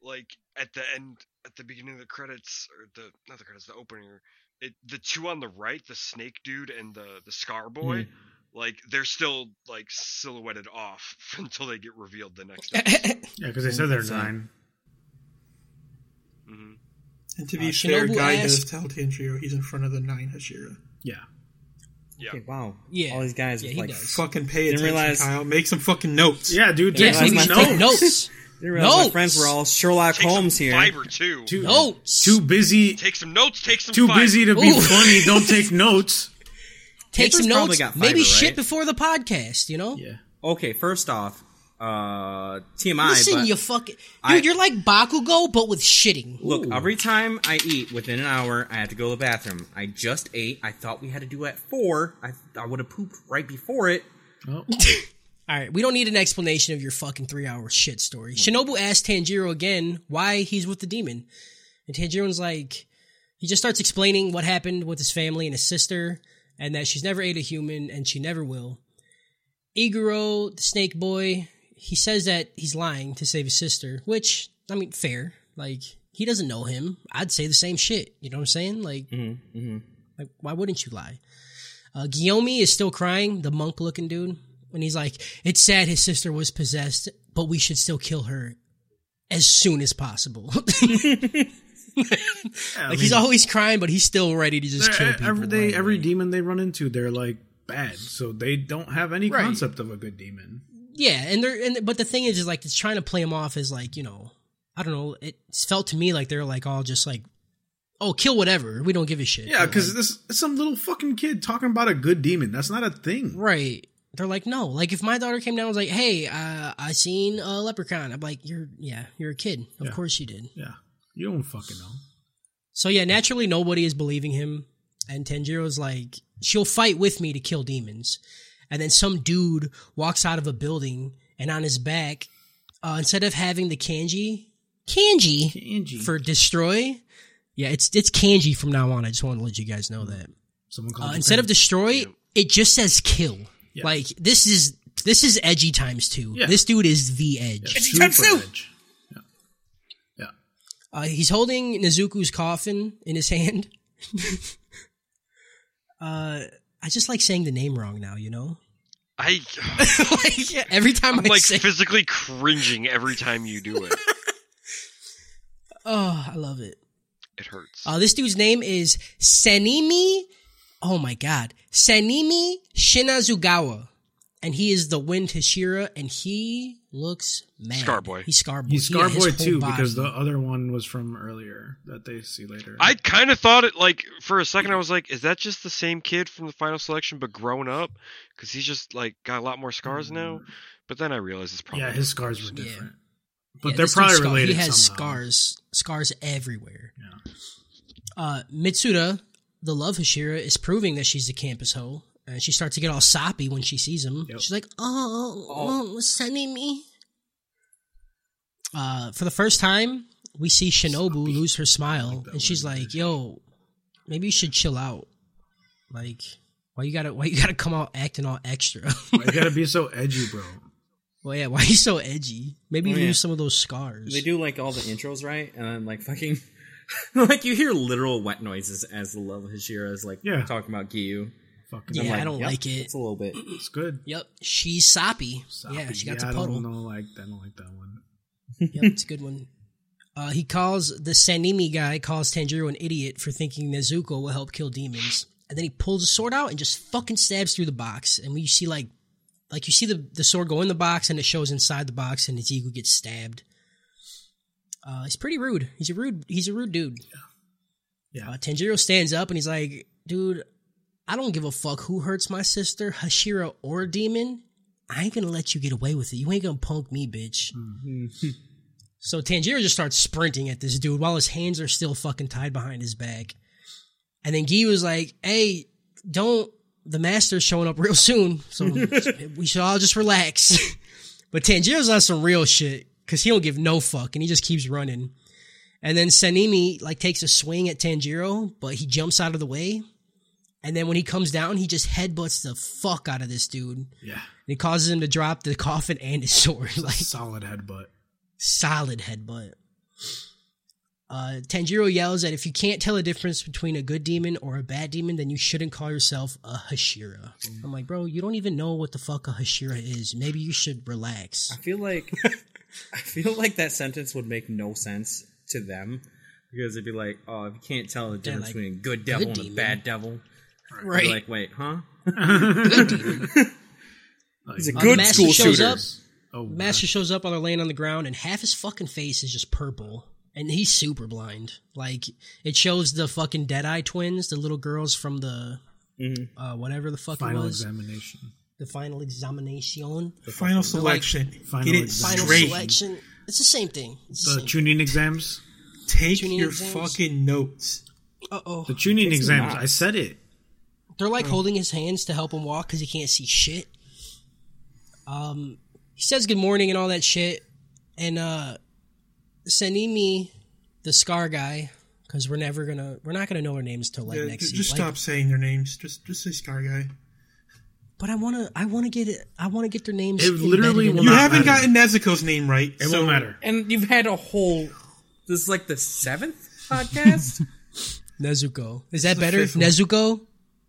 Speaker 3: like at the end at the beginning of the credits or the not the credits the opener it, the two on the right the snake dude and the the scar boy like they're still like silhouetted off until they get revealed the next day.
Speaker 4: Yeah, because they said they're
Speaker 5: Insane.
Speaker 4: nine.
Speaker 6: And to be
Speaker 2: Uh,
Speaker 6: fair,
Speaker 2: Shinobu
Speaker 6: Guy does
Speaker 2: asked-
Speaker 6: tell Tanjiro he's in front of the nine Hashira.
Speaker 4: Yeah.
Speaker 3: yeah
Speaker 5: Okay, wow.
Speaker 2: Yeah.
Speaker 5: All these guys
Speaker 2: Yeah,
Speaker 5: with,
Speaker 2: he
Speaker 5: like
Speaker 2: does.
Speaker 6: Fucking pay
Speaker 5: Didn't
Speaker 6: attention,
Speaker 5: realize-
Speaker 6: Kyle. Make some fucking notes.
Speaker 4: Yeah, dude. Take
Speaker 2: Yes,
Speaker 5: that's
Speaker 2: we
Speaker 4: some
Speaker 5: my
Speaker 2: need
Speaker 4: notes.
Speaker 2: to take notes.
Speaker 5: Didn't realize
Speaker 2: Notes!
Speaker 5: my friends were all Sherlock
Speaker 3: take
Speaker 5: Holmes
Speaker 3: some
Speaker 5: here.
Speaker 3: fiber too
Speaker 4: Too,
Speaker 2: Notes.
Speaker 4: Too busy.
Speaker 3: take some notes take some
Speaker 4: Too
Speaker 3: fiber.
Speaker 4: busy to be
Speaker 2: Ooh.
Speaker 4: funny. Don't take notes.
Speaker 2: Take
Speaker 5: Paper's
Speaker 2: some
Speaker 5: probably
Speaker 2: notes.
Speaker 5: got fiber,
Speaker 2: Maybe shit
Speaker 5: right?
Speaker 2: before the podcast. You know.
Speaker 4: Yeah.
Speaker 5: Okay, first off, uh, TMI.
Speaker 2: Listen,
Speaker 5: but
Speaker 2: you fucking dude.
Speaker 5: I-
Speaker 2: you're like Bakugo, but with shitting.
Speaker 5: Look, every time I eat within an hour, I have to go to the bathroom. I just ate. I thought we had to do it at four. I, I would have pooped right before it.
Speaker 4: Oh.
Speaker 2: All right, we don't need an explanation of your fucking three-hour shit story. Shinobu asks Tanjiro again why he's with the demon, and Tanjiro's like, he just starts explaining what happened with his family and his sister, and that she's never ate a human and she never will. Iguro, the snake boy, he says that he's lying to save his sister, which I mean, fair. Like he doesn't know him. I'd say the same shit. You know what I'm saying? Like
Speaker 4: Mm-hmm,
Speaker 2: Like, why wouldn't you lie? Uh, Guillaume is still crying, the monk looking dude. And he's like, it's sad his sister was possessed, but we should still kill her as soon as possible.
Speaker 4: Yeah, I
Speaker 2: like, he's
Speaker 4: mean,
Speaker 2: always crying, but he's still ready to just
Speaker 4: they're- e-
Speaker 2: kill people.
Speaker 4: every, they,
Speaker 2: right
Speaker 4: every
Speaker 2: away.
Speaker 4: demon they run into, they're like bad. So they don't have any
Speaker 2: Right.
Speaker 4: concept of a good demon.
Speaker 2: Yeah, and they're, and, but the thing is, is like, it's trying to play him off as like, you know, I don't know. It felt to me like they're like all just like, oh, kill whatever. We don't give a shit.
Speaker 4: Yeah, because this it's some little fucking kid talking about a good demon. That's not a thing.
Speaker 2: Right. They're like, no. Like, if my daughter came down and was like, hey, uh, I seen a leprechaun, I'm like, you're, yeah, you're a kid. Of
Speaker 4: Yeah.
Speaker 2: course you did.
Speaker 4: Yeah. You don't fucking know.
Speaker 2: So, yeah, naturally, nobody is believing him. And Tanjiro's like, she'll fight with me to kill demons. And then some dude walks out of a building and on his back, uh, instead of having the kanji, kanji,
Speaker 4: Kanji.
Speaker 2: for destroy, yeah, it's, it's kanji from now on. I just want to let you guys know that.
Speaker 4: Someone
Speaker 2: Uh,
Speaker 4: called
Speaker 2: instead of destroy, it just says kill.
Speaker 4: Yeah.
Speaker 2: Like this is this is edgy times two.
Speaker 4: Yeah.
Speaker 2: This dude is the edge.
Speaker 4: super edge. Yeah. Yeah.
Speaker 2: Uh, he's holding Nezuko's coffin in his hand. uh, I just like saying the name wrong now, you know?
Speaker 3: I
Speaker 2: like, every time
Speaker 3: I'm
Speaker 2: i
Speaker 3: like
Speaker 2: say
Speaker 3: physically cringing every time you do it.
Speaker 2: Oh, I love it.
Speaker 3: It hurts.
Speaker 2: Uh, this dude's name is Senimi. Oh my god. Senimi Shinazugawa. And he is the Wind Hashira, and he looks mad.
Speaker 3: Scarboy.
Speaker 2: He's Scarboy.
Speaker 4: He's
Speaker 2: Yeah, his
Speaker 4: Scarboy
Speaker 2: whole
Speaker 4: too
Speaker 2: body.
Speaker 4: because the other one was from earlier that they see later.
Speaker 3: I kind of thought it like for a second. I was like, "Is that just the same kid from the final selection, but grown up? Because he's just like got a lot more scars now." But then I realized it's probably
Speaker 4: Mm-hmm. yeah, his scars were
Speaker 2: Yeah.
Speaker 4: different,
Speaker 2: Yeah,
Speaker 4: but they're
Speaker 2: this dude's
Speaker 4: probably
Speaker 2: scar-
Speaker 4: related.
Speaker 2: He has
Speaker 4: somehow.
Speaker 2: scars, scars everywhere. Uh, Mitsuda, the love Hashira, is proving that she's a campus hoe, and she starts to get all soppy when she sees him.
Speaker 4: Yep.
Speaker 2: She's like, "Oh, oh, sending me." Uh, for the first time, we see Shinobu lose her smile, and she's like, "Yo, maybe you should chill out. Like, why you gotta, why you gotta come out acting all extra?
Speaker 4: Why you gotta be so edgy, bro?
Speaker 2: well, yeah, why you so edgy? Maybe
Speaker 5: Oh,
Speaker 2: lose
Speaker 5: yeah.
Speaker 2: some of those scars.
Speaker 5: They do like all the intros right, and then like fucking, like you hear literal wet noises as the love of Hashira is like
Speaker 4: Yeah.
Speaker 5: talking about Giyu.
Speaker 4: Fucking,
Speaker 2: Yeah,
Speaker 5: like,
Speaker 2: I don't
Speaker 5: yep,
Speaker 2: like it.
Speaker 5: It's a little bit.
Speaker 4: it's good.
Speaker 2: Yep, she's soppy. Yeah,
Speaker 4: Soppy.
Speaker 2: she got
Speaker 4: I
Speaker 2: the puddle.
Speaker 4: don't know, like I don't like that one.
Speaker 2: Yep, it's a good one. Uh, he calls the Sanimi guy calls Tanjiro an idiot for thinking Nezuko will help kill demons, and then he pulls a sword out and just fucking stabs through the box. And we see like, like you see the the sword go in the box, and it shows inside the box, and Nezuko gets stabbed. Uh, he's pretty rude. He's a rude. He's a rude dude.
Speaker 4: Yeah.
Speaker 2: Uh, Tanjiro stands up and he's like, "Dude, I don't give a fuck who hurts my sister, Hashira or Demon. I ain't gonna let you get away with it. You ain't gonna punk me, bitch." So Tanjiro just starts sprinting at this dude while his hands are still fucking tied behind his back. And then Gi was like, hey, don't. The master's showing up real soon, so we should all just relax. but Tanjiro's on some real shit because he don't give no fuck and he just keeps running. And then Sanimi like takes a swing at Tanjiro, but he jumps out of the way. And then when he comes down, he just headbutts the fuck out of this dude. And
Speaker 4: Yeah,
Speaker 2: it causes him to drop the coffin and his sword. Like
Speaker 4: solid headbutt.
Speaker 2: solid headbutt. Uh, Tanjiro yells that if you can't tell the difference between a good demon or a bad demon, then you shouldn't call yourself a Hashira. I'm like, bro, you don't even know what the fuck a Hashira is. Maybe you should relax.
Speaker 5: I feel like I feel like that sentence would make no sense to them because it'd be like, oh, if you can't tell the difference
Speaker 2: like,
Speaker 5: between a good devil and
Speaker 2: demon.
Speaker 5: a bad devil,
Speaker 2: Right.
Speaker 5: you're like, wait, huh?
Speaker 4: Like,
Speaker 5: He's a
Speaker 2: Uh,
Speaker 5: good
Speaker 2: the master
Speaker 5: school
Speaker 2: shows
Speaker 5: shooter.
Speaker 2: up.
Speaker 4: oh,
Speaker 2: The master shows up while they're laying on the ground, and half his fucking face is just purple, and he's super blind. Like it shows the fucking Deadeye twins, the little girls from the
Speaker 5: Mm-hmm.
Speaker 2: uh, whatever the fuck it
Speaker 4: final
Speaker 2: was,
Speaker 4: examination.
Speaker 2: the final examination,
Speaker 6: The final selection.
Speaker 4: final
Speaker 6: Get it
Speaker 4: exam.
Speaker 2: final
Speaker 6: straight.
Speaker 2: selection. It's the same thing. It's the
Speaker 4: The
Speaker 2: same
Speaker 4: tuning exams.
Speaker 6: Take
Speaker 2: Tuning
Speaker 6: your
Speaker 2: exams.
Speaker 6: fucking notes.
Speaker 2: Uh oh.
Speaker 4: The tuning exams.
Speaker 5: not.
Speaker 4: I said it.
Speaker 2: They're
Speaker 6: Oh.
Speaker 2: like holding his hands to help him walk because he can't see shit. Um, he says good morning and all that shit, and uh, Senimi, the scar guy, because we're never gonna, we're not gonna know our names till like
Speaker 6: Yeah,
Speaker 2: next
Speaker 6: ju-
Speaker 2: season.
Speaker 6: just stop saying their names. Just just say Scar Guy.
Speaker 2: But I wanna, I wanna get it. I wanna get their names.
Speaker 4: It
Speaker 2: embedded
Speaker 4: literally
Speaker 2: in my-
Speaker 4: will
Speaker 6: You
Speaker 4: not
Speaker 6: haven't
Speaker 4: matter.
Speaker 6: gotten Nezuko's name right.
Speaker 4: It
Speaker 6: so
Speaker 4: won't matter.
Speaker 5: And you've had a whole. This is like the seventh podcast.
Speaker 2: Nezuko. Is that
Speaker 6: the
Speaker 2: better?
Speaker 6: fifth one.
Speaker 2: Nezuko.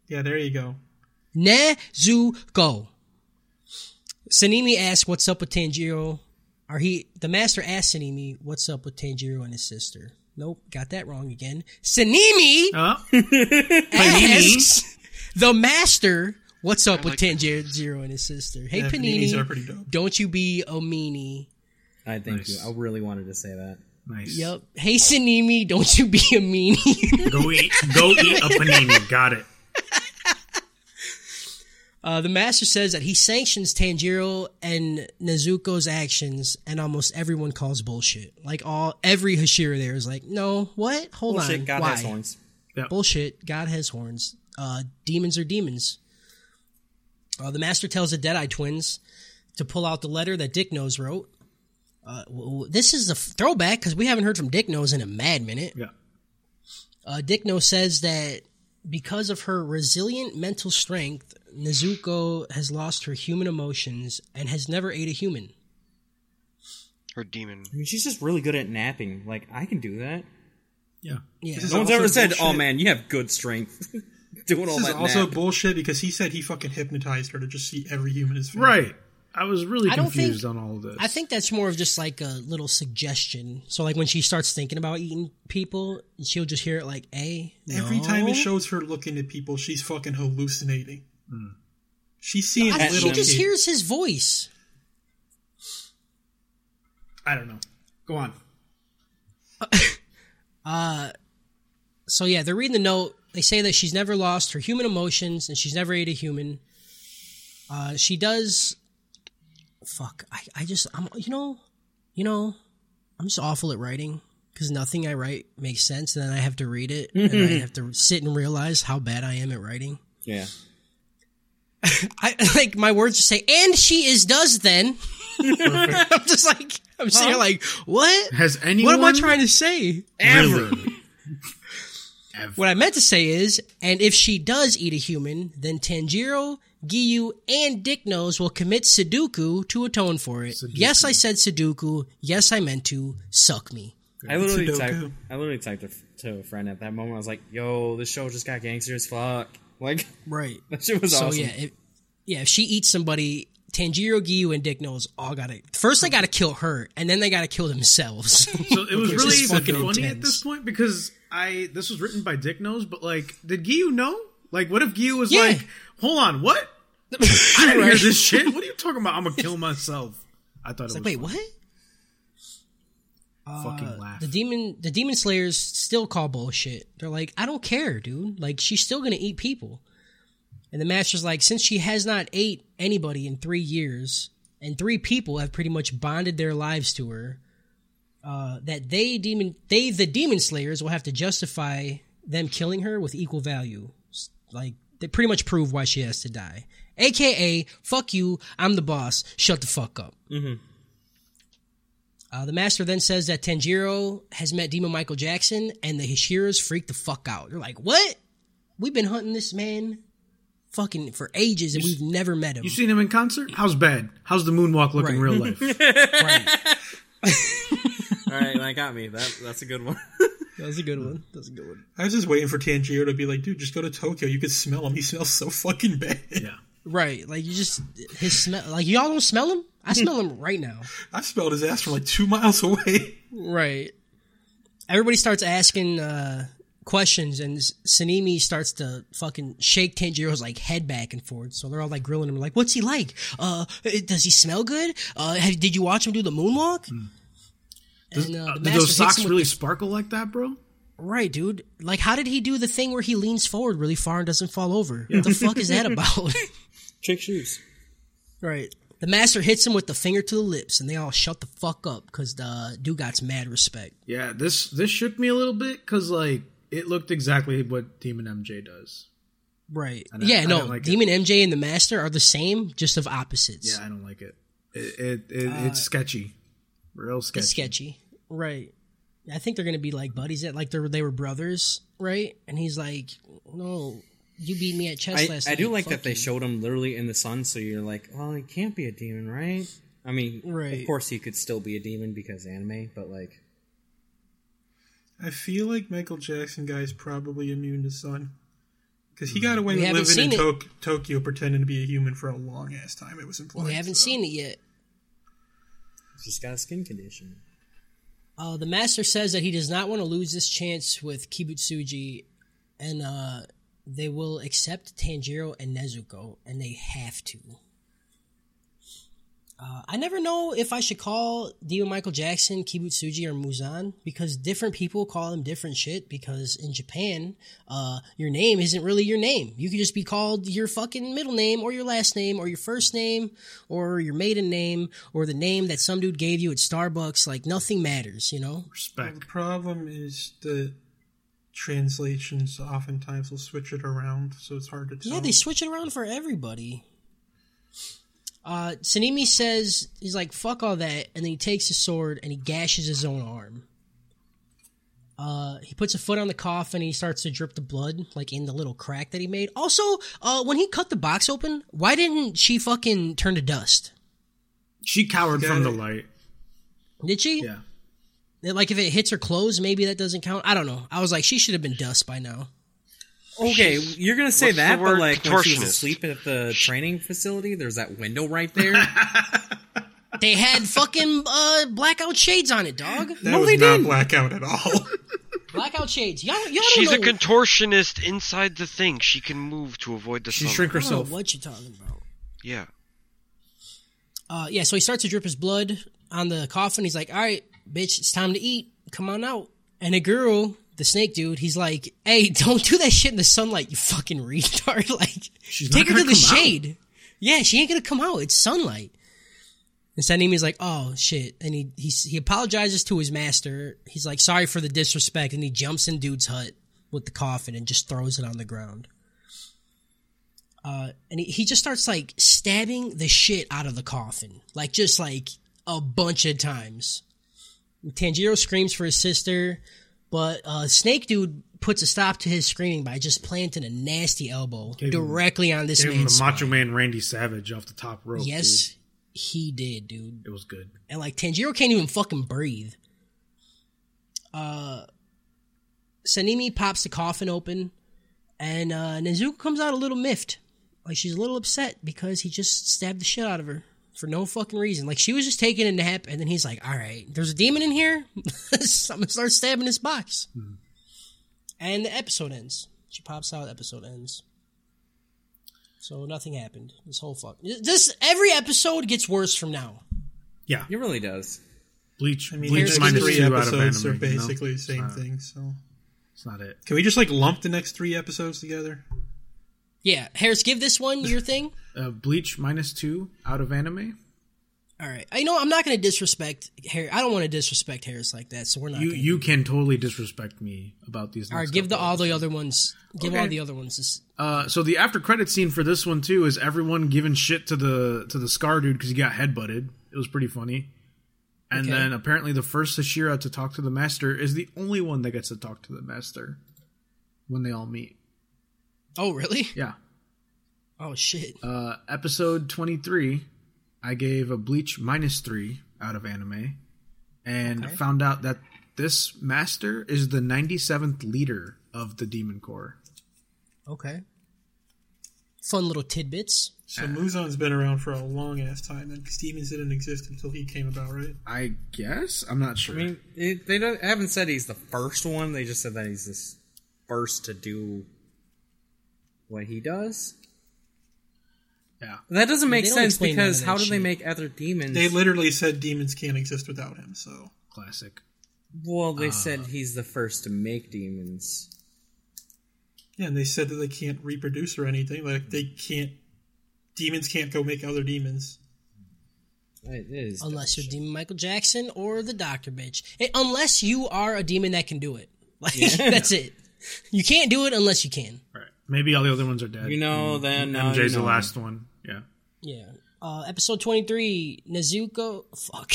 Speaker 6: Yeah, there you go.
Speaker 2: Nezuko. Sanemi asks, "What's up with Tanjiro?" Or he, the master asks Sanemi, "What's up with Tanjiro and his sister?" Nope, got that wrong again. Sanemi
Speaker 6: Uh,
Speaker 4: Huh?
Speaker 2: asks the master, "What's up with
Speaker 3: like
Speaker 2: Tanjiro and his sister?" Hey,
Speaker 6: Yeah,
Speaker 2: Panini,
Speaker 6: paninis are pretty dope.
Speaker 2: don't you be a meanie?
Speaker 5: I thank you.
Speaker 4: Nice.
Speaker 5: I really wanted to say that.
Speaker 4: Nice.
Speaker 2: Yep. Hey, Sanemi, don't you be a meanie?
Speaker 4: Go eat. Go eat a panini. Got it.
Speaker 2: Uh, the master says that he sanctions Tanjiro and Nezuko's actions, and almost everyone calls bullshit. Like all every Hashira there is like, no, what? Hold
Speaker 5: Bullshit,
Speaker 2: on,
Speaker 5: God
Speaker 2: why?
Speaker 5: has horns.
Speaker 2: Bullshit, God has horns. Uh, demons are demons. Uh, the master tells the Deadeye twins to pull out the letter that Dick Nose wrote. Uh, w- w- this is a f- throwback because we haven't heard from Dick Nose in a mad minute.
Speaker 4: Yeah.
Speaker 2: Uh, Dickno says that because of her resilient mental strength, Nezuko has lost her human emotions and has never ate a human.
Speaker 3: Her demon.
Speaker 5: I mean, she's just really good at napping. Like I can do that.
Speaker 4: Yeah.
Speaker 2: Yeah.
Speaker 6: This is
Speaker 5: No one's
Speaker 6: also
Speaker 5: ever said, "Oh
Speaker 6: bullshit.
Speaker 5: man, you have good strength." Doing all
Speaker 6: This is
Speaker 5: that.
Speaker 6: also
Speaker 5: nap.
Speaker 6: bullshit because he said he fucking hypnotized her to just see every human as female.
Speaker 4: Right. I was really
Speaker 2: I don't
Speaker 4: confused
Speaker 2: think-
Speaker 4: on all of this.
Speaker 2: I think that's more of just like a little suggestion. So like when she starts thinking about eating people, she'll just hear it like, "A."
Speaker 6: Every time
Speaker 2: no."
Speaker 6: it shows her looking at people, she's fucking hallucinating.
Speaker 4: Hmm.
Speaker 6: She's seeing
Speaker 2: I,
Speaker 6: little
Speaker 2: she just
Speaker 6: kids.
Speaker 2: hears his voice.
Speaker 4: I don't know. Go on.
Speaker 2: So yeah, they're reading the note. They say that she's never lost her human emotions and she's never ate a human. Uh, she does. Fuck, I, I just I'm you know, you know, I'm just awful at writing because nothing I write makes sense, and then I have to read it and I have to sit and realize how bad I am at writing.
Speaker 5: Yeah.
Speaker 2: I like my words just say, and she is does then. I'm just like I'm sitting here like, what?
Speaker 4: Has
Speaker 2: What
Speaker 4: anyone
Speaker 2: am I trying to say?
Speaker 4: ever?
Speaker 2: What I meant to say is, and if she does eat a human, then Tanjiro, Giyu, and Dick Nose will commit Sudoku to atone for it. Yes, I said Sudoku. Yes, I meant to. Suck me.
Speaker 5: I literally
Speaker 6: Sudoku.
Speaker 5: typed. I literally typed to, to a friend at that moment. I was like, "Yo, this show just got gangster as fuck." Like
Speaker 2: Right.
Speaker 5: that shit was
Speaker 2: So
Speaker 5: awesome.
Speaker 2: yeah, if, yeah. If she eats somebody, Tanjiro, Giyu, and Dick Nose all got to first. They got to kill her, and then they got to kill themselves.
Speaker 4: So it was
Speaker 2: Which is
Speaker 4: really
Speaker 2: fucking
Speaker 4: fucking funny at
Speaker 2: intense.
Speaker 4: this point because I this was written by Dick Nose, but like, did Giyu know? Like, what if Giyu was
Speaker 2: Yeah.
Speaker 4: like, "Hold on, what? I didn't hear this shit. What are you talking about? I'm gonna kill myself." I thought it was
Speaker 2: Like, wait, what?
Speaker 4: funny. fucking laugh.
Speaker 2: The demon, the demon slayers still call bullshit. They're like, I don't care, dude. Like she's still gonna eat people. And the master's like, since she has not ate anybody in three years, and three people have pretty much bonded their lives to her, uh, that they demon, they the demon slayers will have to justify them killing her with equal value. S- Like they pretty much prove why she has to die. AKA, fuck you, I'm the boss. Shut the fuck up.
Speaker 4: Mm-hmm.
Speaker 2: Uh, the master then says that Tanjiro has met Demon Michael Jackson, and the Hishiras freak the fuck out. They're like, "What? We've been hunting this man, fucking for ages, and we've never met him."
Speaker 4: You seen him in concert? How's bad? How's the moonwalk look in
Speaker 2: Right.
Speaker 4: real life?
Speaker 2: Right.
Speaker 5: all right, that got me. That that's a good one.
Speaker 2: That was a good one. That was a good one.
Speaker 6: I was just waiting for Tanjiro to be like, dude, just go to Tokyo. You can smell him. He smells so fucking bad.
Speaker 4: yeah.
Speaker 2: Right, like you just his smell. Like y'all don't smell him. I smell him right now.
Speaker 6: I smelled his ass from like two miles away.
Speaker 2: Right. Everybody starts asking uh, questions, and S- Sanemi starts to fucking shake Tanjiro's like head back and forth. So they're all like grilling him, like, "What's he like? Uh, eh, does he smell good? Uh, have, did you watch him do the moonwalk?" And, uh,
Speaker 4: Uh,
Speaker 2: the master
Speaker 4: do Hmm. those
Speaker 2: hits
Speaker 4: socks
Speaker 2: him with
Speaker 4: really sparkle like that, bro?
Speaker 2: Right, dude. Like, how did he do the thing where he leans forward really far and doesn't fall over? What the fuck is that about?
Speaker 5: Trick shoes.
Speaker 2: right. The master hits him with the finger to the lips, and they all shut the fuck up because the dude got's mad respect.
Speaker 4: Yeah. This this shook me a little bit because like it looked exactly what Demon MJ does.
Speaker 2: Right.
Speaker 4: I-
Speaker 2: yeah,
Speaker 4: I
Speaker 2: no.
Speaker 4: don't like it.
Speaker 2: Demon MJ and the Master are the same, just of opposites.
Speaker 4: Yeah, I don't like it. It it, it it's sketchy, real
Speaker 2: Uh,
Speaker 4: sketchy.
Speaker 2: It's sketchy. Right. I think they're going to be like buddies that like they were, they were brothers, right? And he's like, "No, you beat me at chess
Speaker 5: I,
Speaker 2: last
Speaker 5: I
Speaker 2: night."
Speaker 5: do like
Speaker 2: Fuck
Speaker 5: that they
Speaker 2: you."
Speaker 5: showed him literally in the sun, so you're like, well, he can't be a demon, right? I mean,
Speaker 2: Right.
Speaker 5: of course he could still be a demon because anime, but like,
Speaker 6: I feel like Michael Jackson guy is probably immune to sun. Because he got away
Speaker 2: Hmm. We
Speaker 6: with
Speaker 2: haven't
Speaker 6: living in
Speaker 2: seen
Speaker 6: Tok Tokyo pretending to be a human for a long ass time. It was implied.
Speaker 2: We haven't
Speaker 6: so.
Speaker 2: seen it yet.
Speaker 5: he's just got a skin condition.
Speaker 2: Uh, the master says that he does not want to lose this chance with Kibutsuji, and uh, they will accept Tanjiro and Nezuko, and they have to. Uh, I never know if I should call Dio Michael Jackson Kibutsuji or Muzan because different people call them different shit. Because in Japan, uh, your name isn't really your name. You could just be called your fucking middle name or your last name or your first name or your maiden name or the name that some dude gave you at Starbucks. Like nothing matters, you know?
Speaker 6: The
Speaker 4: Respect.
Speaker 6: problem is that translations oftentimes will switch it around, so it's hard to tell.
Speaker 2: Yeah, they switch it around for everybody. Uh, Sanemi says he's like fuck all that, and then he takes his sword and he gashes his own arm. Uh, he puts a foot on the coffin and he starts to drip the blood like in the little crack that he made. Also, uh, when he cut the box open, why didn't she fucking turn to dust?
Speaker 4: She cowered
Speaker 6: Got
Speaker 4: from the
Speaker 6: it.
Speaker 4: light.
Speaker 2: Did she?
Speaker 4: Yeah.
Speaker 2: That, Like if it hits her clothes, maybe that doesn't count. I don't know. I was like, she should have been dust by now.
Speaker 5: Okay, you're gonna say
Speaker 3: What's the
Speaker 5: that, but
Speaker 3: word?
Speaker 5: like when she was
Speaker 3: Contortionist.
Speaker 5: asleep at the training facility, there's that window right there.
Speaker 2: They had fucking uh, blackout shades on it, dog.
Speaker 6: That
Speaker 5: No,
Speaker 6: was
Speaker 5: they
Speaker 6: not
Speaker 5: didn't.
Speaker 6: blackout at all.
Speaker 2: Blackout shades. Y'all, y'all
Speaker 3: She's
Speaker 2: don't know.
Speaker 3: a contortionist inside the thing. She can move to avoid the
Speaker 4: She
Speaker 3: sun.
Speaker 4: shrink
Speaker 2: Oh, I don't know
Speaker 4: herself.
Speaker 2: what you're talking about.
Speaker 3: Yeah.
Speaker 2: Uh, yeah, so he starts to drip his blood on the coffin. He's like, "All right, bitch, it's time to eat. Come on out." And the girl, the snake dude, he's like, "Hey, don't do that shit in the sunlight, you fucking retard! like,
Speaker 4: She's not
Speaker 2: take her to
Speaker 4: gonna
Speaker 2: the
Speaker 4: come out.
Speaker 2: shade. Yeah, she ain't gonna come out. It's sunlight." And Sanemi's like, "Oh shit!" And he he he apologizes to his master. He's like, "Sorry for the disrespect," and he jumps in dude's hut with the coffin and just throws it on the ground. Uh, and he, he just starts like stabbing the shit out of the coffin, like just like a bunch of times. Tanjiro screams for his sister, but uh, Snake Dude puts a stop to his screaming by just planting a nasty elbow
Speaker 4: him-
Speaker 2: directly on this
Speaker 4: Gave him
Speaker 2: man's.
Speaker 4: the
Speaker 2: spine.
Speaker 4: Macho Man Randy Savage off the top rope.
Speaker 2: yes, he did, dude.
Speaker 4: dude. it was good.
Speaker 2: And like Tanjiro can't even fucking breathe. Uh, Sanemi pops the coffin open, and uh, Nezuko comes out a little miffed. Like she's a little upset because he just stabbed the shit out of her for no fucking reason. Like she was just taking a nap, and then he's like, "All right, there's a demon in here. so I'm gonna start stabbing this box." And the episode ends. She pops out. Episode ends. So nothing happened. This whole fuck. This every episode gets worse from now.
Speaker 4: Yeah,
Speaker 5: It really does.
Speaker 4: Bleach.
Speaker 6: I mean,
Speaker 4: Bleach
Speaker 6: the next
Speaker 4: minus
Speaker 6: three
Speaker 4: two out of
Speaker 6: episodes
Speaker 4: anime. you
Speaker 6: are
Speaker 4: know?
Speaker 6: basically the same
Speaker 4: It's not-
Speaker 6: thing. So
Speaker 4: It's not it.
Speaker 6: can we just like lump the next three episodes together?
Speaker 2: Yeah, Harris, give this one your thing.
Speaker 4: Uh, Bleach minus two out of anime.
Speaker 2: All right, I know I'm not going to disrespect Harris. I don't want to disrespect Harris like that, so we're not.
Speaker 4: You
Speaker 2: gonna
Speaker 4: you can totally disrespect me about these.
Speaker 2: all right,
Speaker 4: next
Speaker 2: give the
Speaker 4: couple.
Speaker 2: all the other ones. Give
Speaker 4: Okay.
Speaker 2: all the other ones. This,
Speaker 4: Uh, so the after credit scene for this one too is everyone giving shit to the to the scar dude because he got headbutted. It was pretty funny. And
Speaker 2: Okay.
Speaker 4: then apparently the first Hashira to talk to the master is the only one that gets to talk to the master when they all meet.
Speaker 2: oh really?
Speaker 4: Yeah.
Speaker 2: Oh shit!
Speaker 4: Uh, episode twenty three, I gave a Bleach minus three out of anime, and found out that this master is the ninety seventh leader of the Demon Corps.
Speaker 2: Okay. Fun little tidbits.
Speaker 6: So Muzon's been around for a long ass time, and Stevens didn't exist until he came about, right?
Speaker 4: I guess I'm not sure.
Speaker 5: I mean, it, they don't, haven't said he's the first one. They just said that he's this first to do what he does.
Speaker 4: yeah.
Speaker 5: That doesn't make
Speaker 2: They don't
Speaker 5: sense
Speaker 2: explain none of
Speaker 5: because
Speaker 2: that
Speaker 5: how do they
Speaker 2: shit.
Speaker 5: make other demons?
Speaker 6: They literally said demons can't exist without him. So
Speaker 4: Classic.
Speaker 5: well, they said he's the first to make demons.
Speaker 6: yeah, and they said that they can't reproduce or anything. Like they can't, demons can't go make other demons.
Speaker 5: It is
Speaker 2: Unless you're Demon Michael Jackson or the Doctor Bitch, It- unless you are a demon that can do it, like that's it. You can't do it unless you can.
Speaker 4: Right. Maybe all the other ones are dead.
Speaker 5: You know, then
Speaker 2: uh,
Speaker 5: now
Speaker 4: MJ's
Speaker 5: you
Speaker 4: the
Speaker 5: know.
Speaker 4: last one. Yeah.
Speaker 2: Yeah. Uh, episode twenty three. Nezuko. Fuck.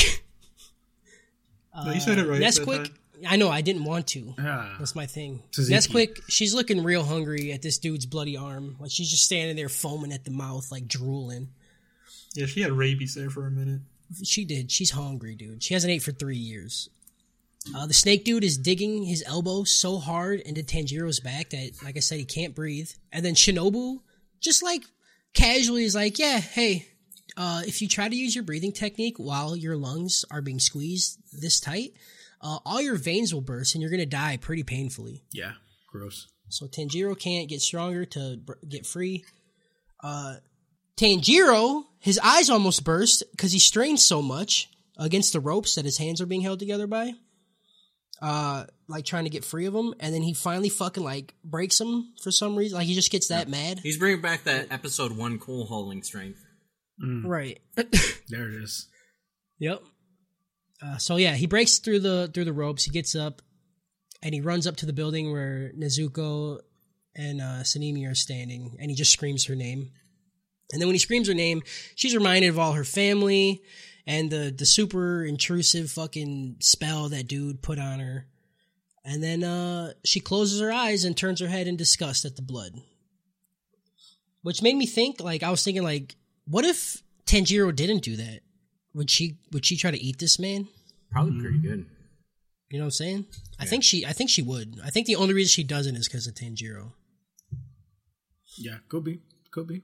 Speaker 6: no, you said it right. that
Speaker 2: Uh, Nesquik.
Speaker 6: time.
Speaker 2: I know. I didn't want to.
Speaker 7: Ah.
Speaker 4: Yeah.
Speaker 2: That's my thing.
Speaker 4: Tzatziki.
Speaker 2: That's quick. She's looking real hungry at this dude's bloody arm. Like she's just standing there foaming at the mouth, like drooling.
Speaker 6: Yeah, she had rabies there for a minute.
Speaker 2: She did. She's hungry, dude. She hasn't ate for three years. Uh, the snake dude is digging his elbow so hard into Tanjiro's back that, like I said, he can't breathe. And then Shinobu just like casually is like, "Yeah, hey, uh, if you try to use your breathing technique while your lungs are being squeezed this tight, uh, all your veins will burst and you're gonna die pretty painfully."
Speaker 4: Yeah. Gross.
Speaker 2: So Tanjiro can't get stronger to br- get free. Uh, Tanjiro, his eyes almost burst because he strained so much against the ropes that his hands are being held together by. Uh, like trying to get free of them, and then he finally fucking like breaks them for some reason. Like he just gets that mad,
Speaker 5: He's bringing back that episode one coal hauling strength.
Speaker 2: right?
Speaker 4: There it is.
Speaker 2: Yep. Uh, so yeah, he breaks through the through the ropes. He gets up, and he runs up to the building where Nezuko and uh, Sanemi are standing, and he just screams her name. And then when he screams her name, she's reminded of all her family and the the super intrusive fucking spell that dude put on her. And then uh, she closes her eyes and turns her head in disgust at the blood, which made me think. Like I was thinking, like, what if Tanjiro didn't do that? Would she would she try to eat this man?
Speaker 7: Probably
Speaker 4: Mm.
Speaker 7: pretty good.
Speaker 2: You know what I'm saying? I think she. I think she would. I think the only reason she doesn't is because of Tanjiro.
Speaker 4: Yeah, could be, could be.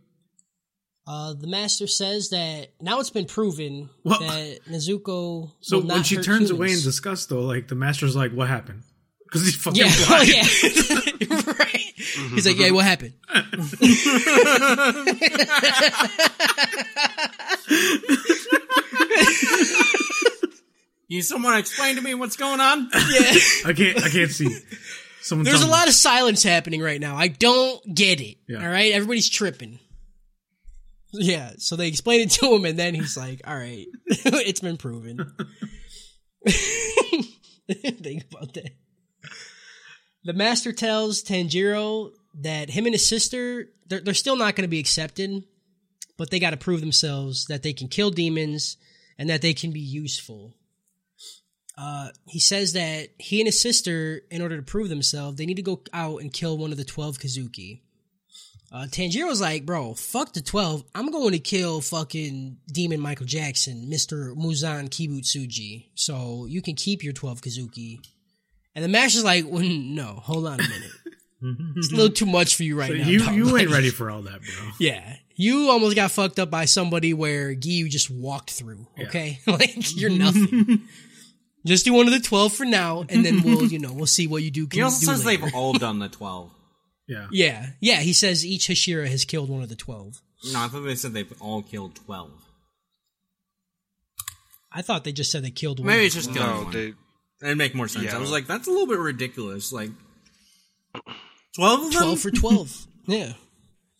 Speaker 2: Uh, the master says that now it's been proven
Speaker 4: Well-
Speaker 2: that Nezuko.
Speaker 4: So
Speaker 2: will not
Speaker 4: when she
Speaker 2: hurt
Speaker 4: turns away in
Speaker 2: humans.
Speaker 4: disgust, though, like the master's like, "What happened?" Because he's fucking
Speaker 2: yeah,
Speaker 4: blind.
Speaker 2: yeah, right.
Speaker 4: Mm-hmm.
Speaker 2: He's like, yeah, what happened?
Speaker 5: You someone explain to me what's going on?
Speaker 4: I can't, I can't see. Someone
Speaker 2: There's
Speaker 4: tell
Speaker 2: a
Speaker 4: me.
Speaker 2: lot of silence happening right now. I don't get it.
Speaker 4: Yeah.
Speaker 2: All right, everybody's tripping. Yeah, so they explain it to him, and then he's like, "All right, it's been proven." Think about that. The master tells Tanjiro that him and his sister they're, they're still not going to be accepted, but they got to prove themselves that they can kill demons and that they can be useful Uh, he says that he and his sister, in order to prove themselves, they need to go out and kill one of the 12 Kazuki. Uh, Tanjiro's like, bro, fuck the 12. I'm going to kill fucking Demon Michael Jackson, Mr. Muzan Kibutsuji. So you can keep your 12 Kazuki. And the master's like, well, no, hold on a minute. it's a little too much for you right now.
Speaker 4: You,
Speaker 2: dog.
Speaker 4: you
Speaker 2: Like-
Speaker 4: ain't ready for all that, bro.
Speaker 2: yeah. You almost got fucked up by somebody where Giyu just walked through, okay? like, you're nothing. just do one of the 12 for now, and then we'll, you know, we'll see what you do. Can
Speaker 5: He also
Speaker 2: do
Speaker 5: says
Speaker 2: later.
Speaker 5: they've all done the twelve.
Speaker 4: Yeah,
Speaker 2: Yeah. Yeah, he says each Hashira has killed one of the 12.
Speaker 5: No, I thought they said they've all killed twelve.
Speaker 2: I thought they just said they killed one.
Speaker 5: Maybe it's just killing
Speaker 3: No,
Speaker 5: one.
Speaker 3: they
Speaker 5: It'd make more sense.
Speaker 3: Yeah.
Speaker 5: I was like, that's a little bit ridiculous. Like twelve of them.
Speaker 2: 12 for 12. yeah.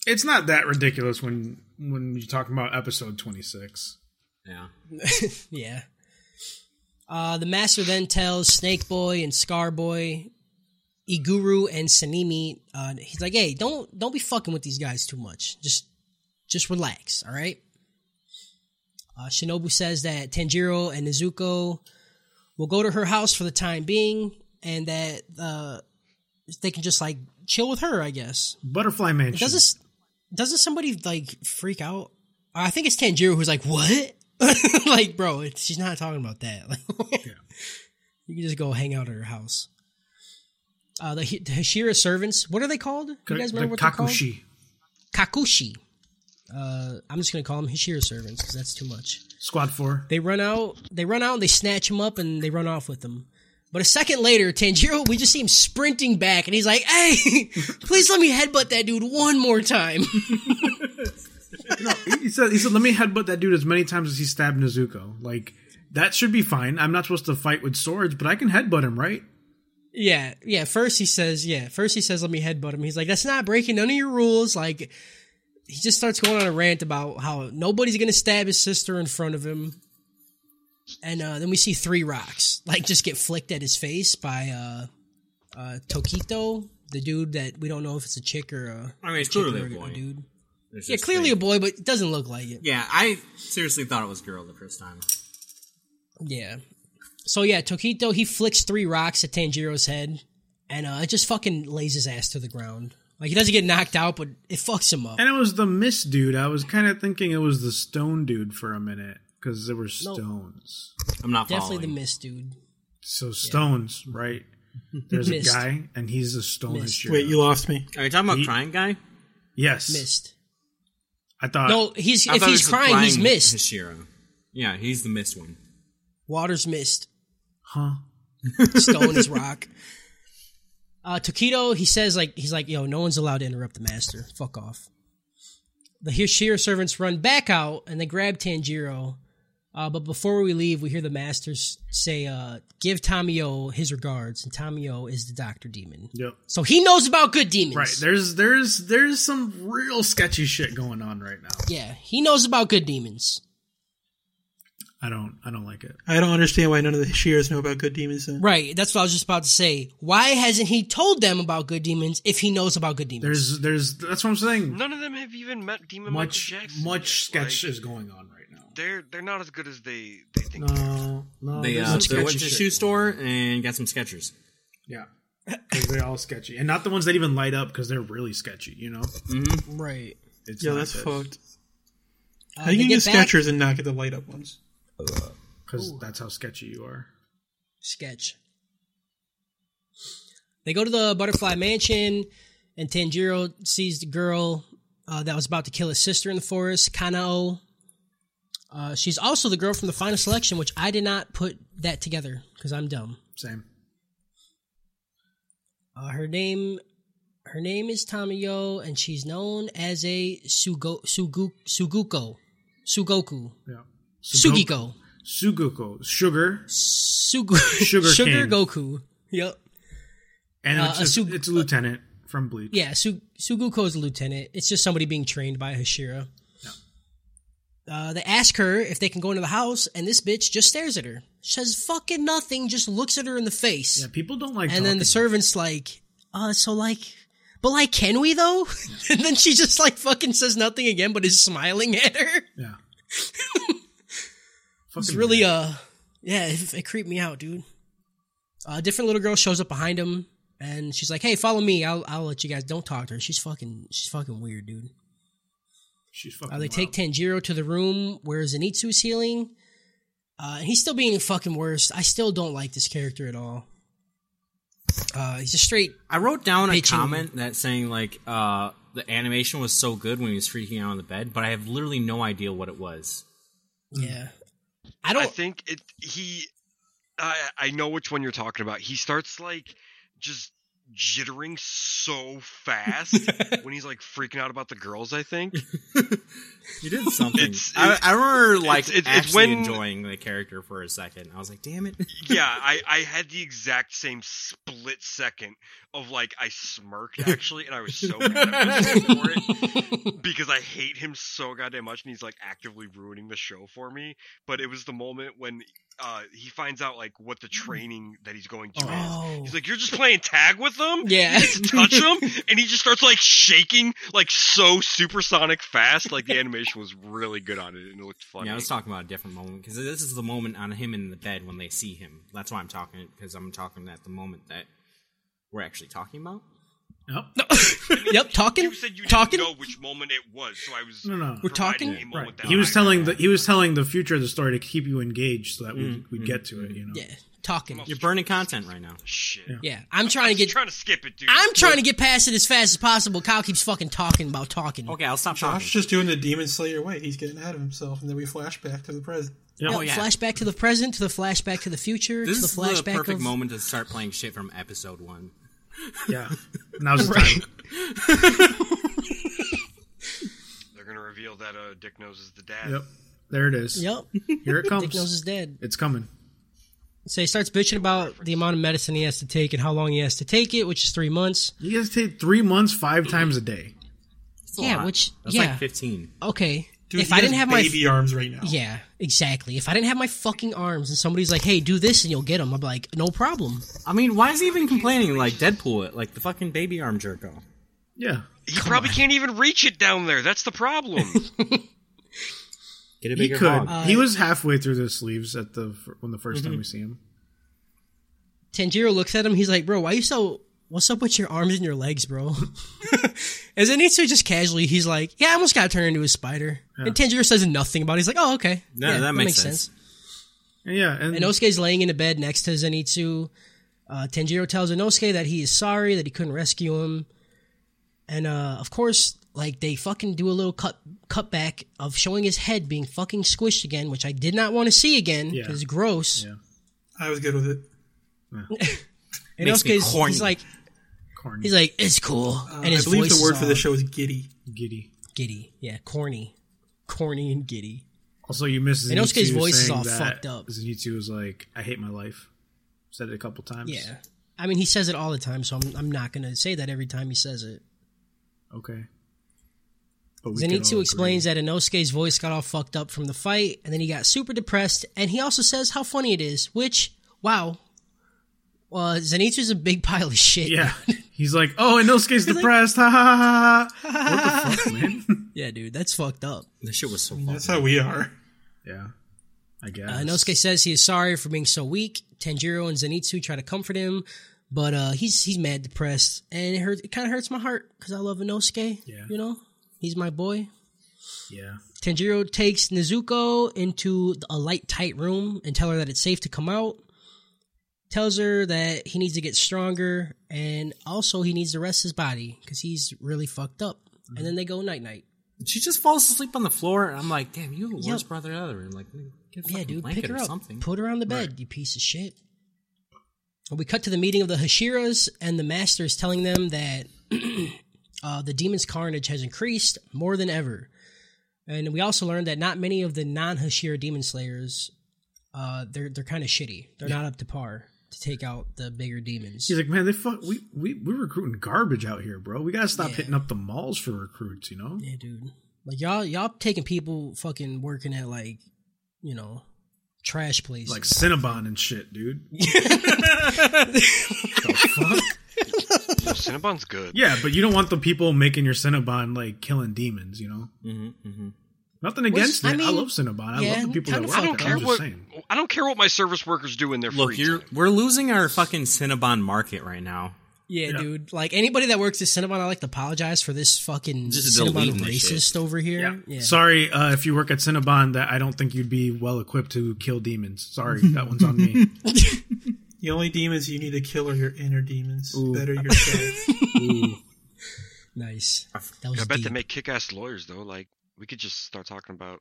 Speaker 4: it's not that ridiculous when when you're talking about episode 26.
Speaker 5: yeah.
Speaker 2: Yeah. Uh, the master then tells Snake Boy and Scar Boy, Iguru and Sanemi, uh, he's like, "Hey, don't don't be fucking with these guys too much. Just just relax, all right." Uh, Shinobu says that Tanjiro and Nezuko will go to her house for the time being, and that uh, they can just like chill with her, I guess.
Speaker 4: Butterfly Mansion.
Speaker 2: Doesn't s- doesn't somebody like freak out? I think it's Tanjiro who's like, "What?" like, bro, it, she's not talking about that. Like, You can just go hang out at her house. Uh, the, Hi- the Hashira servants, what are they called? Do
Speaker 4: Ka-
Speaker 2: you guys remember what
Speaker 4: the Kakushi.
Speaker 2: they're called? Kakushi. Uh, I'm just gonna call them Hashira servants because that's too much.
Speaker 4: Squad 4.
Speaker 2: They run out. They run out and they snatch him up and they run off with him. But a second later, Tanjiro, we just see him sprinting back, and he's like, "Hey, please let me headbutt that dude one more time."
Speaker 4: he said, he said, let me headbutt that dude as many times as he stabbed Nezuko. Like, that should be fine. I'm not supposed to fight with swords, but I can headbutt him, right?
Speaker 2: Yeah, yeah. First he says, yeah. First he says, let me headbutt him. He's like, that's not breaking none of your rules. Like, he just starts going on a rant about how nobody's gonna stab his sister in front of him. And uh, then we see three rocks like just get flicked at his face by uh, uh, Tokito, the dude that we don't know if it's a chick or a,
Speaker 5: I mean, it's
Speaker 2: chick
Speaker 5: clearly
Speaker 2: or
Speaker 5: a boy.
Speaker 2: dude.
Speaker 5: It's
Speaker 2: Yeah,
Speaker 5: just
Speaker 2: clearly
Speaker 5: they-
Speaker 2: a boy, but it doesn't look like it.
Speaker 5: Yeah, I seriously thought it was girl the first time.
Speaker 2: Yeah. So yeah, Tokito he flicks three rocks at Tanjiro's head, and uh, it just fucking lays his ass to the ground. Like he doesn't get knocked out, but it fucks him up.
Speaker 4: And it was the mist dude. I was kind of thinking it was the stone dude for a minute because there were
Speaker 2: No.
Speaker 4: stones.
Speaker 5: I'm not
Speaker 2: Definitely the
Speaker 5: following.
Speaker 2: mist, dude.
Speaker 4: So, stones, right? There's a
Speaker 2: Mist.
Speaker 4: guy, and he's a stone
Speaker 2: Mist.
Speaker 4: Hashira.
Speaker 6: Wait, you lost me.
Speaker 5: Are you talking about
Speaker 4: He-
Speaker 5: crying guy?
Speaker 4: Yes.
Speaker 2: Mist.
Speaker 4: I thought.
Speaker 2: No, he's
Speaker 5: I
Speaker 2: if
Speaker 5: thought it
Speaker 2: he's
Speaker 5: was the
Speaker 2: crying, he's mist.
Speaker 5: Hashira. Yeah, he's the missed one.
Speaker 2: Water's mist.
Speaker 4: Huh?
Speaker 2: Stone is rock. Uh, Tokito, he says like he's like, yo, no one's allowed to interrupt the master. Fuck off. The Hashira servants run back out and they grab Tanjiro. Uh, but before we leave, we hear the masters say, uh, "Give Tamio his regards," and Tamio is the doctor demon,
Speaker 4: Yep.
Speaker 2: so he knows about good demons.
Speaker 4: Right. There's there's there's some real sketchy shit going on right now.
Speaker 2: yeah, he knows about good demons.
Speaker 4: I don't I don't like it.
Speaker 6: I don't understand why none of the Shears know about good demons. Then.
Speaker 2: Right. That's what I was just about to say. Why hasn't he told them about good demons if he knows about good demons?
Speaker 4: There's there's that's what I'm saying.
Speaker 3: none of them have even met Demon
Speaker 4: Much
Speaker 3: Michael Jackson. yet.
Speaker 4: much sketch
Speaker 3: Like,
Speaker 4: is going on right now.
Speaker 3: they're they're not as good as they they think. they are.
Speaker 4: No, no.
Speaker 5: They,
Speaker 4: there's
Speaker 5: uh,
Speaker 4: some
Speaker 5: they went to
Speaker 4: sketchy
Speaker 5: the
Speaker 4: shit
Speaker 5: shoe
Speaker 4: going on.
Speaker 5: store and got some Skechers.
Speaker 4: Yeah. 'Cause they're all sketchy, and not the ones that even light up because they're really sketchy. You know,
Speaker 2: right.
Speaker 4: it's
Speaker 6: Yo,
Speaker 4: not
Speaker 6: that's
Speaker 4: good.
Speaker 6: fucked.
Speaker 2: Uh,
Speaker 6: How you
Speaker 2: they
Speaker 6: can get
Speaker 2: back-
Speaker 6: Skechers and not get the light up ones?
Speaker 4: because that's how sketchy you are.
Speaker 2: sketch. They go to the Butterfly Mansion, and Tanjiro sees the girl uh, that was about to kill his sister in the forest, Kanao. Uh, she's also the girl from the final selection, which I did not put that together because I'm dumb.
Speaker 4: Same.
Speaker 2: Uh, her name, her name is Tamayo, and she's known as a Sugo, Sugu, Suguko, Sugoku,
Speaker 4: Yeah.
Speaker 2: Sugiko,
Speaker 4: Suguko. Sugar.
Speaker 2: Sugu,
Speaker 4: Sugar
Speaker 2: Sugar
Speaker 4: cane.
Speaker 2: Goku. Yep.
Speaker 4: And
Speaker 2: Uh,
Speaker 4: it's,
Speaker 2: a
Speaker 4: it's,
Speaker 2: sug-
Speaker 4: it's a lieutenant from Bleach.
Speaker 2: Yeah, Su- Suguko is a lieutenant. It's just somebody being trained by Hashira. Uh, they ask her if they can go into the house, and this bitch just stares at her. Says fucking nothing, just looks at her in the face.
Speaker 4: Yeah, people don't like
Speaker 2: and then the
Speaker 4: talking.
Speaker 2: servant's like, uh, so like, but like, can we though? and then she just like fucking says nothing again, but is smiling at her.
Speaker 4: Yeah.
Speaker 2: It's
Speaker 4: Fucking
Speaker 2: really,
Speaker 4: weird.
Speaker 2: uh, yeah, it, it creeped me out, dude. A different little girl shows up behind him, and she's like, hey, follow me. I'll, I'll let you guys, don't talk to her. She's fucking, she's fucking weird, dude.
Speaker 4: She's fucking
Speaker 2: Uh, they
Speaker 4: wild.
Speaker 2: take Tanjiro to the room where Zenitsu is healing. Uh, and he's still being the fucking worst. I still don't like this character at all. Uh, he's a straight.
Speaker 5: I wrote down a
Speaker 2: Bitching.
Speaker 5: comment that saying like uh, the animation was so good when he was freaking out on the bed, but I have literally no idea what it was. Hmm.
Speaker 2: Yeah. I don't.
Speaker 3: I think it. He. I I know which one you're talking about. He starts like just jittering so fast when he's like freaking out about the girls. I think
Speaker 5: You did something.
Speaker 3: It's-
Speaker 5: I, I remember like
Speaker 3: it's- it's
Speaker 5: actually
Speaker 3: when-
Speaker 5: enjoying the character for a second. I was like, damn it.
Speaker 3: yeah, I, I had the exact same split second of like I smirked actually, and I was so mad at myself for it because I hate him so goddamn much, and he's like actively ruining the show for me. But it was the moment when uh, he finds out like what the training that he's going to
Speaker 2: Mm. Oh.
Speaker 3: is. He's like, "You're just playing tag with them."
Speaker 2: Yeah.
Speaker 3: You get to touch him, and he just starts like shaking like so supersonic fast. Like the animation was really good on it, and it looked funny.
Speaker 5: Yeah, I was talking about a different moment because this is the moment on him in the bed when they see him. That's why I'm talking because I'm talking at the moment that we're actually talking about.
Speaker 4: Nope.
Speaker 2: yep, talking.
Speaker 3: You said you
Speaker 2: Talking.
Speaker 3: didn't know which moment it was, so I was.
Speaker 4: No, no.
Speaker 2: We're talking?
Speaker 3: providing a moment
Speaker 4: Right.
Speaker 3: that
Speaker 4: He was
Speaker 3: I-
Speaker 4: telling the he was telling the future of the story to keep you engaged so that we we get to it. You know.
Speaker 2: Mm, Yeah, talking.
Speaker 5: You're burning content right now.
Speaker 3: Shit.
Speaker 2: Yeah, I'm trying to
Speaker 3: Get,
Speaker 2: get.
Speaker 3: trying to skip it, dude.
Speaker 2: I'm trying to get past it as fast as possible. Kyle keeps fucking talking about talking.
Speaker 5: Okay, I'll stop
Speaker 6: Josh
Speaker 5: talking.
Speaker 6: just doing the Demon Slayer way. He's getting ahead of himself, and then we flash back to the present.
Speaker 2: Yep,
Speaker 5: Oh, yeah.
Speaker 2: Flashback to the present, to the flashback to the future,
Speaker 5: This
Speaker 2: to the
Speaker 5: is the
Speaker 2: flashback
Speaker 5: perfect
Speaker 2: of.
Speaker 5: moment to start playing shit from episode one.
Speaker 4: Yeah. Now's the
Speaker 2: Right.
Speaker 4: time.
Speaker 3: They're gonna reveal that uh, Dick Nose is the dad.
Speaker 4: Yep. There it is.
Speaker 2: Yep,
Speaker 4: Here it
Speaker 2: Dick Nose
Speaker 4: comes.
Speaker 2: is dead.
Speaker 4: It's coming.
Speaker 2: So he starts bitching about the amount of medicine he has to take and how long he has to take it, which is three months.
Speaker 4: You guys take three months, five times a day.
Speaker 5: It's a
Speaker 2: Yeah,
Speaker 5: lot.
Speaker 2: which-
Speaker 5: That's
Speaker 2: yeah.
Speaker 5: like 15.
Speaker 2: Okay,
Speaker 6: Dude,
Speaker 2: if
Speaker 6: he
Speaker 2: I didn't
Speaker 6: has
Speaker 2: have my
Speaker 6: baby arms right now,
Speaker 2: yeah, exactly. If I didn't have my fucking arms, and somebody's like, "Hey, do this and you'll get them," I'm like, "No problem."
Speaker 5: I mean, why is he even complaining like Deadpool it? Like the fucking baby arm jerk off.
Speaker 4: Yeah.
Speaker 3: He probably can't even reach it down there. That's the problem.
Speaker 5: Get
Speaker 4: He
Speaker 5: a bigger Uh,
Speaker 4: could.
Speaker 5: hog.
Speaker 4: he was halfway through the sleeves at the f- when the 1st
Speaker 2: Mm-hmm.
Speaker 4: time we see him.
Speaker 2: Tanjiro looks at him. He's like, "Bro, why you so? What's up with your arms and your legs, bro?" and Zenitsu just casually, he's like, "Yeah, I almost got turned into a spider." And Tanjiro says nothing about. it. He's like, "Oh, okay,
Speaker 5: no,
Speaker 2: Yeah,
Speaker 5: that, makes, sense.
Speaker 4: And yeah, and,
Speaker 2: And Inosuke's laying in a bed next to Zenitsu. Uh, Tanjiro tells Inosuke that he is sorry that he couldn't rescue him, and uh, of course, like they fucking do a little cut cutback of showing his head being fucking squished again, which I did not want to see again
Speaker 4: Yeah.
Speaker 2: because it's gross.
Speaker 4: Yeah.
Speaker 6: I was good with it.
Speaker 2: And
Speaker 5: Makes me
Speaker 2: Inosuke's
Speaker 5: corny.
Speaker 2: he's like,
Speaker 4: corny,
Speaker 2: he's like, it's cool, and
Speaker 6: I
Speaker 2: his
Speaker 6: believe
Speaker 2: voice
Speaker 6: the word
Speaker 2: is
Speaker 6: for the
Speaker 2: all-
Speaker 6: show is giddy.
Speaker 4: giddy.
Speaker 2: giddy. Yeah, corny, corny and giddy.
Speaker 4: Also, you missed
Speaker 2: And Inosuke's
Speaker 4: Zenitsu
Speaker 2: voice is
Speaker 4: saying
Speaker 2: all
Speaker 4: that
Speaker 2: fucked up.
Speaker 4: Zenitsu was like, "I hate my life." Said it a couple times.
Speaker 2: Yeah, I mean he says it all the time, so I'm I'm not gonna say that every time he says it.
Speaker 4: Okay. But we could all
Speaker 2: Zenitsu
Speaker 4: agree.
Speaker 2: explains that Inosuke's voice got all fucked up from the fight, and then he got super depressed. And he also says how funny it is, which wow, uh, Zenitsu's a big pile of shit.
Speaker 4: Yeah. He's like, oh, Inosuke's depressed. Ha ha ha ha. ha." What the fuck, man?
Speaker 2: yeah, dude, that's fucked up.
Speaker 5: This shit was so fun.
Speaker 6: That's how we are.
Speaker 4: yeah. I guess.
Speaker 2: Uh, Inosuke says he is sorry for being so weak. Tanjiro and Zenitsu try to comfort him, but uh, he's he's mad, depressed, and it hurts. It kind of hurts my heart because I love Inosuke.
Speaker 4: Yeah.
Speaker 2: you know, he's my boy.
Speaker 4: Yeah.
Speaker 2: Tanjiro takes Nezuko into a light, tight room and tell her that it's safe to come out. tells her that he needs to get stronger and also he needs to rest his body because he's really fucked up. And then they go night night.
Speaker 5: She just falls asleep on the floor, and I'm like, damn, you have the
Speaker 2: Yep.
Speaker 5: worst brother ever. And like, get a
Speaker 2: Yeah,
Speaker 5: fucking
Speaker 2: dude,
Speaker 5: blanket
Speaker 2: pick her
Speaker 5: or
Speaker 2: up,
Speaker 5: something.
Speaker 2: put her on the bed, you piece of shit. And we cut to the meeting of the Hashiras, and the master is telling them that uh, the demon's carnage has increased more than ever. And we also learned that not many of the non-Hashira demon slayers, uh, they're they're kind of shitty. They're not up to par to take out the bigger demons.
Speaker 4: He's like, man, they fuck. We we we're recruiting garbage out here, bro. We gotta stop
Speaker 2: Yeah.
Speaker 4: hitting up the malls for recruits. You know,
Speaker 2: Yeah, dude. Like y'all, y'all taking people fucking working at like, you know, trash places.
Speaker 4: like Cinnabon and shit, dude.
Speaker 3: Well, Cinnabon's good.
Speaker 4: Yeah, but you don't want the people making your Cinnabon like killing demons. You know,
Speaker 5: Mm-hmm, mm-hmm.
Speaker 4: nothing against
Speaker 2: I
Speaker 4: it. I,
Speaker 2: mean,
Speaker 4: love Cinnabon. I
Speaker 2: yeah,
Speaker 4: love the people that
Speaker 2: kinda
Speaker 4: work
Speaker 3: I don't
Speaker 4: there. I'm
Speaker 3: care
Speaker 4: just
Speaker 3: what
Speaker 4: saying.
Speaker 3: I don't care what my service workers do in their
Speaker 5: Look,
Speaker 3: free
Speaker 5: you're
Speaker 3: time.
Speaker 5: we're losing our fucking Cinnabon market right now.
Speaker 2: Yeah, dude. Like anybody that works at Cinnabon, I like to apologize for this fucking
Speaker 5: Just
Speaker 2: Cinnabon
Speaker 5: deleting this
Speaker 2: racist over here. Yeah.
Speaker 4: Sorry uh, if you work at Cinnabon that I don't think you'd be well equipped to kill demons. Sorry, that one's on me.
Speaker 6: The only demons you need to kill are your inner demons. Better yourself.
Speaker 2: Nice. That was
Speaker 3: I bet
Speaker 2: deep.
Speaker 3: they make kick-ass lawyers though. Like we could just start talking about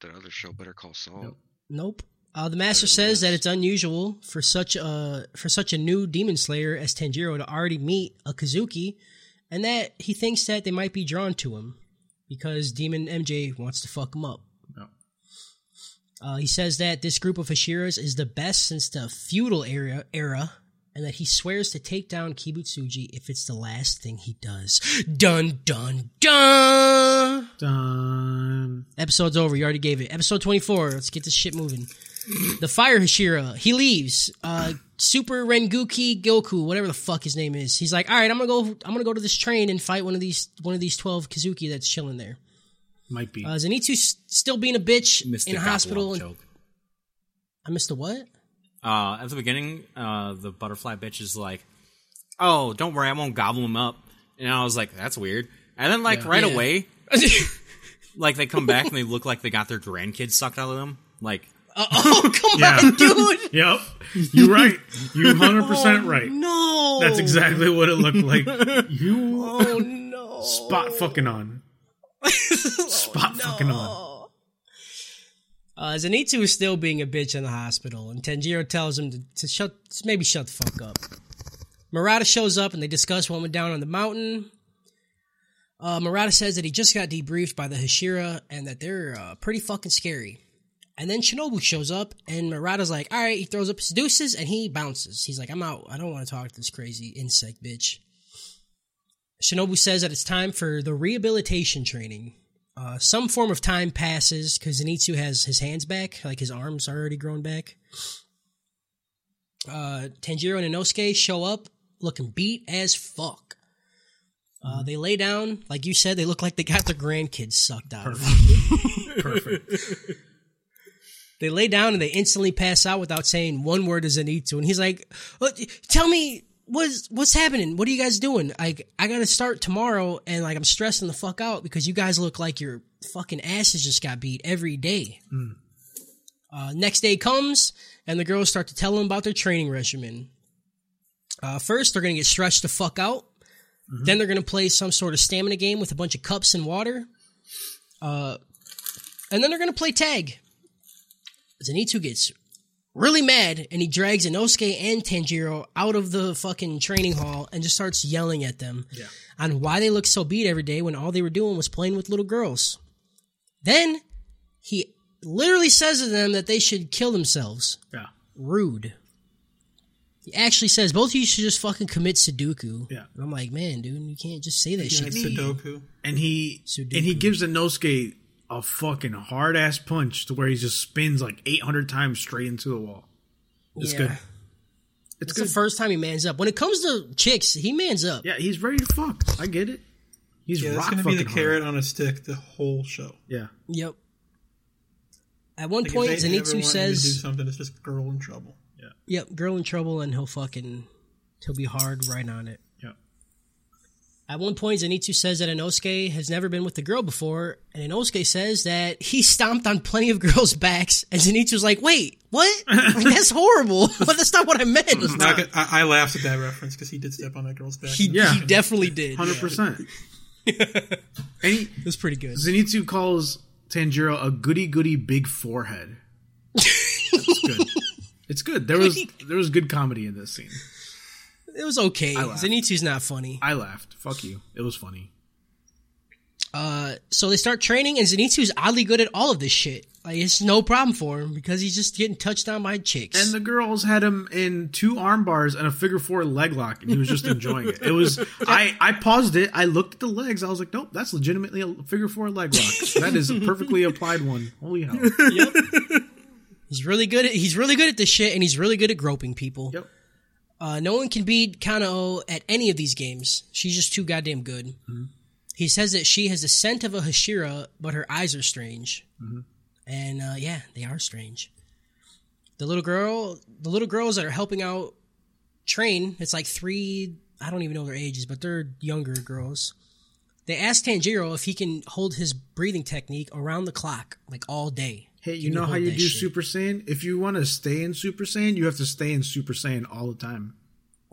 Speaker 3: that other show, Better Call Saul.
Speaker 2: nope. Uh, the master says that it's unusual for such a for such a new demon slayer as Tanjiro to already meet a Kazuki, and that he thinks that they might be drawn to him because Demon MJ wants to fuck him up.
Speaker 4: No.
Speaker 2: Uh, he says that this group of Hashiras is the best since the feudal era, era, and that he swears to take down Kibutsuji if it's the last thing he does. Dun dun dun!
Speaker 4: Done.
Speaker 2: Episode's over. You already gave it. Episode 24. Let's get this shit moving. The Fire Hashira. He leaves. Uh, Super Renguki Goku, whatever the fuck his name is. He's like, all right, I'm gonna go. I'm gonna go to this train and fight one of these one of these twelve Kazuki that's chilling there.
Speaker 4: Might be.
Speaker 2: Uh, Zenitsu's still being a bitch
Speaker 5: Missed
Speaker 2: in
Speaker 5: the
Speaker 2: a
Speaker 5: Gobbledygook
Speaker 2: hospital. and-
Speaker 5: joke.
Speaker 2: I missed a what?
Speaker 5: Uh, at the beginning, uh, the butterfly bitch is like, "Oh, don't worry, I won't gobble him up." And I was like, "That's weird." And then, like, right
Speaker 2: Yeah.
Speaker 5: away, like they come back and they look like they got their grandkids sucked out of them. Like,
Speaker 2: oh come
Speaker 4: Yeah.
Speaker 2: on, dude!
Speaker 4: yep. You're right. You 100% right.
Speaker 2: No,
Speaker 4: That's exactly what it looked like. Oh. You
Speaker 2: Oh no!
Speaker 4: spot fucking on. Spot fucking on.
Speaker 2: Uh, Zenitsu is still being a bitch in the hospital, and Tanjiro tells him to, to shut, maybe shut the fuck up. Murata shows up, and they discuss what went down on the mountain. Uh, Murata says that he just got debriefed by the Hashira, and that they're uh, pretty fucking scary. And then Shinobu shows up, and Murata's like, "All right," he throws up his deuces, and he bounces. He's like, "I'm out. I don't want to talk to this crazy insect bitch." Shinobu says that it's time for the rehabilitation training. Uh, some form of time passes because Zenitsu has his hands back, like his arms are already grown back. Uh, Tanjiro and Inosuke show up looking beat as fuck. Uh, they lay down, like you said, they look like they got their grandkids sucked out of them.
Speaker 4: Perfect.
Speaker 2: They lay down and they instantly pass out without saying one word to Zenitsu. And he's like, "Uh, "Tell me what's what's happening? What are you guys doing? Like, I gotta start tomorrow, and like I'm stressing the fuck out because you guys look like your fucking asses just got beat every day." Uh, next day comes, and the girls start to tell him about their training regimen. Uh, first, they're gonna get stretched the fuck out. Then they're gonna play some sort of stamina game with a bunch of cups and water. Uh, and then they're gonna play tag. Zenitsu gets really mad and he drags Inosuke and Tanjiro out of the fucking training hall and just starts yelling at them on why they look so beat every day when all they were doing was playing with little girls. Then he literally says to them that they should kill themselves.
Speaker 4: Yeah.
Speaker 2: Rude. He actually says both of you should just fucking commit Sudoku.
Speaker 4: Yeah.
Speaker 2: And I'm like, man, dude, you can't just say that
Speaker 6: Yeah,
Speaker 2: shit.
Speaker 6: Sudoku.
Speaker 4: And he
Speaker 2: Sudoku.
Speaker 4: and he gives Inosuke a fucking hard ass punch to where he just spins like 800 times straight into the wall. It's
Speaker 2: Yeah.
Speaker 4: good.
Speaker 2: It's, the first time he mans up. When it comes to chicks, he mans up.
Speaker 4: Yeah, he's ready to fuck. I get it. He's
Speaker 6: Yeah, that's
Speaker 4: rock
Speaker 6: gonna
Speaker 4: fucking
Speaker 6: be the
Speaker 4: hard.
Speaker 6: carrot on a stick the whole show.
Speaker 4: Yeah.
Speaker 2: Yep. At one
Speaker 6: Like, if
Speaker 2: point,
Speaker 6: they ever want
Speaker 2: Zenitsu
Speaker 6: you to do
Speaker 2: says,
Speaker 6: something. It's just girl in trouble.
Speaker 2: "Yep, girl in trouble," and he'll fucking he'll be hard right on it.
Speaker 4: Yep.
Speaker 2: At one point, Zenitsu says that Inosuke has never been with a girl before, and Inosuke says that he stomped on plenty of girls' backs, and Zenitsu's like, wait, what? Like, that's horrible. but that's not what I meant. It's
Speaker 6: Not
Speaker 2: not-
Speaker 6: gonna- I, I laughed at that reference because he did step on that girl's back.
Speaker 2: he,
Speaker 4: Yeah.
Speaker 2: he definitely did.
Speaker 4: hundred percent. And he,
Speaker 2: It was pretty good.
Speaker 4: Zenitsu calls Tanjiro a goody goody big forehead. It's good. It's good. There was there was good comedy in this scene.
Speaker 2: It was okay.
Speaker 4: laughed.
Speaker 2: Zenitsu's not funny.
Speaker 4: I laughed. Fuck you. It was funny.
Speaker 2: Uh, so they start training, and Zenitsu's oddly good at all of this shit. Like, it's no problem for him because he's just getting touched on by chicks.
Speaker 4: And the girls had him in two arm bars and a figure four leg lock, and he was just enjoying it. It was I I paused it. I looked at the legs. I was like, nope, that's legitimately a figure four leg lock. That is a perfectly applied one. Holy hell!
Speaker 2: he's really good. At, he's really good at this shit, and he's really good at groping people.
Speaker 4: Yep.
Speaker 2: Uh, no one can beat Kanao at any of these games. She's just too goddamn good.
Speaker 4: Mm-hmm.
Speaker 2: He says that she has the scent of a Hashira, but her eyes are strange.
Speaker 4: Mm-hmm.
Speaker 2: And uh, yeah, they are strange. The little girl, the little girls that are helping out train, it's like three, I don't even know their ages, but they're younger girls. They ask Tanjiro if he can hold his breathing technique around the clock, like all day.
Speaker 4: Hey, you
Speaker 2: Can
Speaker 4: know how
Speaker 2: hold
Speaker 4: you
Speaker 2: that
Speaker 4: do
Speaker 2: shit?
Speaker 4: Super Saiyan? If you want to stay in Super Saiyan, you have to stay in Super Saiyan all the time.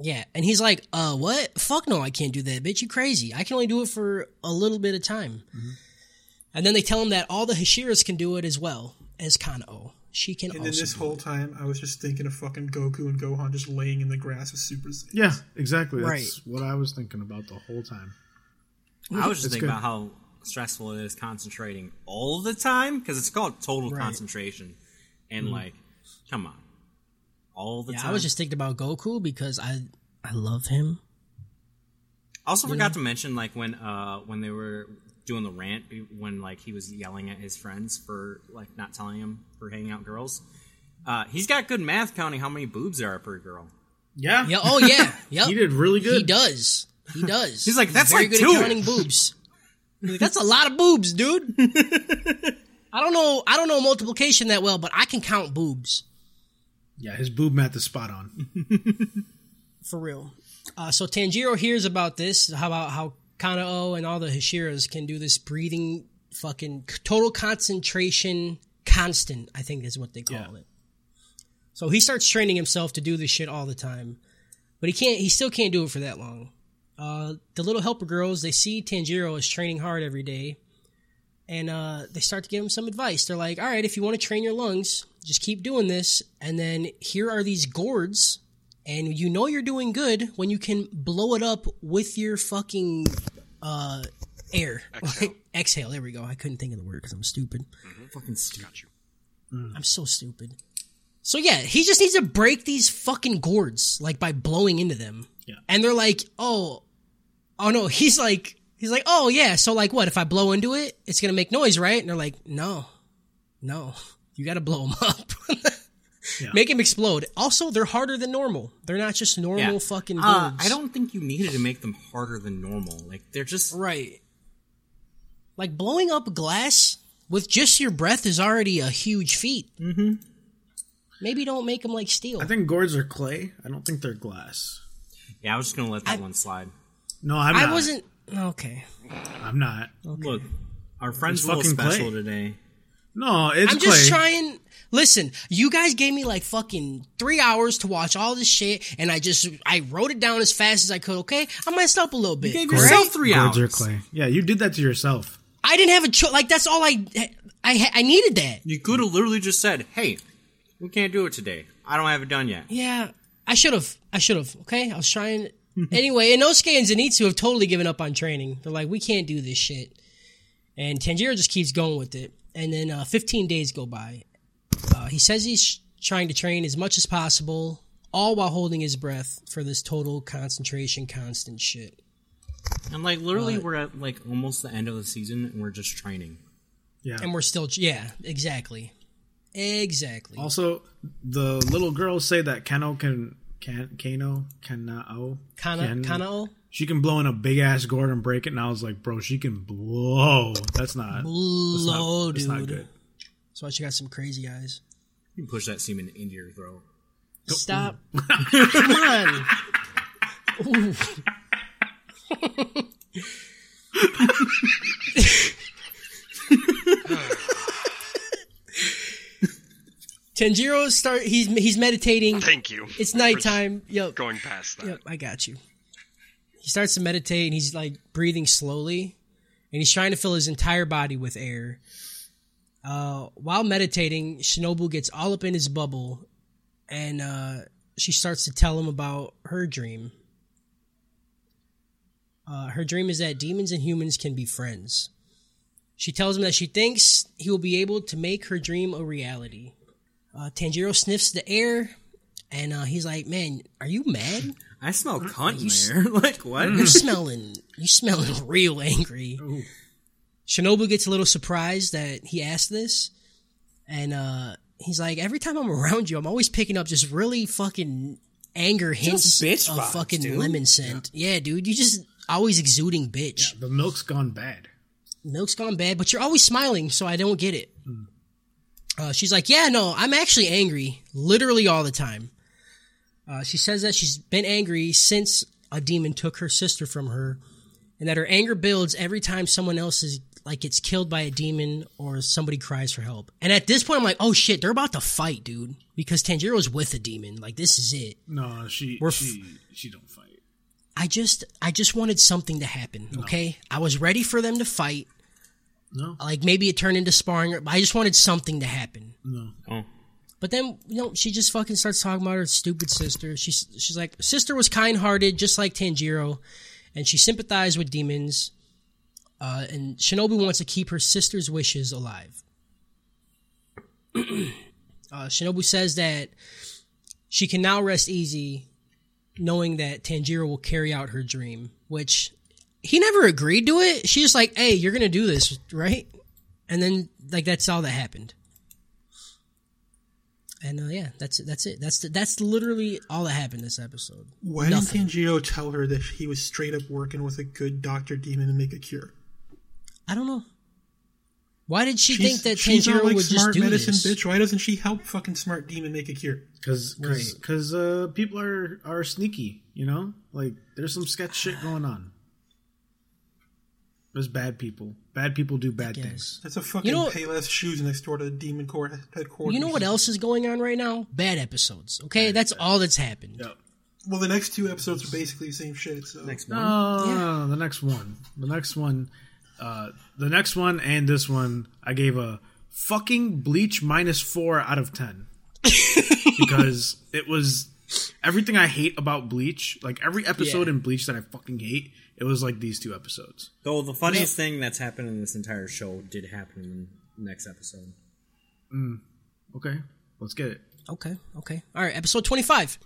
Speaker 2: Yeah, and he's like, "Uh, what? Fuck no, I can't do that, bitch. You crazy? I can only do it for a little bit of time." And then they tell him that all the Hashiras can do it as well as Kanao. She can
Speaker 6: and then
Speaker 2: also.
Speaker 6: this whole time, I was just thinking of fucking Goku and Gohan just laying in the grass with Super Saiyan.
Speaker 4: Yeah, exactly. That's
Speaker 2: Right.
Speaker 4: what I was thinking about the whole time.
Speaker 5: I was just
Speaker 4: It's
Speaker 5: thinking
Speaker 4: good.
Speaker 5: about how stressful it is concentrating all the time because it's called total
Speaker 2: Right. Mm-hmm.
Speaker 5: concentration, and like, come on, all the
Speaker 2: yeah,
Speaker 5: time.
Speaker 2: I was just thinking about Goku because I I love him.
Speaker 5: also forgot to mention like when uh when they were doing the rant when like he was yelling at his friends for like not telling him for hanging out girls. Uh, he's got good math counting how many boobs there are per girl.
Speaker 4: Yeah.
Speaker 2: Yeah. Oh yeah. Yep.
Speaker 4: He did really good.
Speaker 2: He does. He does.
Speaker 5: He's like, "That's
Speaker 2: very
Speaker 5: like
Speaker 2: good
Speaker 5: two."
Speaker 2: at counting boobs. He's like, That's a lot of boobs, dude. I don't know. I don't know multiplication that well, but I can count boobs.
Speaker 4: Yeah, his boob math is spot on.
Speaker 2: for real. Uh, so Tanjiro hears about this, how about how Kanao and all the Hashiras can do this breathing, fucking c- total concentration, constant. I think is what they call it. So he starts training himself to do this shit all the time, but he can't. He still can't do it for that long. Uh, the little helper girls they see Tanjiro is training hard every day, and uh, they start to give him some advice. They're like, "All right, if you want to train your lungs, just keep doing this, and then here are these gourds." and you know you're doing good when you can blow it up with your fucking uh air exhale. there we go i couldn't think of the word because i'm stupid
Speaker 5: Fucking stupid. Mm.
Speaker 2: i'm so stupid so yeah he just needs to break these fucking gourds like by blowing into them yeah. and they're like oh oh no he's like he's like oh yeah so like what if i blow into it it's gonna make noise right and they're like no no you gotta blow them up make them explode also they're harder than normal they're not just normal fucking gourds
Speaker 5: Uh, I don't think you needed to make them harder than normal. Like they're just
Speaker 2: Right. Like blowing up glass with just your breath is already a huge feat. Mm-hmm. Maybe don't make them like steel.
Speaker 4: I think gourds are clay. I don't think they're glass.
Speaker 5: yeah. I was just gonna let that one slide.
Speaker 4: No, I'm
Speaker 2: I
Speaker 4: not.
Speaker 2: wasn't okay.
Speaker 4: I'm not.
Speaker 5: Look, our friend's
Speaker 4: It's
Speaker 5: a little
Speaker 4: fucking
Speaker 5: special
Speaker 4: clay.
Speaker 5: today.
Speaker 4: No, it's
Speaker 2: I'm
Speaker 4: clay.
Speaker 2: just trying. Listen, you guys gave me like fucking three hours to watch all this shit, and I just I wrote it down as fast as I could. Okay, I messed up a little bit.
Speaker 5: Gave
Speaker 2: alright?
Speaker 5: yourself three
Speaker 4: gourds are
Speaker 5: hours.
Speaker 4: clay. Yeah, you did that to yourself.
Speaker 2: I didn't have a cho- like. That's all I I ha- I needed that.
Speaker 5: You could have literally just said, "Hey, we can't do it today. I don't have it done yet."
Speaker 2: Yeah, I should have. I should have. Okay, I was trying.
Speaker 4: Mm-hmm.
Speaker 2: anyway, Inosuke and Zenitsu have totally given up on training. They're like, we can't do this shit. And Tanjiro just keeps going with it. And then uh, 15 days go by. Uh, he says he's trying to train as much as possible, all while holding his breath for this total concentration, constant shit.
Speaker 5: And like literally, we're at like almost the end of the season, and we're just training.
Speaker 4: Yeah.
Speaker 2: And we're still, yeah, exactly. Exactly.
Speaker 4: Also, the little girls say that Kano can can Kano Kanao
Speaker 2: Kana,
Speaker 4: can-
Speaker 2: Kanao?
Speaker 4: She can blow in a big ass gourd and break it, and I was like, bro, she can blow. That's not that's not-
Speaker 2: Blow,
Speaker 4: that's not
Speaker 2: dude.
Speaker 4: good.
Speaker 2: So she got some crazy eyes.
Speaker 5: You can push that semen into your throat.
Speaker 2: Stop. Come on. Ooh. Tanjiro start. He's he's meditating.
Speaker 3: Thank you.
Speaker 2: It's
Speaker 3: for
Speaker 2: nighttime. Yep.
Speaker 3: Going past that.
Speaker 2: Yep, I got you. He starts to meditate and he's like breathing slowly and he's trying to fill his entire body with air. Uh, while meditating, Shinobu gets all up in his bubble and uh, she starts to tell him about her dream. Uh, her dream is that demons and humans can be friends. She tells him that she thinks he will be able to make her dream a reality. Uh, Tanjiro sniffs the air and uh, he's like, Man, are you mad?
Speaker 5: I smell
Speaker 2: Mm-hmm.
Speaker 5: cunt in there. like what?
Speaker 7: Mm.
Speaker 2: You're smelling. You smelling real angry. Shinobu gets a little surprised that he asked this, and uh, he's like, "Every time I'm around you, I'm always picking up just really fucking anger hints
Speaker 7: bitch
Speaker 2: of
Speaker 7: vibes,
Speaker 2: fucking
Speaker 7: dude.
Speaker 2: lemon scent. Yeah. dude, you just always exuding bitch.
Speaker 4: The milk's gone bad.
Speaker 2: Milk's gone bad, but you're always smiling, so I don't get it." Uh, she's like, "Yeah, no, I'm actually angry, literally all the time." Uh, she says that she's been angry since a demon took her sister from her, and that her anger builds every time someone else is like gets killed by a demon or somebody cries for help. And at this point, I'm like, oh shit, they're about to fight, dude, because Tanjiro's with a demon. Like this is it.
Speaker 4: No, she
Speaker 2: We're f-
Speaker 4: she she don't fight.
Speaker 2: I just, I just wanted something to happen. Okay, I was ready for them to fight.
Speaker 4: No.
Speaker 2: like maybe it turned into sparring. But I just wanted something to happen.
Speaker 4: No.
Speaker 5: Oh.
Speaker 2: But then, you know, she just fucking starts talking about her stupid sister. She's she's like, sister was kind hearted, just like Tanjiro, and she sympathized with demons. Uh, and Shinobu wants to keep her sister's wishes alive. uh, Shinobu says that she can now rest easy, knowing that Tanjiro will carry out her dream. Which he never agreed to it. She's just like, "Hey, you're gonna do this, right?" And then, like, that's all that happened. And uh, yeah, that's it. That's it. That's the, that's literally all that happened this episode.
Speaker 6: Why
Speaker 2: Nothing.
Speaker 6: didn't Tanjiro tell her that he was straight up working with a good doctor demon to make a cure?
Speaker 2: I don't know. Why did she
Speaker 6: She's-
Speaker 2: think that
Speaker 6: she's our,
Speaker 2: Tanjiro
Speaker 6: like,
Speaker 2: would just
Speaker 6: smart
Speaker 2: do
Speaker 6: medicine
Speaker 2: this?
Speaker 6: bitch. Why doesn't she help fucking smart demon make a cure?
Speaker 4: Cause, cause,
Speaker 2: Right.
Speaker 4: 'cause, uh, people are are sneaky, you know. Like there's some sketch shit going on. There's bad people. Bad people do bad
Speaker 2: guess.
Speaker 4: things.
Speaker 6: That's a fucking
Speaker 2: know-
Speaker 6: Payless shoes next door to the demon court headquarters.
Speaker 2: You know what else is going on right now? Bad episodes. Okay, that's all that's happened.
Speaker 6: Well, the next two episodes are basically the same shit. So
Speaker 5: Next
Speaker 4: No,
Speaker 5: one.
Speaker 4: no, no, no, Uh, the next one, the next one, uh, the next one, and this one, I gave a fucking bleach minus four out of ten because it was everything I hate about bleach. Like every episode
Speaker 2: Yeah.
Speaker 4: in bleach that I fucking hate, it was like these two episodes.
Speaker 5: Though the funniest thing that's happened in this entire show did happen in the next episode.
Speaker 4: Okay, let's get it.
Speaker 2: Okay, okay. All right, episode 25.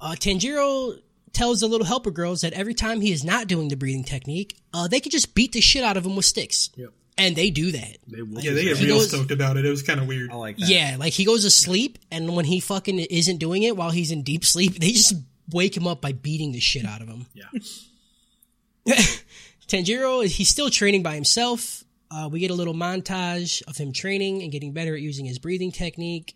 Speaker 2: Uh, Tanjiro tells the little helper girls that every time he is not doing the breathing technique, uh, they can just beat the shit out of him with sticks.
Speaker 4: Yep.
Speaker 2: And they do that.
Speaker 4: They will.
Speaker 6: yeah, they get
Speaker 2: He
Speaker 6: real
Speaker 2: goes-
Speaker 6: stoked about it. It was kind of weird.
Speaker 5: I like that.
Speaker 2: Yeah, like he goes to sleep, and when he fucking isn't doing it while he's in deep sleep, they just wake him up by beating the shit out of him.
Speaker 4: Yeah.
Speaker 2: Tanjiro, he's still training by himself. Uh, we get a little montage of him training and getting better at using his breathing technique.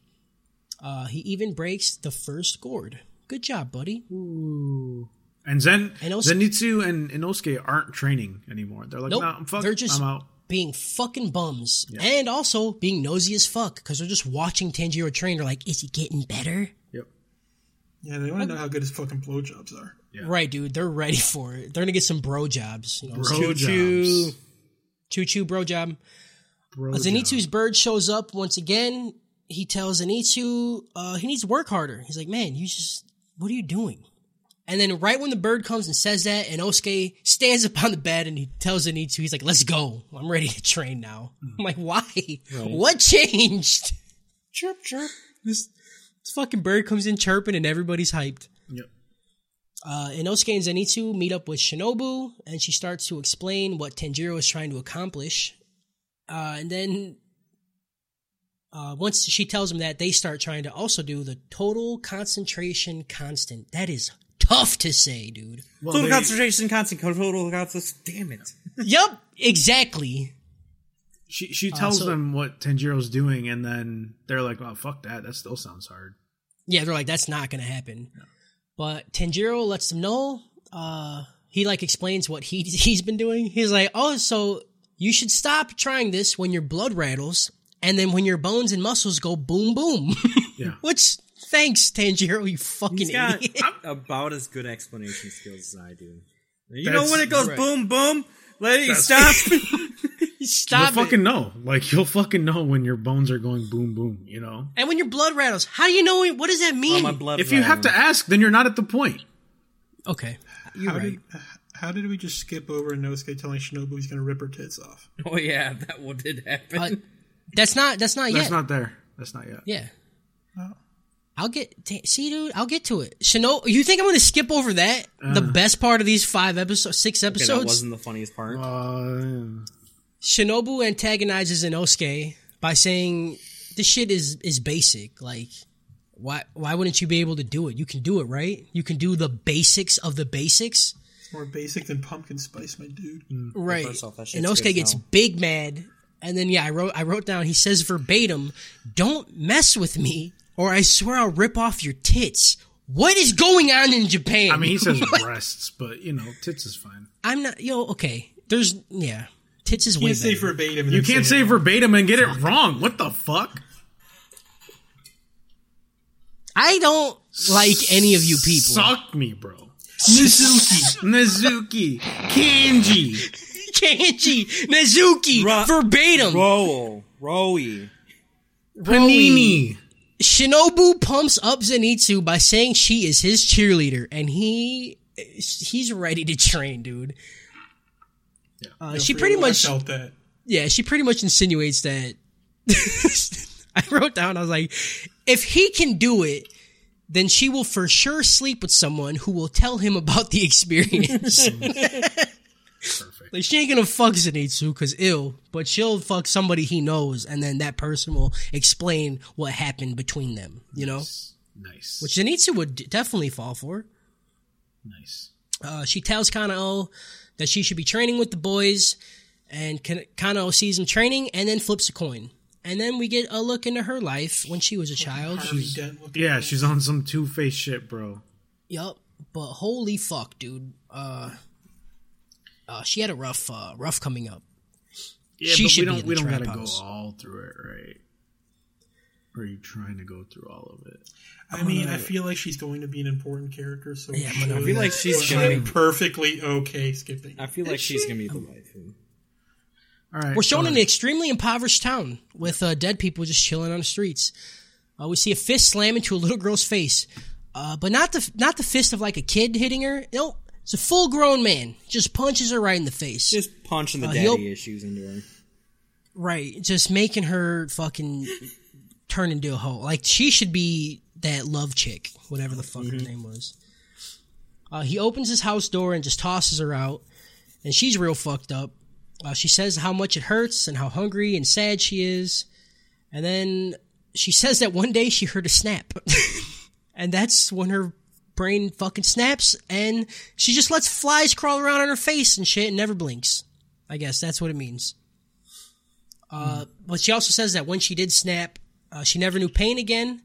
Speaker 2: Uh, he even breaks the first gourd. Good job, buddy.
Speaker 4: And Zen,
Speaker 2: And also-
Speaker 4: Zenitsu and Inosuke aren't training anymore. They're like,
Speaker 2: Nope,
Speaker 4: nah, I'm fuck,
Speaker 2: they're just-
Speaker 4: I'm out.
Speaker 2: being fucking bums and also being nosy as fuck because they're just watching Tanjiro train. They're like, is he getting better?
Speaker 4: Yep.
Speaker 6: Yeah, they want to know how good his fucking blowjobs are.
Speaker 4: Yeah.
Speaker 2: Right, dude. They're ready for it. They're gonna get some bro jobs. You know, choo
Speaker 4: Bro jobs.
Speaker 2: choo choo bro job.
Speaker 4: Bro
Speaker 2: Zenitsu's bird shows up once again. He tells Zenitsu uh, he needs to work harder. He's like, man, you just what are you doing? And then right when the bird comes and says that, and Osuke stands up on the bed and he tells Zenitsu, he's like, let's go. I'm ready to train now. I'm like, why? What changed? Chirp, chirp. This, this fucking bird comes in chirping and everybody's hyped.
Speaker 4: Yep.
Speaker 2: Uh, Inosuke and Zenitsu meet up with Shinobu, and she starts to explain what Tanjiro is trying to accomplish. Uh, and then, uh, once she tells him that, they start trying to also do the total concentration constant. That is tough to say, dude.
Speaker 4: Well,
Speaker 5: Total
Speaker 4: they-
Speaker 5: concentration, constant total concentration. Damn it!
Speaker 2: yup, exactly.
Speaker 4: she she tells
Speaker 2: Uh, so-
Speaker 4: them what Tanjiro's doing, and then they're like, "Oh, fuck that. That still sounds hard."
Speaker 2: Yeah, they're like, that's not going to happen. But Tanjiro lets them know. Uh, he like explains what he he's been doing. He's like, "Oh, so you should stop trying this when your blood rattles, and then when your bones and muscles go boom boom."
Speaker 4: Yeah.
Speaker 2: Which thanks, Tanjiro, you fucking
Speaker 5: He's got
Speaker 2: idiot.
Speaker 5: about as good explanation skills as I do. You
Speaker 4: That's-
Speaker 5: know when it goes
Speaker 2: Right.
Speaker 5: boom, boom, let it stop.
Speaker 4: You'll
Speaker 2: Stop it.
Speaker 4: fucking know. Like you'll fucking know when your bones are going boom boom, you know?
Speaker 2: And when your blood rattles, how do you know? it- What does that
Speaker 5: Oh,
Speaker 2: mean?
Speaker 4: If you have to ask, then you're not at the point.
Speaker 2: okay, you're
Speaker 6: How
Speaker 2: right.
Speaker 6: did how did we just skip over Nosuke telling Shinobu he's gonna rip her tits off?
Speaker 5: oh yeah, that one did happen.
Speaker 2: But Uh, that's not that's not
Speaker 4: That's
Speaker 2: yet.
Speaker 4: not there. That's not yet.
Speaker 2: yeah. I'll get ta- see, dude. I'll get to it. Shino, you think I'm going to skip over that? the best part of these five episodes, six
Speaker 5: Uh. Okay,
Speaker 2: episodes. Um,
Speaker 5: that wasn't the funniest part.
Speaker 4: Uh,
Speaker 2: Shinobu antagonizes Inosuke by saying this shit is is basic. Like, why why wouldn't you be able to do it? You can do it, right? You can do the basics of the basics,
Speaker 6: More basic than pumpkin spice, my dude.
Speaker 2: right?
Speaker 5: first off, that shit's good
Speaker 2: Inosuke
Speaker 5: as
Speaker 2: gets
Speaker 5: hell.
Speaker 2: big mad, and then yeah, I wrote I wrote down. He says verbatim, "Don't mess with me, or I swear I'll rip off your tits." What is going on in Japan?
Speaker 4: I mean, he says breasts, but you know, tits is fine.
Speaker 2: I'm not yo okay. There's yeah, tits is
Speaker 6: You
Speaker 2: way
Speaker 6: can't say
Speaker 2: better.
Speaker 6: verbatim. and
Speaker 4: You
Speaker 6: then
Speaker 4: can't say verbatim and get it wrong. What the fuck?
Speaker 2: I don't like any of you people.
Speaker 4: Suck me, bro. Nizuki, Nizuki, Kanji.
Speaker 2: Kanji, Nezuki,
Speaker 5: Ru-
Speaker 2: verbatim.
Speaker 5: Roll, Roey.
Speaker 4: Panini.
Speaker 2: Shinobu pumps up Zenitsu by saying she is his cheerleader, and he he's ready to train, dude. Uh, she
Speaker 6: Real,
Speaker 2: pretty
Speaker 6: I
Speaker 2: much,
Speaker 6: felt that.
Speaker 2: yeah, she pretty much insinuates that. I wrote down, I was like, if he can do it, then she will for sure sleep with someone who will tell him about the experience.
Speaker 4: Perfect.
Speaker 2: Like she ain't gonna fuck Zenitsu cause ill, but she'll fuck somebody he knows, and then that person will explain what happened between them. You know,
Speaker 4: Nice.
Speaker 2: which Zenitsu would d- definitely fall for.
Speaker 4: nice.
Speaker 2: Uh, she tells Kanao that she should be training with the boys, and Kan- Kanao sees him training, and then flips a coin, and then we get a look into her life when she was a child.
Speaker 6: Harvey Dent looked
Speaker 4: Yeah, she's on some two faced shit, bro.
Speaker 2: Yup. But holy fuck, dude. Uh, uh, she had a rough, uh, rough coming up.
Speaker 4: Yeah,
Speaker 2: She
Speaker 4: but
Speaker 2: should
Speaker 4: we
Speaker 2: be
Speaker 4: don't
Speaker 2: in
Speaker 4: we
Speaker 2: the
Speaker 4: don't
Speaker 2: trap
Speaker 4: gotta
Speaker 2: house.
Speaker 4: go all through it, right? Or are you trying to go through all of it?
Speaker 6: I mean, I feel like she's going to be an important character, so
Speaker 2: Yeah,
Speaker 6: we
Speaker 2: but I
Speaker 6: should.
Speaker 5: feel like she's
Speaker 6: But
Speaker 5: gonna
Speaker 6: I'm
Speaker 5: be-
Speaker 6: perfectly okay skipping.
Speaker 5: I feel like she's gonna be
Speaker 2: Um,
Speaker 5: the waifu.
Speaker 4: All right.
Speaker 2: We're shown
Speaker 4: go
Speaker 2: in an
Speaker 4: ahead.
Speaker 2: extremely impoverished town with uh, dead people just chilling on the streets. Uh, we see a fist slam into a little girl's face, uh, but not the not the fist of like a kid hitting her. No, it's a full grown man just punches her right in the face.
Speaker 5: Just punching the
Speaker 2: Uh, he'll-
Speaker 5: daddy issues into her.
Speaker 2: right, just making her fucking turn into a hoe. Like she should be that love chick, whatever the fuck her name was. Uh, he opens his house door and just tosses her out, and she's real fucked up. Uh, she says how much it hurts and how hungry and sad she is, and then she says that one day she heard a snap, and that's when her brain fucking snaps, and she just lets flies crawl around on her face and shit, and never blinks. I guess that's what it means. Uh, But she also says that when she did snap, uh, she never knew pain again,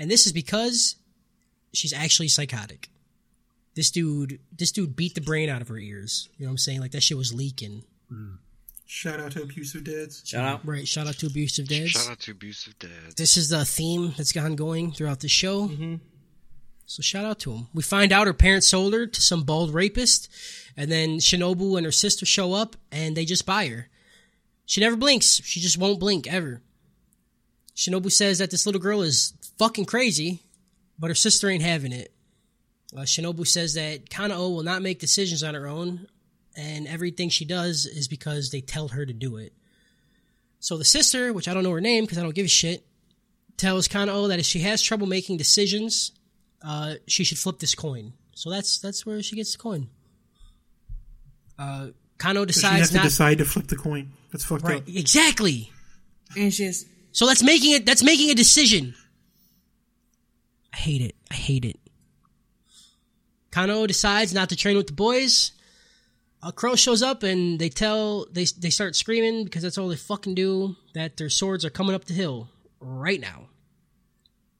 Speaker 2: and this is because she's actually psychotic. This dude, this dude beat the brain out of her ears. You know what I'm saying? Like that shit was leaking.
Speaker 6: Shout out to abusive dads.
Speaker 5: Shout out.
Speaker 2: Right. Shout out to abusive dads.
Speaker 3: Shout out to abusive dads.
Speaker 2: This is the theme that's ongoing throughout the show. So shout out to him. We find out her parents sold her to some bald rapist, and then Shinobu and her sister show up and they just buy her. She never blinks. She just won't blink ever. Shinobu says that this little girl is fucking crazy, but her sister ain't having it. Uh, Shinobu says that Kanao will not make decisions on her own, and everything she does is because they tell her to do it. So the sister, which I don't know her name because I don't give a shit, tells Kanao that if she has trouble making decisions, uh, she should flip this coin. So that's that's where she gets the coin. Uh, Kano
Speaker 6: She has
Speaker 2: decides
Speaker 6: to
Speaker 2: not
Speaker 6: decide to flip the coin. That's fucked
Speaker 2: right
Speaker 6: up.
Speaker 2: exactly.
Speaker 5: And she's
Speaker 2: So that's making it. That's making a decision. I hate it. I hate it. Kano decides not to train with the boys. A crow shows up and they tell they they start screaming because that's all they fucking do. That their swords are coming up the hill right now.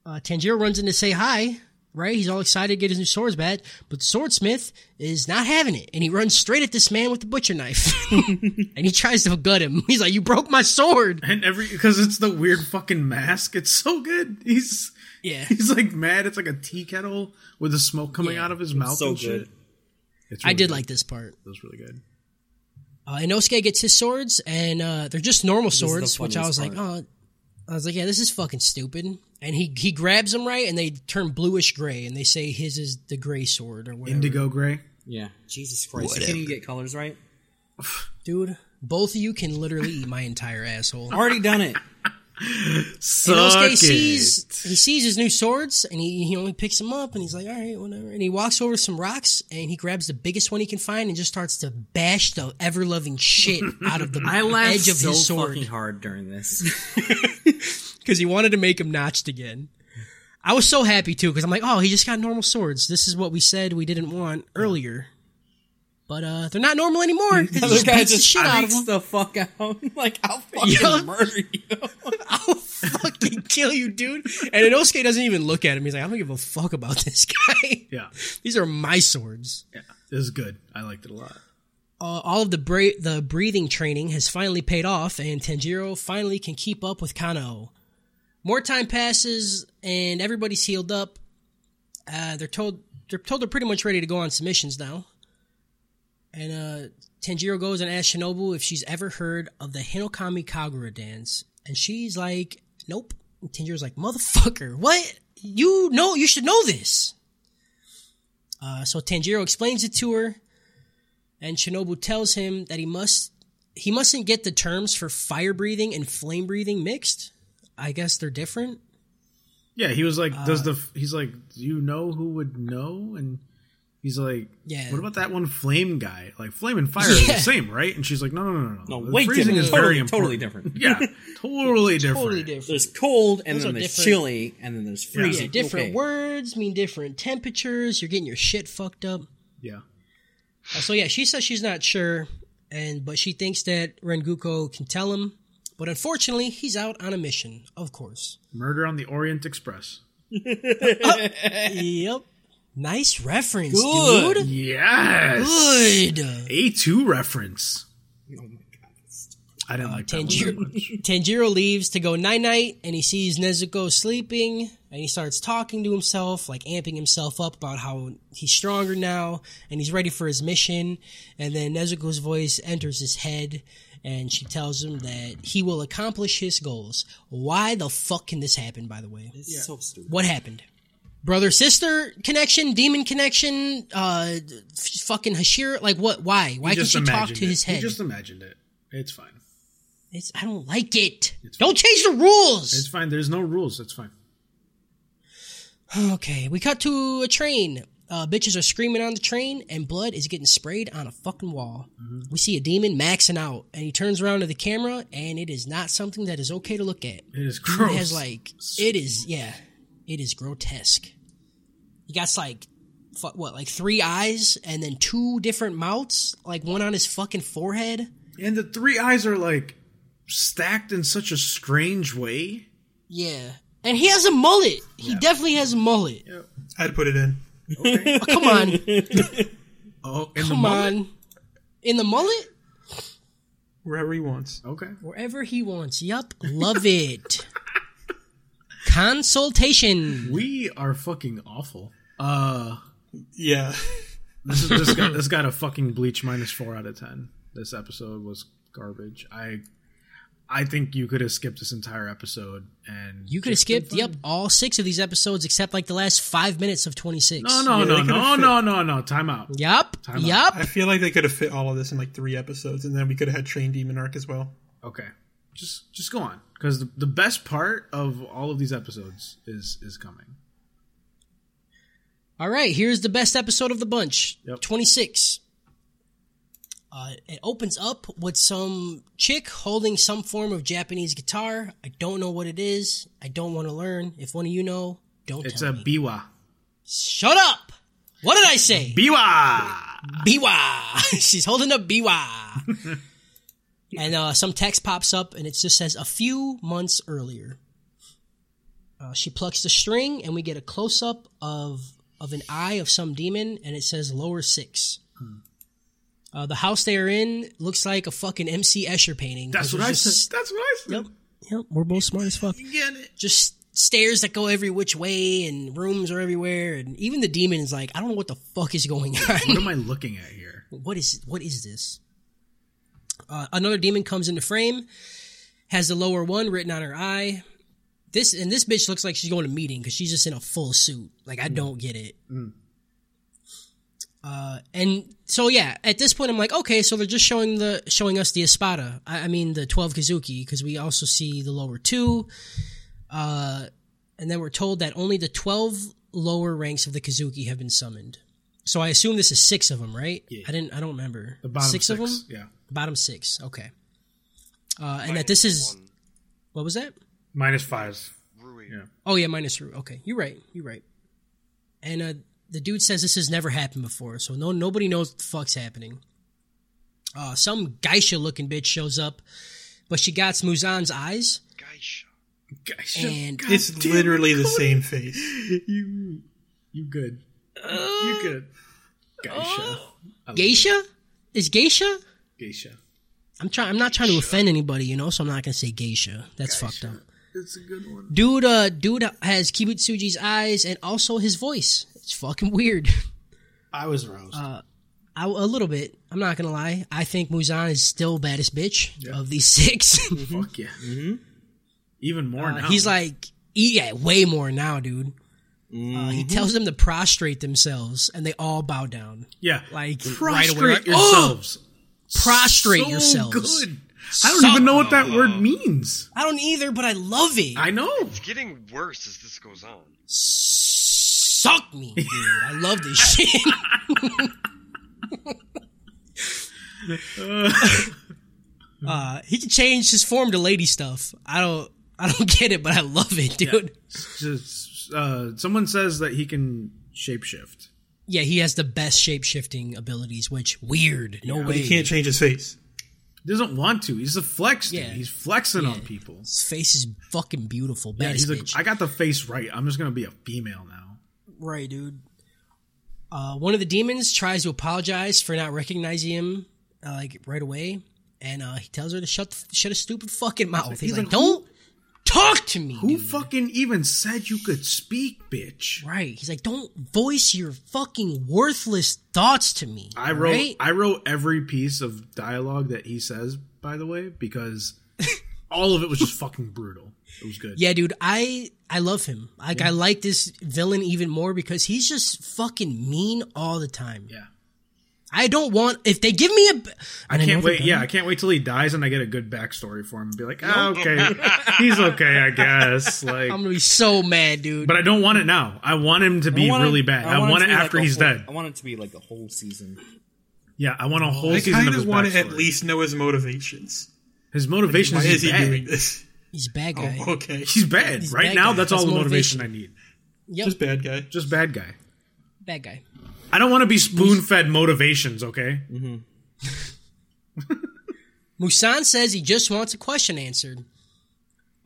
Speaker 2: Uh, Tanjiro runs in to say hi, right? He's all excited to get his new swords back, but the swordsmith is not having it, and he runs straight at this man with the butcher knife, and he tries to gut him. He's like, "You broke my sword."
Speaker 4: And every because it's the weird fucking mask. It's so good. He's
Speaker 2: Yeah.
Speaker 4: He's like mad. It's like a tea kettle with the smoke coming
Speaker 2: Yeah,
Speaker 4: out of his mouth.
Speaker 5: so
Speaker 4: and shit.
Speaker 5: good.
Speaker 4: It's
Speaker 2: I
Speaker 4: really
Speaker 2: did
Speaker 4: good.
Speaker 2: like this part.
Speaker 4: It was really good.
Speaker 2: Uh, Inosuke gets his swords, and uh, they're just normal
Speaker 5: the
Speaker 2: swords, which I was
Speaker 5: funniest
Speaker 2: like, "Oh." I was like, "Yeah, this is fucking stupid." And he he grabs them right, and they turn bluish gray, and they say his is the gray sword or whatever.
Speaker 4: Indigo gray.
Speaker 5: Yeah. Jesus Christ. Can you get colors right?
Speaker 2: dude. Both of you can literally eat my entire asshole.
Speaker 5: Already done it.
Speaker 4: Suck
Speaker 2: Inosuke
Speaker 4: it.
Speaker 2: sees he sees his new swords and he, he only picks them up and he's like, all right, whatever. And he walks over some rocks and he grabs the biggest one he can find and just starts to bash the ever loving shit out of the
Speaker 5: I laughed
Speaker 2: edge of
Speaker 5: so
Speaker 2: his
Speaker 5: fucking
Speaker 2: sword
Speaker 5: hard during this.
Speaker 2: because he wanted to make him notched again. I was so happy too because I'm like, oh, he just got normal swords. This is what we said we didn't want earlier. But uh, they're not normal anymore. The
Speaker 5: This guy
Speaker 2: the
Speaker 5: just
Speaker 2: shit out of
Speaker 5: freaks
Speaker 2: him.
Speaker 5: the fuck out. like I'll fucking
Speaker 2: Yeah.
Speaker 5: murder you.
Speaker 2: I'll fucking kill you, dude. And Inosuke doesn't even look at him. He's like, I don't give a fuck about this guy.
Speaker 4: Yeah.
Speaker 2: These are my swords.
Speaker 4: Yeah. It was good. I liked it a lot.
Speaker 2: Uh, all of the bra- the breathing training has finally paid off, and Tanjiro finally can keep up with Kano. More time passes, and everybody's healed up. Uh, they're told they're told they're pretty much ready to go on submissions now. And uh, Tanjiro goes and asks Shinobu if she's ever heard of the Hinokami Kagura dance, and she's like, "Nope." And Tanjiro's like, "Motherfucker, what? You know, you should know this." Uh, so Tanjiro explains it to her, and Shinobu tells him that he must he mustn't get the terms for fire breathing and flame breathing mixed. I guess they're different.
Speaker 4: Yeah, he was like, "Does the?" He's like, "Do you know who would know?" And he's like,
Speaker 2: Yeah.
Speaker 4: What about that one flame guy? Like flame and fire are
Speaker 2: Yeah.
Speaker 4: the same, right?" And she's like, "No, no, no, no.
Speaker 5: No,
Speaker 4: The
Speaker 5: way
Speaker 4: freezing
Speaker 5: different.
Speaker 4: is very
Speaker 5: Totally- totally
Speaker 4: important.
Speaker 5: different.
Speaker 4: Yeah, totally different.
Speaker 2: Totally different.
Speaker 5: There's cold, and
Speaker 2: Those
Speaker 5: then
Speaker 2: are
Speaker 5: there's
Speaker 2: different.
Speaker 5: chilly, and then there's freezing.
Speaker 2: Yeah, different
Speaker 5: Okay.
Speaker 2: words mean different temperatures. You're getting your shit fucked up.
Speaker 4: Yeah,
Speaker 2: Uh, so yeah, she says she's not sure, and but she thinks that Rengoku can tell him. But unfortunately, he's out on a mission. Of course.
Speaker 4: Murder on the Orient Express.
Speaker 2: yep. Nice reference,
Speaker 5: Good.
Speaker 2: dude.
Speaker 4: Yes,
Speaker 2: Good.
Speaker 4: A two reference. I didn't like that one very
Speaker 2: Tanjiro,
Speaker 4: much.
Speaker 2: Tanjiro leaves to go night night, and he sees Nezuko sleeping, and he starts talking to himself, like amping himself up about how he's stronger now, and he's ready for his mission. And then Nezuko's voice enters his head, and she tells him that he will accomplish his goals. Why the fuck can this happen? By the way,
Speaker 5: It's so stupid.
Speaker 2: what happened? Brother sister connection, demon connection, uh, f- fucking Hashira. Like what? Why? Why can
Speaker 4: Just
Speaker 2: she talk
Speaker 4: imagined
Speaker 2: to
Speaker 4: it.
Speaker 2: his
Speaker 4: He
Speaker 2: head?
Speaker 4: just imagined it. It's fine.
Speaker 2: It's, I don't like it.
Speaker 4: It's
Speaker 2: don't change the rules.
Speaker 4: It's fine. There's no rules. It's fine.
Speaker 2: Okay, we cut to a train. Uh, bitches are screaming on the train, and blood is getting sprayed on a fucking wall.
Speaker 4: Mm-hmm.
Speaker 2: We see a demon maxing out, and he turns around to the camera, and it is not something that is okay to look at.
Speaker 4: It is
Speaker 2: It
Speaker 4: gross.
Speaker 2: has like, it is, yeah, it is grotesque. He got like, fu- what, like three eyes, and then two different mouths, like one on his fucking forehead.
Speaker 4: And the three eyes are like stacked in such a strange way.
Speaker 2: Yeah, and he has a mullet. He definitely has a mullet.
Speaker 6: I'd put it in.
Speaker 2: Oh, come on.
Speaker 4: Oh, in
Speaker 2: Come
Speaker 4: the
Speaker 2: on.
Speaker 4: mullet?
Speaker 2: In the mullet?
Speaker 6: Wherever he wants.
Speaker 4: Okay.
Speaker 2: Wherever he wants. Yup. Love it. Consultation.
Speaker 4: We are fucking awful. Uh,
Speaker 6: Yeah.
Speaker 4: this is this got this got a fucking bleach minus four out of ten. This episode was garbage. I, I think you could have skipped this entire episode, and
Speaker 2: You could have skipped, yep, all six of these episodes except like the last five minutes of 26.
Speaker 4: No, no,
Speaker 6: Yeah, they
Speaker 4: no,
Speaker 6: could've
Speaker 4: no,
Speaker 6: fit-
Speaker 4: no, no, no. Time out.
Speaker 2: Yup.
Speaker 4: Time
Speaker 2: Yup.
Speaker 6: I feel like they could have fit all of this in like three episodes, and then we could have had Train Demon Arc as well.
Speaker 4: Okay, just just go on because the, the best part of all of these episodes is is coming.
Speaker 2: All right, here's the best episode of the bunch.
Speaker 4: Yep.
Speaker 2: 26. Uh, it opens up with some chick holding some form of Japanese guitar. I don't know what it is. I don't want to learn. If one of you know, don't
Speaker 4: It's
Speaker 2: tell
Speaker 4: a
Speaker 2: me.
Speaker 4: biwa.
Speaker 2: Shut up! What did I say?
Speaker 4: Biwa.
Speaker 2: Biwa. She's holding up Biwa. and uh, some text pops up and it just says a few months earlier. Uh, she plucks the string, and we get a close up of of an eye of some demon, and it says lower six.
Speaker 4: Hmm.
Speaker 2: Uh, the house they are in looks like a fucking MC Escher painting.
Speaker 4: That's
Speaker 2: 'cause
Speaker 4: what I
Speaker 2: there's just-
Speaker 4: said. That's what I said.
Speaker 2: Yep, yep. We're both smart as fuck.
Speaker 4: You get it.
Speaker 2: Just stairs that go every which way, and rooms are everywhere, and even the demon is like, I don't know what the fuck is going on.
Speaker 4: What am I looking at here?
Speaker 2: what is what is this? Uh, another demon comes into frame, has the lower one written on her eye. This and this bitch looks like she's going to meeting because she's just in a full suit. Like
Speaker 4: Mm.
Speaker 2: I don't get it. Uh, and so yeah, at this point I'm like, okay, so they're just showing the showing us the Espada. I, I mean the twelve Kazuki because we also see the lower two. Uh, and then we're told that only the twelve lower ranks of the Kazuki have been summoned. So I assume this is six of them, right? Yeah. I didn't. I don't remember.
Speaker 4: The bottom
Speaker 2: six,
Speaker 4: six,
Speaker 2: of them.
Speaker 4: Yeah.
Speaker 2: Bottom six. Okay. Uh, and that this is
Speaker 3: One,
Speaker 2: what was that?
Speaker 4: Minus fives.
Speaker 3: Rui.
Speaker 4: Yeah.
Speaker 2: Oh yeah, minus root. Okay, you're right. You're right. And uh, the dude says this has never happened before, so no nobody knows what the fuck's happening. Uh, some geisha looking bitch shows up, but she got Muzan's eyes.
Speaker 3: Geisha.
Speaker 4: Gosh,
Speaker 2: And-
Speaker 4: God
Speaker 6: It's
Speaker 4: damn it,
Speaker 6: literally the
Speaker 4: Cody.
Speaker 6: same face.
Speaker 4: You, you good.
Speaker 2: Uh,
Speaker 4: you good. Geisha. I love
Speaker 2: Geisha is geisha.
Speaker 4: Geisha.
Speaker 2: I'm trying. I'm not trying to offend anybody, you know. So I'm not gonna say geisha. That's fucked up.
Speaker 4: It's a good one.
Speaker 2: Dude, uh, dude has Kibutsuji's eyes and also his voice. It's fucking weird.
Speaker 4: I was roused.
Speaker 2: I, a little bit. I'm not gonna lie. I think Muzan is still baddest bitch of these six.
Speaker 4: Fuck yeah. Even more
Speaker 2: Uh-huh. Mm-hmm. Uh,
Speaker 4: now.
Speaker 2: He's like, yeah, way more now, dude. Uh,
Speaker 4: Mm-hmm.
Speaker 2: he tells them to prostrate themselves, and they all bow down.
Speaker 4: yeah,
Speaker 2: like, right
Speaker 4: prostrate
Speaker 2: away, like, "Oh!"
Speaker 4: yourselves.
Speaker 2: Prostrate
Speaker 4: So
Speaker 2: yourselves.
Speaker 4: Good. I don't even know what that word means.
Speaker 2: I don't either, but I love it.
Speaker 4: I know.
Speaker 3: It's getting worse as this goes on.
Speaker 2: Suck me, dude. I love this shit. uh, he can change his form to lady stuff. I don't, I don't get it, but I love it, dude.
Speaker 4: Just, uh, someone says that he can shapeshift.
Speaker 2: Yeah, he has the best shape shifting abilities, which weird. No
Speaker 6: But
Speaker 2: way.
Speaker 6: he can't change his face.
Speaker 4: Doesn't want to. He's a flex. Dude.
Speaker 2: Yeah.
Speaker 4: He's flexing on people.
Speaker 2: His face is fucking beautiful.
Speaker 4: Yeah,
Speaker 2: Baddest
Speaker 4: he's like,
Speaker 2: bitch.
Speaker 4: I got the face right. I'm just gonna be a female now.
Speaker 2: Right, dude. Uh, one of the demons tries to apologize for not recognizing him uh, like right away, and uh, he tells her to shut the, shut his stupid fucking mouth. He's,
Speaker 4: he's
Speaker 2: like,
Speaker 4: like,
Speaker 2: "Don't talk to me."
Speaker 4: Who
Speaker 2: dude."
Speaker 4: fucking even said you could speak, bitch?
Speaker 2: Right. He's like, "Don't voice your fucking worthless thoughts to me."
Speaker 4: I wrote
Speaker 2: right?
Speaker 4: I wrote every piece of dialogue that he says, by the way, because all of it was just fucking brutal. It was good.
Speaker 2: yeah, dude. I I love him. Like I like this villain even more because he's just fucking mean all the time.
Speaker 4: Yeah.
Speaker 2: I don't want if they give me a.
Speaker 4: I can't wait.
Speaker 2: Yeah.
Speaker 4: Yeah, I can't wait till he dies and I get a good backstory for him and be like, ah, okay, he's okay, I guess. Like,
Speaker 2: I'm gonna be so mad, dude.
Speaker 4: but I don't want it now. I want him to be
Speaker 5: I want it-
Speaker 4: really bad. I, want,
Speaker 5: to
Speaker 4: it
Speaker 5: be like
Speaker 4: after
Speaker 5: a
Speaker 4: he's
Speaker 5: whole-
Speaker 4: dead.
Speaker 5: I want it to be like a whole season.
Speaker 4: Yeah, I want a whole
Speaker 6: I
Speaker 4: season
Speaker 6: kind
Speaker 4: of
Speaker 6: of
Speaker 4: his
Speaker 6: want to at
Speaker 4: backstory.
Speaker 6: least know his motivations.
Speaker 4: his motivation
Speaker 6: Why
Speaker 4: is,
Speaker 6: is he
Speaker 4: bad.
Speaker 6: doing this?
Speaker 2: He's a bad guy.
Speaker 6: Oh, okay.
Speaker 4: He's bad
Speaker 2: He's a
Speaker 4: right
Speaker 2: bad
Speaker 4: now.
Speaker 2: guy.
Speaker 4: That's,
Speaker 2: That's
Speaker 4: all the
Speaker 2: motivation.
Speaker 4: motivation I need.
Speaker 2: Yep.
Speaker 6: Just bad guy.
Speaker 4: Just bad guy.
Speaker 2: bad guy.
Speaker 4: I don't want to be spoon fed motivations. Okay.
Speaker 2: Musan says he just wants a question answered.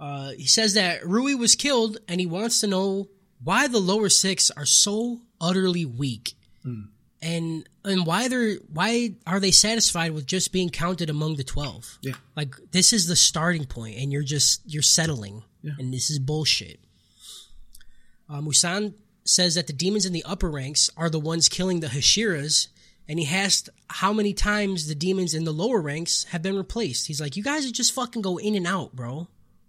Speaker 2: Uh, he says that Rui was killed and he wants to know why the lower six are so utterly weak.
Speaker 6: Hmm.
Speaker 2: And and why they're why are they satisfied with just being counted among the twelve?
Speaker 4: Yeah.
Speaker 2: Like this is the starting point and you're just you're settling. And this is bullshit. Uh, Musan says that the demons in the upper ranks are the ones killing the Hashiras, and he asked how many times the demons in the lower ranks have been replaced. He's like, "You guys just fucking go in and out, bro,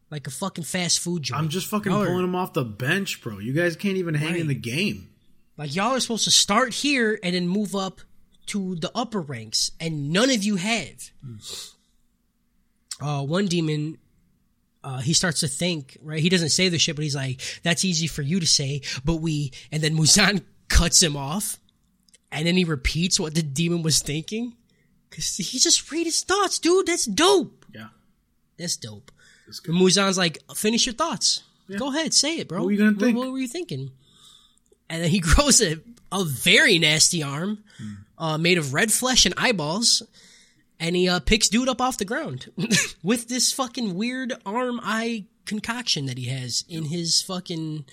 Speaker 2: like a fucking fast food joint.
Speaker 4: I'm just fucking
Speaker 2: Y'all are-
Speaker 4: pulling him off the bench, bro. You guys can't even hang in the game.
Speaker 2: like y'all are supposed to start here and then move up to the upper ranks, and none of you have." Uh, one demon. Uh, he starts to think, right? He doesn't say this shit, but he's like, that's easy for you to say, but we, and then Muzan cuts him off. and then he repeats what the demon was thinking because he just read his thoughts dude that's dope
Speaker 4: Yeah.
Speaker 2: that's dope and muzan's like finish your thoughts go ahead say it bro
Speaker 4: What were you gonna think?
Speaker 2: what were you thinking and then he grows a, a very nasty arm
Speaker 4: Hmm.
Speaker 2: uh, made of red flesh and eyeballs and he uh, picks dude up off the ground with this fucking weird arm eye concoction that he has in his fucking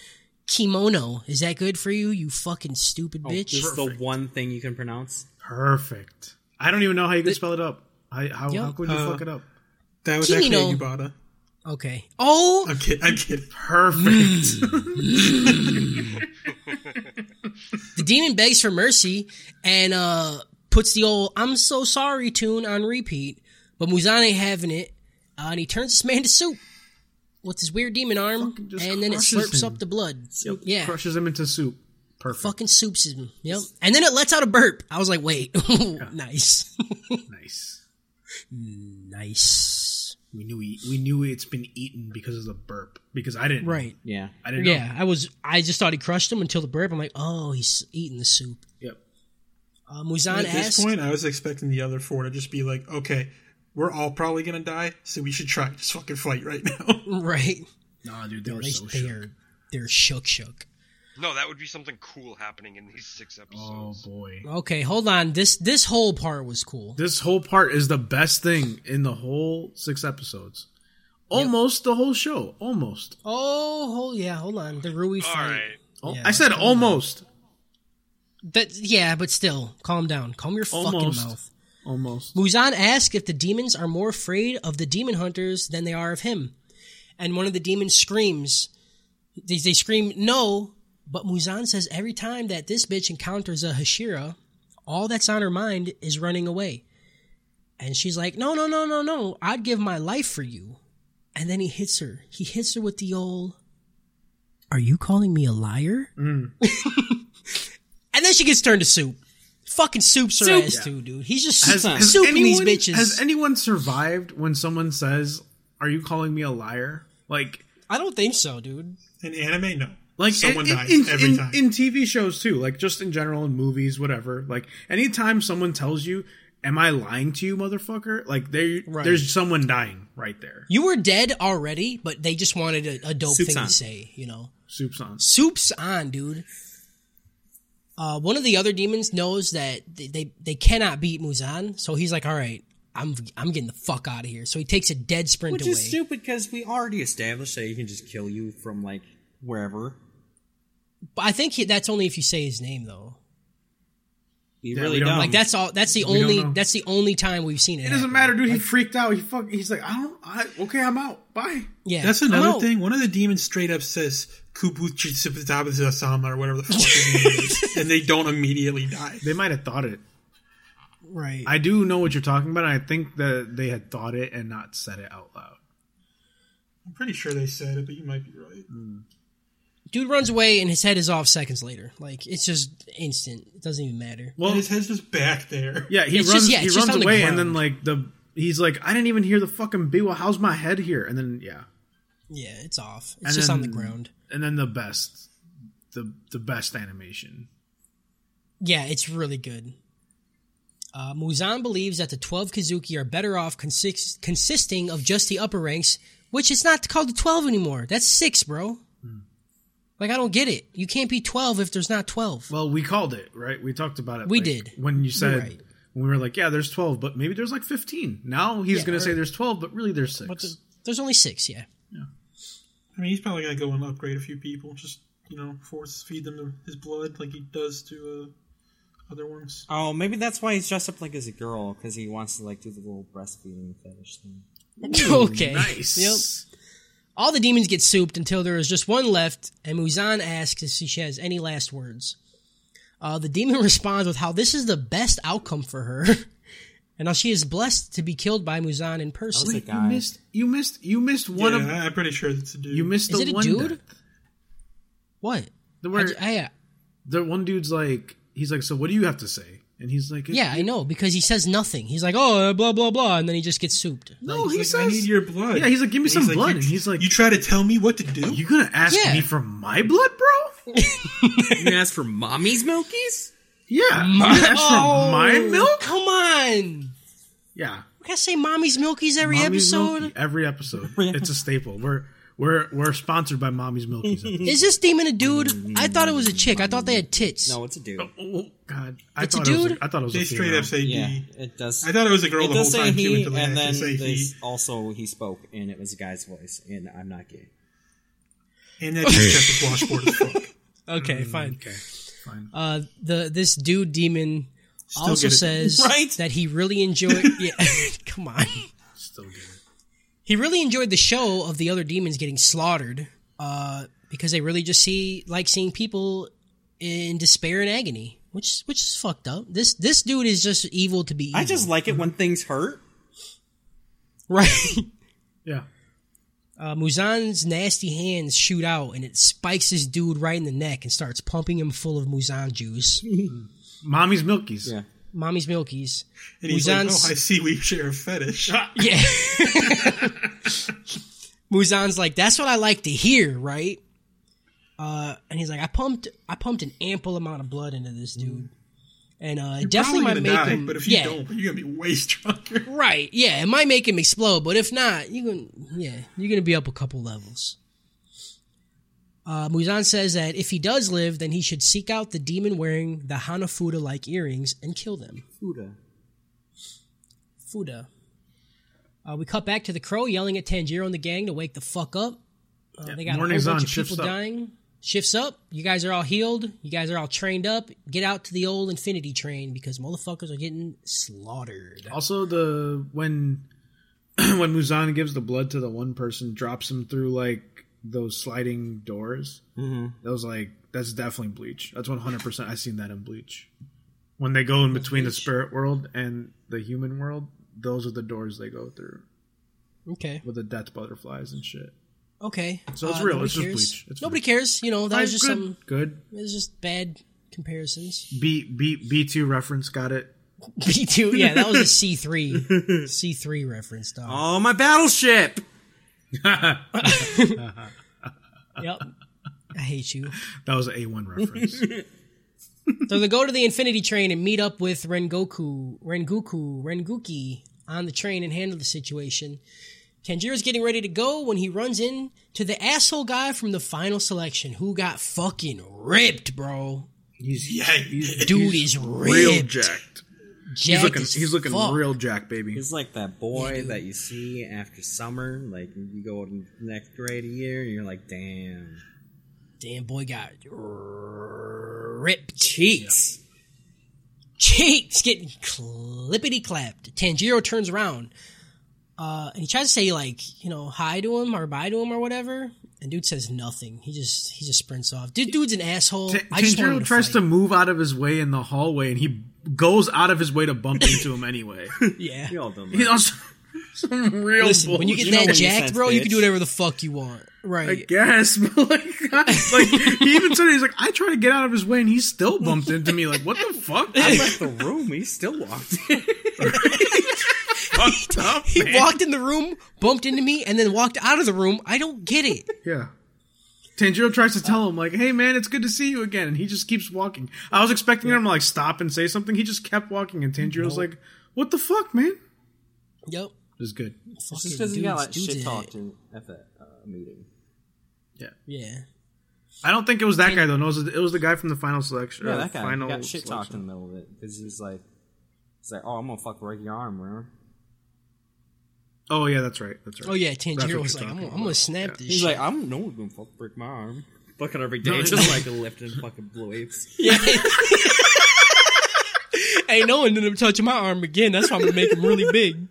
Speaker 2: kimono. Is that good for you, you fucking stupid
Speaker 4: Oh,
Speaker 2: bitch?
Speaker 5: Just the one thing you can pronounce.
Speaker 4: Perfect. I don't even know how you can spell it up. How how,
Speaker 2: Yeah.
Speaker 4: how could you
Speaker 6: Uh,
Speaker 4: fuck it up?
Speaker 6: That was
Speaker 2: Kimino.
Speaker 6: actually Yubata.
Speaker 2: okay. Oh,
Speaker 6: I'm kidding. I'm kidding.
Speaker 2: Mm.
Speaker 4: Perfect.
Speaker 2: the demon begs for mercy and uh puts the old I'm so sorry tune on repeat, but Muzan ain't having it, uh, and he turns this man to soup with his weird demon arm,
Speaker 4: Fucking just
Speaker 2: and then it
Speaker 4: crushes
Speaker 2: slurps
Speaker 4: him.
Speaker 2: up the blood. Yeah.
Speaker 4: Crushes him into soup. Perfect.
Speaker 2: Fucking soups him. Yep. And then it lets out a burp. I was like, wait. nice.
Speaker 4: Nice.
Speaker 2: nice.
Speaker 4: We knew he, we knew it's been eaten because of the burp. Because I didn't. know.
Speaker 2: Right.
Speaker 5: Yeah.
Speaker 4: I didn't.
Speaker 2: Yeah,
Speaker 4: Know.
Speaker 2: I was. I just thought he crushed him until the burp. I'm like, oh, he's eating the soup.
Speaker 4: Yep.
Speaker 2: Uh, Muzan
Speaker 6: At
Speaker 2: asks,
Speaker 6: this point, I was expecting the other four to just be like, okay, we're all probably gonna die, so we should try just fucking fight right now.
Speaker 2: right?
Speaker 4: Nah, dude, they were
Speaker 2: They,
Speaker 4: so
Speaker 2: they
Speaker 4: shook.
Speaker 2: are. They're shook, shook.
Speaker 3: No, that would be something cool happening in these six
Speaker 4: Oh
Speaker 3: episodes.
Speaker 4: boy.
Speaker 2: Okay, hold on. This this whole part was cool.
Speaker 4: This whole part is the best thing in the whole six episodes. Almost the whole show. Almost.
Speaker 2: Oh, hold yeah, hold on. The Rui
Speaker 3: All
Speaker 2: fight.
Speaker 3: right.
Speaker 4: Al-
Speaker 2: Yeah,
Speaker 4: I said almost.
Speaker 2: That yeah, but still, calm down. Calm your
Speaker 4: Almost.
Speaker 2: fucking mouth.
Speaker 4: Almost.
Speaker 2: Muzan asks if the demons are more afraid of the demon hunters than they are of him, and one of the demons screams. They, they scream no, but Muzan says every time that this bitch encounters a Hashira, all that's on her mind is running away. And she's like, no, no, no, no, no. I'd give my life for you. And then he hits her. He hits her with the old, are you calling me a liar?
Speaker 4: Mm.
Speaker 2: and then she gets turned to soup. Fucking soups her
Speaker 5: Soup.
Speaker 2: ass too, dude. He's just
Speaker 4: Has,
Speaker 5: Son.
Speaker 4: has
Speaker 2: souping
Speaker 4: anyone,
Speaker 2: these bitches.
Speaker 4: Has anyone survived when someone says, "Are you calling me a liar?" Like,
Speaker 2: I don't think so, dude.
Speaker 6: in anime, no.
Speaker 4: like
Speaker 6: someone
Speaker 4: in,
Speaker 6: dies
Speaker 4: in,
Speaker 6: every
Speaker 4: in,
Speaker 6: time.
Speaker 4: in TV shows too. Like, just in general in movies, whatever. Like, anytime someone tells you, "Am I lying to you, motherfucker?" Like, there,
Speaker 2: Right.
Speaker 4: there's someone dying right there.
Speaker 2: You were dead already, but they just wanted a, a dope
Speaker 5: Soup's
Speaker 2: thing
Speaker 5: on.
Speaker 2: to say, you know.
Speaker 4: Soup's on.
Speaker 2: Soup's on, dude. Uh, one of the other demons knows that they, they they cannot beat Muzan, so he's like, "All right, I'm I'm getting the fuck out of here." So he takes a dead sprint
Speaker 5: Which
Speaker 2: away.
Speaker 5: is stupid because we already established that he can just kill you from like wherever.
Speaker 2: But I think he, that's only if you say his name, though.
Speaker 5: You
Speaker 4: Yeah,
Speaker 5: really
Speaker 4: we don't
Speaker 5: don't.
Speaker 4: know.
Speaker 2: Like that's all. That's the
Speaker 4: Um, don't
Speaker 2: only.
Speaker 4: know.
Speaker 2: That's the only time we've seen it.
Speaker 4: It doesn't matter, dude. He freaked out. He fuck. He's like, I don't. I okay. I'm out. Bye.
Speaker 2: Yeah,
Speaker 6: That's
Speaker 2: I'm
Speaker 6: another
Speaker 2: out.
Speaker 6: thing. One of the demons straight up says "Kubuchitsubitabazasama" or whatever the fuck his name is, and they don't immediately die.
Speaker 4: They might have thought it.
Speaker 2: right?
Speaker 4: I do know what you're talking about. And I think that they had thought it and not said it out loud.
Speaker 6: I'm pretty sure they said it, but you might be right.
Speaker 2: Dude runs away and his head is off seconds later. Like it's just instant. It doesn't even matter.
Speaker 6: Well, and his head's just back there.
Speaker 4: Yeah, he
Speaker 2: It's
Speaker 4: runs.
Speaker 2: just- yeah,
Speaker 4: he
Speaker 2: it's just
Speaker 4: runs
Speaker 2: on the
Speaker 4: away, and
Speaker 2: ground.
Speaker 4: then like the he's like, I didn't even hear the fucking bee. Well, how's my head here? And then yeah,
Speaker 2: Yeah, it's off. It's
Speaker 4: And
Speaker 2: just on the
Speaker 4: then-
Speaker 2: ground.
Speaker 4: and then the best, the the best animation.
Speaker 2: Yeah, it's really good. Uh, Muzan believes that the 12 Kazuki are better off consist- consisting of just the upper ranks, which is not called the 12 anymore. That's 6, bro.
Speaker 4: Hmm.
Speaker 2: Like, I don't get it. You can't be 12 if there's not 12.
Speaker 4: Well, we called it right. We talked about it.
Speaker 2: We
Speaker 4: like,
Speaker 2: did.
Speaker 4: when you said
Speaker 2: right.
Speaker 4: when we were like, yeah, there's twelve, but maybe there's like fifteen. Now he's gonna say there's twelve, but really there's six.
Speaker 2: There's only 6, yeah.
Speaker 6: I mean, he's probably gonna go and upgrade a few people. Just you know, force feed them to his blood like he does to uh, other ones.
Speaker 5: Oh, maybe that's why he's dressed up like as a girl because he wants to like do the little breastfeeding fetish thing.
Speaker 2: okay.
Speaker 4: nice.
Speaker 2: Yep. All the demons get souped until there is just one left, and Muzan asks if she has any last words. Uh, the demon responds with how this is the best outcome for her, and how she is blessed to be killed by Muzan in person.
Speaker 5: Wait,
Speaker 4: You missed. You missed. You missed one
Speaker 6: yeah,
Speaker 4: of.
Speaker 6: I- I'm pretty sure it's a dude.
Speaker 4: You missed
Speaker 2: Is
Speaker 4: the
Speaker 2: it a
Speaker 4: one
Speaker 2: dude?
Speaker 4: death.
Speaker 2: What?
Speaker 4: The
Speaker 2: I,
Speaker 4: where
Speaker 2: ju- I- uh,
Speaker 4: the one dude's like, he's like, so what do you have to say? And he's like,
Speaker 2: yeah, I know because he says nothing. He's like, oh, uh, blah blah blah, and then he just gets souped.
Speaker 4: No, he
Speaker 6: He's
Speaker 4: says
Speaker 6: like, I need your blood.
Speaker 4: Yeah, he's like, give me
Speaker 6: And
Speaker 4: some blood.
Speaker 6: you-
Speaker 4: and he's like,
Speaker 6: you try to tell me what to do.
Speaker 4: you gonna ask
Speaker 2: Yeah.
Speaker 4: me for my blood, bro?
Speaker 5: You ask for mommy's milkies?
Speaker 4: Yeah, you gonna ask for my milk?
Speaker 2: Oh, Come on,
Speaker 4: Yeah,
Speaker 2: we gotta say "mommy's milkies" every
Speaker 4: Mommy's
Speaker 2: episode.
Speaker 4: milky. every episode, it's a staple. We're We're we're sponsored by Mommy's Milkies. at this-
Speaker 2: Is this demon a dude? I thought it was a chick. I thought they had tits.
Speaker 5: No, it's a dude.
Speaker 4: oh God, I
Speaker 2: It's a
Speaker 4: thought it was.
Speaker 2: dude?
Speaker 4: A, I thought it was.
Speaker 6: They
Speaker 4: a
Speaker 6: straight
Speaker 4: female.
Speaker 6: up say
Speaker 5: Yeah,
Speaker 6: D.
Speaker 5: it does.
Speaker 6: I thought it was a girl
Speaker 5: it
Speaker 6: the whole
Speaker 5: does say
Speaker 6: time too
Speaker 5: he,
Speaker 6: until they
Speaker 5: and then
Speaker 6: actually say
Speaker 5: they
Speaker 6: he.
Speaker 5: s- also he spoke, and it was a guy's voice, and I'm not gay.
Speaker 6: And that dude's just a washboard as fuck.
Speaker 2: Okay, fine.
Speaker 4: Okay, fine.
Speaker 2: Mm. Uh, the this dude demon also
Speaker 6: get it.
Speaker 2: says
Speaker 5: Right?
Speaker 2: that he really enjoyed. yeah, come on.
Speaker 4: Still get it.
Speaker 2: He really enjoyed the show of the other demons getting slaughtered. Uh, because they really just see like seeing people in despair and agony, which which is fucked up. This this dude is just evil to be. Evil.
Speaker 5: I just like it when things hurt.
Speaker 2: right.
Speaker 4: Yeah.
Speaker 2: Uh, Muzan's nasty hands shoot out, and it spikes this dude right in the neck and starts pumping him full of Muzan juice.
Speaker 4: Mommy's Milkies.
Speaker 5: Yeah.
Speaker 2: Mommy's Milkies.
Speaker 6: And he's like,
Speaker 2: Muzan's-
Speaker 6: "Oh, I see. We share a fetish."
Speaker 2: Yeah. Muzan's like, that's what I like to hear, right? Uh, and he's like, I pumped, I pumped an ample amount of blood into this dude, and uh, it definitely might
Speaker 6: Probably
Speaker 2: make
Speaker 6: gonna die,
Speaker 2: him.
Speaker 6: but if you
Speaker 2: yeah,
Speaker 6: don't, you're gonna be way stronger.
Speaker 2: right, yeah, it might make him explode, but if not, you can, yeah, you're gonna be up a couple levels. Uh, Muzan says that if he does live, then he should seek out the demon wearing the Hanafuda-like earrings and kill them.
Speaker 5: Fuda.
Speaker 2: Fuda. Uh, we cut back to the crow yelling at Tanjiro and the gang to wake the fuck up. Uh, they got
Speaker 4: morning's
Speaker 2: a whole
Speaker 4: on,
Speaker 2: bunch of
Speaker 4: shifts
Speaker 2: people
Speaker 4: up.
Speaker 2: dying. Shifts up. You guys are all healed. You guys are all trained up. Get out to the old infinity train because motherfuckers are getting slaughtered.
Speaker 4: Also, the when when Muzan gives the blood to the one person, drops him through like those sliding doors. Mm-hmm. That was like that's definitely bleach. That's one hundred percent. I seen that in bleach. When they go in between the spirit world and the human world, those are the doors they go through
Speaker 2: Okay.
Speaker 4: with the death butterflies and shit.
Speaker 2: Okay.
Speaker 4: So it's
Speaker 2: Uh,
Speaker 4: real.
Speaker 2: nobody
Speaker 4: It's just
Speaker 2: cares.
Speaker 4: bleach. It's
Speaker 2: nobody cares. You know, that was
Speaker 4: Fine,
Speaker 2: just
Speaker 4: good,
Speaker 2: some.
Speaker 4: good.
Speaker 2: It was just bad comparisons.
Speaker 4: B B B two reference. Got it.
Speaker 2: B two. Yeah, that was a C three. C three reference. Dog.
Speaker 5: Oh, my battleship.
Speaker 2: Yep. I hate you.
Speaker 4: That was a one reference.
Speaker 2: So they go to the Infinity Train and meet up with Rengoku, Rengoku, Renguki on the train and handle the situation. Tanjiro's getting ready to go when he runs in to the asshole guy from the final selection who got fucking ripped, bro.
Speaker 4: He's
Speaker 6: Yeah, he-
Speaker 2: Dude is ripped.
Speaker 4: real jacked.
Speaker 2: Jacked
Speaker 4: he's looking.
Speaker 2: as
Speaker 4: He's looking
Speaker 2: fuck.
Speaker 4: real jack, baby.
Speaker 5: He's like that boy that you see after summer. Like you go in next grade a year, and you're like, damn,
Speaker 2: Damn boy got ripped.
Speaker 5: cheats.
Speaker 2: cheeks getting clippity clapped. Tanjiro turns around, uh, and he tries to say like you know hi to him or bye to him or whatever. And dude says nothing. He just he just sprints off. Dude, dude's an asshole.
Speaker 4: T-
Speaker 2: I just want him
Speaker 4: Tanjiro tries to
Speaker 2: fight.
Speaker 4: move out of his way in the hallway, and he goes out of his way to bump into him anyway.
Speaker 2: yeah.
Speaker 5: We all done
Speaker 4: He
Speaker 5: that.
Speaker 4: also some real
Speaker 2: Listen, when you get
Speaker 4: bullshit.
Speaker 2: that
Speaker 5: when you
Speaker 2: jacked,
Speaker 5: sense,
Speaker 2: bro, you can
Speaker 5: bitch.
Speaker 2: do whatever the fuck you want.
Speaker 4: I
Speaker 2: Right.
Speaker 4: guess, but like, God, like he even said, it, he's like, I try to get out of his way, and he still bumped into me. Like, what the fuck?
Speaker 5: I left the room. He still walked. in.
Speaker 4: fucked up,
Speaker 2: He
Speaker 4: man.
Speaker 2: walked in the room, bumped into me, and then walked out of the room. I don't get it.
Speaker 4: Yeah. Tanjiro tries to tell him, like, hey, man, it's good to see you again. And he just keeps walking. I was expecting him to, like, stop and say something. He just kept walking. And Tanjiro's like, what the fuck, man?
Speaker 2: Yep.
Speaker 4: It was good.
Speaker 5: It's
Speaker 2: Fucking
Speaker 5: just because he got like
Speaker 2: dudes, dudes
Speaker 5: shit
Speaker 2: are-
Speaker 5: talked in at that uh, meeting.
Speaker 2: Yeah.
Speaker 4: I don't think it was that guy, though. No, it was, it was the guy from the final selection.
Speaker 5: Yeah,
Speaker 4: uh,
Speaker 5: that guy
Speaker 4: final
Speaker 5: got shit talked in
Speaker 4: selection.
Speaker 5: the middle of it because he was like, he's like, oh, I'm gonna fuck break your arm, bro.
Speaker 4: Oh, yeah, that's right. That's right.
Speaker 2: Oh yeah,
Speaker 4: That's
Speaker 2: Tanjiro
Speaker 4: what
Speaker 2: was like,
Speaker 4: you're
Speaker 2: I'm,
Speaker 4: talking
Speaker 2: gonna- I'm gonna
Speaker 4: about.
Speaker 2: snap
Speaker 4: Yeah.
Speaker 2: this.
Speaker 5: He's
Speaker 2: shit.
Speaker 5: like, I'm no one's gonna fuck break my arm. Fucking every day,
Speaker 4: No,
Speaker 5: just like lifting fucking blades.
Speaker 2: Yeah. Ain't no one ended up touching my arm again. That's why I'm gonna make him really big.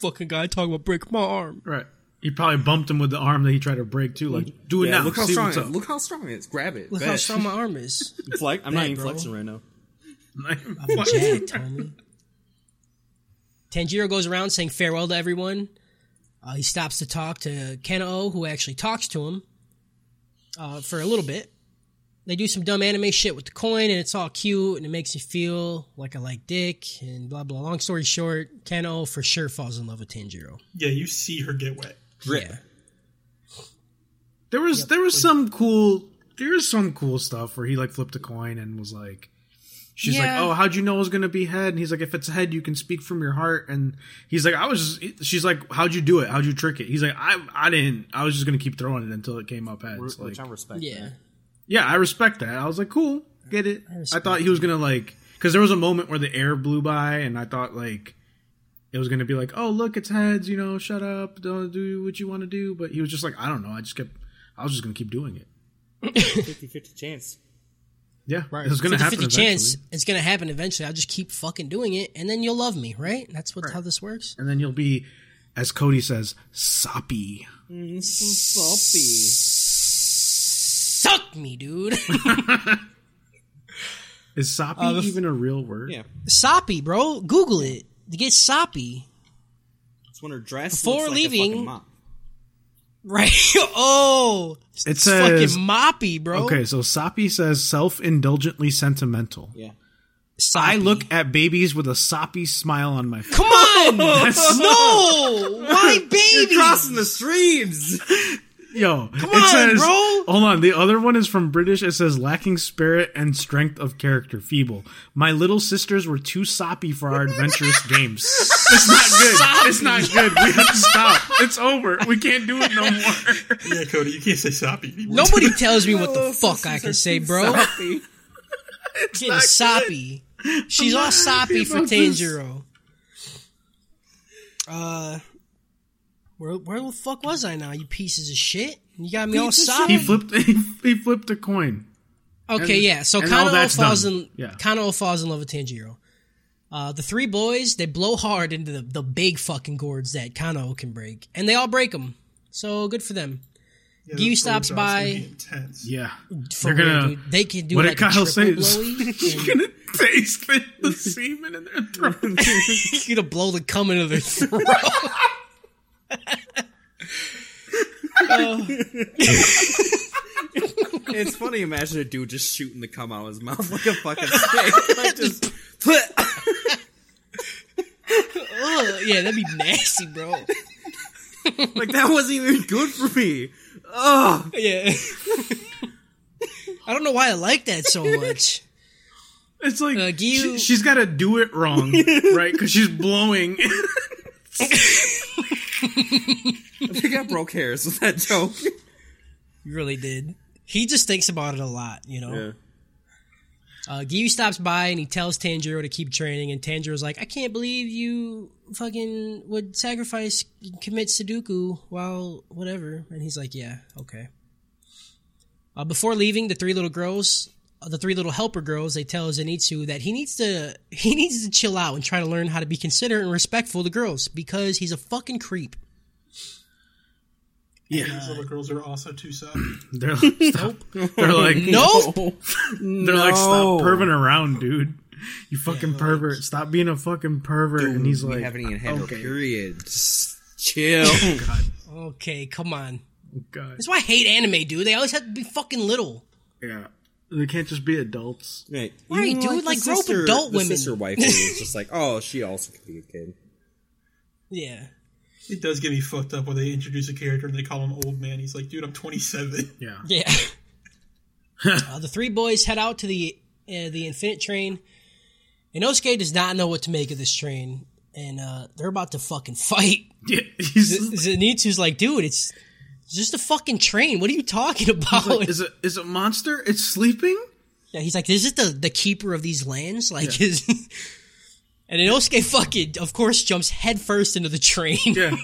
Speaker 2: Fucking guy talking about break my arm.
Speaker 4: Right. He probably bumped him with the arm that he tried to break, too. Like, do it
Speaker 5: Yeah,
Speaker 4: now.
Speaker 5: look how
Speaker 4: See
Speaker 5: strong
Speaker 4: what's
Speaker 5: it is.
Speaker 4: up.
Speaker 5: Look how strong it is. Grab it.
Speaker 2: Look how
Speaker 5: Bet.
Speaker 2: strong my arm is.
Speaker 5: Flex- I'm
Speaker 2: Bet,
Speaker 5: not even
Speaker 2: bro.
Speaker 5: flexing right now.
Speaker 2: I'm jacked, homie. Tanjiro goes around saying farewell to everyone. Uh, he stops to talk to Kanao, who actually talks to him uh, for a little bit. They do some dumb anime shit with the coin, and it's all cute, and it makes me feel like I like dick, and blah blah. Long story short, Kanao for sure falls in love with Tanjiro.
Speaker 6: yeah, you see her get wet.
Speaker 2: Yeah.
Speaker 4: There was there was some cool there was some cool stuff where he like flipped a coin and was like She's
Speaker 2: Yeah.
Speaker 4: like, "Oh, how'd you know it was gonna be head?" And he's like, "If it's head, you can speak from your heart." And he's like, "I was." Just, she's like, "How'd you do it? How'd you trick it?" He's like, "I, I didn't. I was just gonna keep throwing it until it came up heads."
Speaker 7: Which
Speaker 4: like,
Speaker 7: I respect.
Speaker 2: Yeah.
Speaker 4: yeah, I respect that. I was like, "Cool, get it." I,
Speaker 2: respect
Speaker 4: thought he was gonna like, because there was a moment where the air blew by, and I thought like, it was gonna be like, "Oh, look, it's heads." You know, shut up, don't do what you want to do. But he was just like, "I don't know. I just kept. I was just gonna keep doing it."
Speaker 7: 50-50 chance.
Speaker 4: Yeah, right. It was gonna
Speaker 2: 50
Speaker 4: happen.
Speaker 2: 50
Speaker 4: eventually.
Speaker 2: chance it's going to happen eventually. I'll just keep fucking doing it and then you'll love me, right? That's what how this works.
Speaker 4: and then you'll be, as Cody says, soppy.
Speaker 2: Suck me, dude.
Speaker 4: Is soppy
Speaker 2: the f-
Speaker 4: even a real word?
Speaker 7: Yeah.
Speaker 2: soppy, bro. Google it. Get soppy.
Speaker 7: It's when her dress
Speaker 2: Before
Speaker 7: looks like a
Speaker 2: leaving-
Speaker 7: fucking mop.
Speaker 2: Right. oh.
Speaker 4: It
Speaker 2: it's
Speaker 4: says-
Speaker 2: fucking moppy, bro.
Speaker 4: Okay, so soppy says self-indulgently sentimental.
Speaker 7: Yeah.
Speaker 2: Soppy.
Speaker 4: I look at babies with a soppy smile on my face.
Speaker 2: Come on.
Speaker 4: That's-
Speaker 2: no. Why baby?
Speaker 5: Crossing the streams.
Speaker 4: Yo,
Speaker 2: on,
Speaker 4: it says.
Speaker 2: bro.
Speaker 4: Hold on, the other one is from British. It says lacking spirit and strength of character, feeble. My little sisters were too soppy for our adventurous games. It's not good. It's not good. We have to stop. It's over. We can't do it no more.
Speaker 6: Yeah, Cody, you can't say soppy anymore.
Speaker 2: Nobody tells me what the fuck I can say, bro. Getting soppy. She's all soppy for Tanjiro. Uh, where where the fuck was I now? You pieces of shit! You got me all
Speaker 4: He
Speaker 2: soppy.
Speaker 4: flipped. He flipped a coin.
Speaker 2: Okay,
Speaker 4: and-
Speaker 2: yeah. So
Speaker 4: and all
Speaker 2: Kano
Speaker 4: that's
Speaker 2: falls
Speaker 4: done.
Speaker 2: in
Speaker 4: Yeah.
Speaker 2: Kano falls in love with Tanjiro. Uh, the three boys they blow hard into the, the big fucking gourds that Kano can break, and they all break them. So good for them.
Speaker 6: Yeah,
Speaker 2: Gyu
Speaker 6: that
Speaker 2: stops
Speaker 6: photo job's gonna
Speaker 2: by-
Speaker 6: be intense.
Speaker 4: Yeah,
Speaker 2: For
Speaker 4: They're
Speaker 2: real,
Speaker 4: gonna-
Speaker 2: dude. They can do
Speaker 4: what
Speaker 2: like
Speaker 4: did Kyle
Speaker 2: a
Speaker 4: say?
Speaker 2: triple blowy. and-
Speaker 4: You're gonna taste the, the semen in their throat.
Speaker 2: you to blow the cum into their throat.
Speaker 5: It's funny. Imagine a dude just shooting the cum out of his mouth like a fucking snake. Like just.
Speaker 2: Ugh, yeah, that'd be nasty, bro.
Speaker 5: Like that wasn't even good for me. Ugh.
Speaker 2: Yeah. I don't know why I like that so much.
Speaker 4: It's like
Speaker 2: Uh, Gyu-
Speaker 4: she, she's got to do it wrong, right? Because she's blowing.
Speaker 5: I think I broke hairs with that joke.
Speaker 2: You really did. He just thinks about it a lot, you know.
Speaker 5: Yeah.
Speaker 2: Uh, Gyu stops by and he tells Tanjiro to keep training, and Tanjiro's like, "I can't believe you fucking would sacrifice, commit Sudoku while whatever." And he's like, "Yeah, okay." Uh, before leaving, the three little girls, uh, the three little helper girls, they tell Zenitsu that he needs to he needs to chill out and try to learn how to be considerate and respectful to girls because he's a fucking creep.
Speaker 6: These little girls are also too soppy.
Speaker 4: they're like, stop. They're like,
Speaker 2: No,
Speaker 4: they're like, stop perving around, dude. You fucking pervert. Stop being a fucking pervert. and he's
Speaker 5: we
Speaker 4: like,
Speaker 5: haven't even had
Speaker 4: okay.
Speaker 5: a period. Just chill.
Speaker 2: okay, come on.
Speaker 4: God,
Speaker 2: That's why I hate anime, dude. They always have to be fucking little.
Speaker 4: yeah. They can't just be adults.
Speaker 5: Right,
Speaker 2: Right,
Speaker 5: Even,
Speaker 2: dude, like,
Speaker 5: the
Speaker 2: grow up adult
Speaker 5: the
Speaker 2: women.
Speaker 5: Sister wife is just like, oh, she also could be a kid.
Speaker 2: Yeah.
Speaker 6: It does get me fucked up when they introduce a character and they call him old man. He's like, dude, I'm 27.
Speaker 4: Yeah.
Speaker 2: Yeah. uh, the three boys head out to the uh, the Infinite Train. Inosuke does not know what to make of this train, and uh, they're about to fucking fight.
Speaker 4: yeah. He's,
Speaker 2: Zenitsu's like, dude, it's just a fucking train. What are you talking about?
Speaker 4: like, is it is it monster? It's sleeping.
Speaker 2: yeah, he's like, is it the, the keeper of these lands? Like, is. And Inosuke fucking, of course, jumps headfirst into the train.
Speaker 4: Yeah.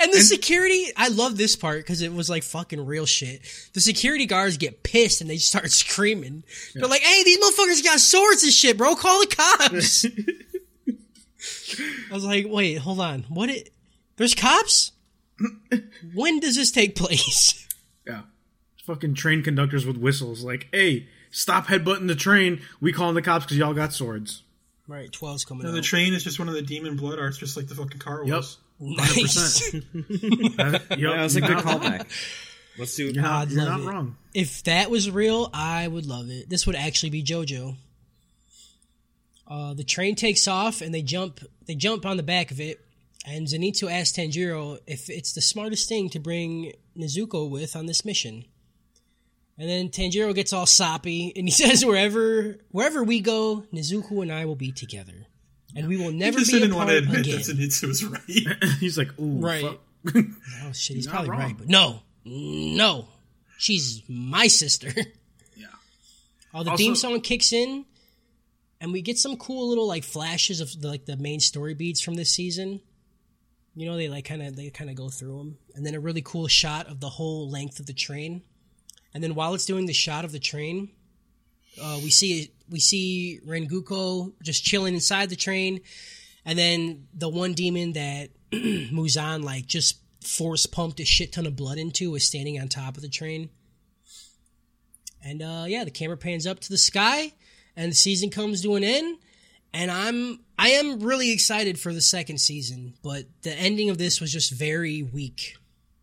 Speaker 2: And the security, I love this part because it was like fucking real shit. The security guards get pissed and they start screaming. They're like, "Hey, these motherfuckers got swords and shit, bro! Call the cops!" I was like, "Wait, hold on. What? It, there's cops? when does this take place?"
Speaker 4: Yeah. Fucking train conductors with whistles like, hey, stop headbutting the train. We calling the cops because y'all got swords.
Speaker 2: Right, twelve's coming
Speaker 6: And the
Speaker 2: out.
Speaker 6: train is just one of the demon blood arts, just like the fucking car
Speaker 4: Yep.
Speaker 6: was.
Speaker 2: nice.
Speaker 4: That- yep.
Speaker 5: That was a
Speaker 4: You're not-
Speaker 5: good callback. Let's do.
Speaker 4: You're not,
Speaker 2: I'd
Speaker 4: you're
Speaker 2: love
Speaker 4: not
Speaker 2: it.
Speaker 4: wrong.
Speaker 2: If that was real, I would love it. This would actually be JoJo. Uh, the train takes off and they jump. They jump on the back of it, and Zenitsu asks Tanjiro if it's the smartest thing to bring Nezuko with on this mission. And then Tanjiro gets all soppy and he says, "Wherever wherever we go, Nezuko and I will be together, and we will never
Speaker 6: He just
Speaker 2: be
Speaker 6: didn't want
Speaker 2: apart
Speaker 6: to admit
Speaker 2: again."
Speaker 6: that Zenitsu was right.
Speaker 4: He's like, ooh,
Speaker 2: Right.
Speaker 4: fuck.
Speaker 2: Oh shit, he's
Speaker 4: Not
Speaker 2: probably
Speaker 4: wrong.
Speaker 2: right, but no, no, she's my sister. Yeah. Oh, the
Speaker 4: Also-
Speaker 2: theme song kicks in, and we get some cool little like flashes of like the main story beats from this season. You know, they like kind of they kind of go through them, and then a really cool shot of the whole length of the train, and then while it's doing the shot of the train, uh, we see we see Rengoku just chilling inside the train, and then the one demon that Muzan like just force pumped a shit ton of blood into is standing on top of the train. And uh yeah, the camera pans up to the sky and the season comes to an end. And I'm I am really excited for the second season, but the ending of this was just very weak.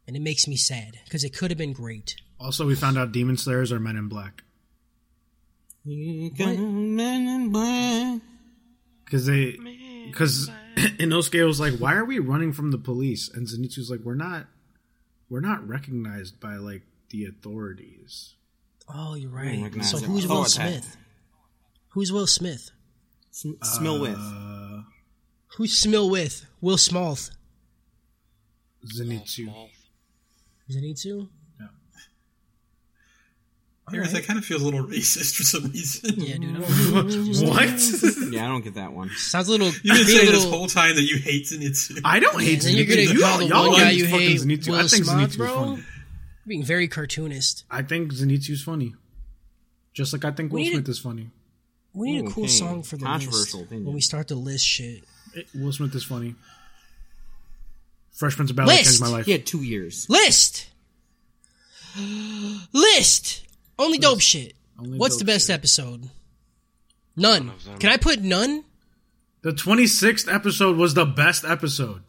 Speaker 2: And it makes me sad because it could have been great.
Speaker 4: Also, we found out Demon Slayers are men in black because they because Inosuke was like, "Why are we running from the police?" And Zenitsu's like, "We're not, we're not recognized by like the authorities."
Speaker 2: Oh, you're right.
Speaker 5: recognize
Speaker 2: so
Speaker 5: it.
Speaker 2: who's Will
Speaker 5: Thought that.
Speaker 2: Smith? Who's Will Smith?
Speaker 5: Sm- smell with.
Speaker 4: Uh,
Speaker 2: Who's Smill with? Will Smolth.
Speaker 4: Zenitsu.
Speaker 2: Zenitsu?
Speaker 6: Harris, that kind of feels a little racist for some reason.
Speaker 2: Yeah, dude.
Speaker 4: What?
Speaker 5: Yeah, I don't get that one.
Speaker 2: Sounds a little.
Speaker 6: You've been
Speaker 2: be a
Speaker 6: saying
Speaker 2: little,
Speaker 6: this whole time that you hate Zenitsu.
Speaker 4: I don't hate
Speaker 2: And then you're
Speaker 4: Zenitsu.
Speaker 2: gonna call the
Speaker 4: Y'all- y'all
Speaker 2: one guy
Speaker 4: like
Speaker 2: you
Speaker 4: fucking
Speaker 2: hate
Speaker 4: Zenitsu.
Speaker 2: Will
Speaker 4: I think
Speaker 2: Smith,
Speaker 4: Zenitsu's
Speaker 2: bro?
Speaker 4: funny.
Speaker 2: Being very cartoonist.
Speaker 4: I think Zenitsu's funny. Just like I think Will
Speaker 2: We need
Speaker 4: Smith is funny.
Speaker 2: We need a cool
Speaker 5: Okay.
Speaker 2: song for the list
Speaker 5: Controversial opinion.
Speaker 2: when we start the list shit.
Speaker 4: Will Smith is funny. Fresh Prince of Bel Air
Speaker 2: List!
Speaker 4: changed my life.
Speaker 5: He had two years.
Speaker 2: List, list. Only dope shit.
Speaker 4: Only
Speaker 2: What's
Speaker 4: dope
Speaker 2: the best
Speaker 4: shit.
Speaker 2: episode? None. Can I put none?
Speaker 4: The 26th episode was the best episode.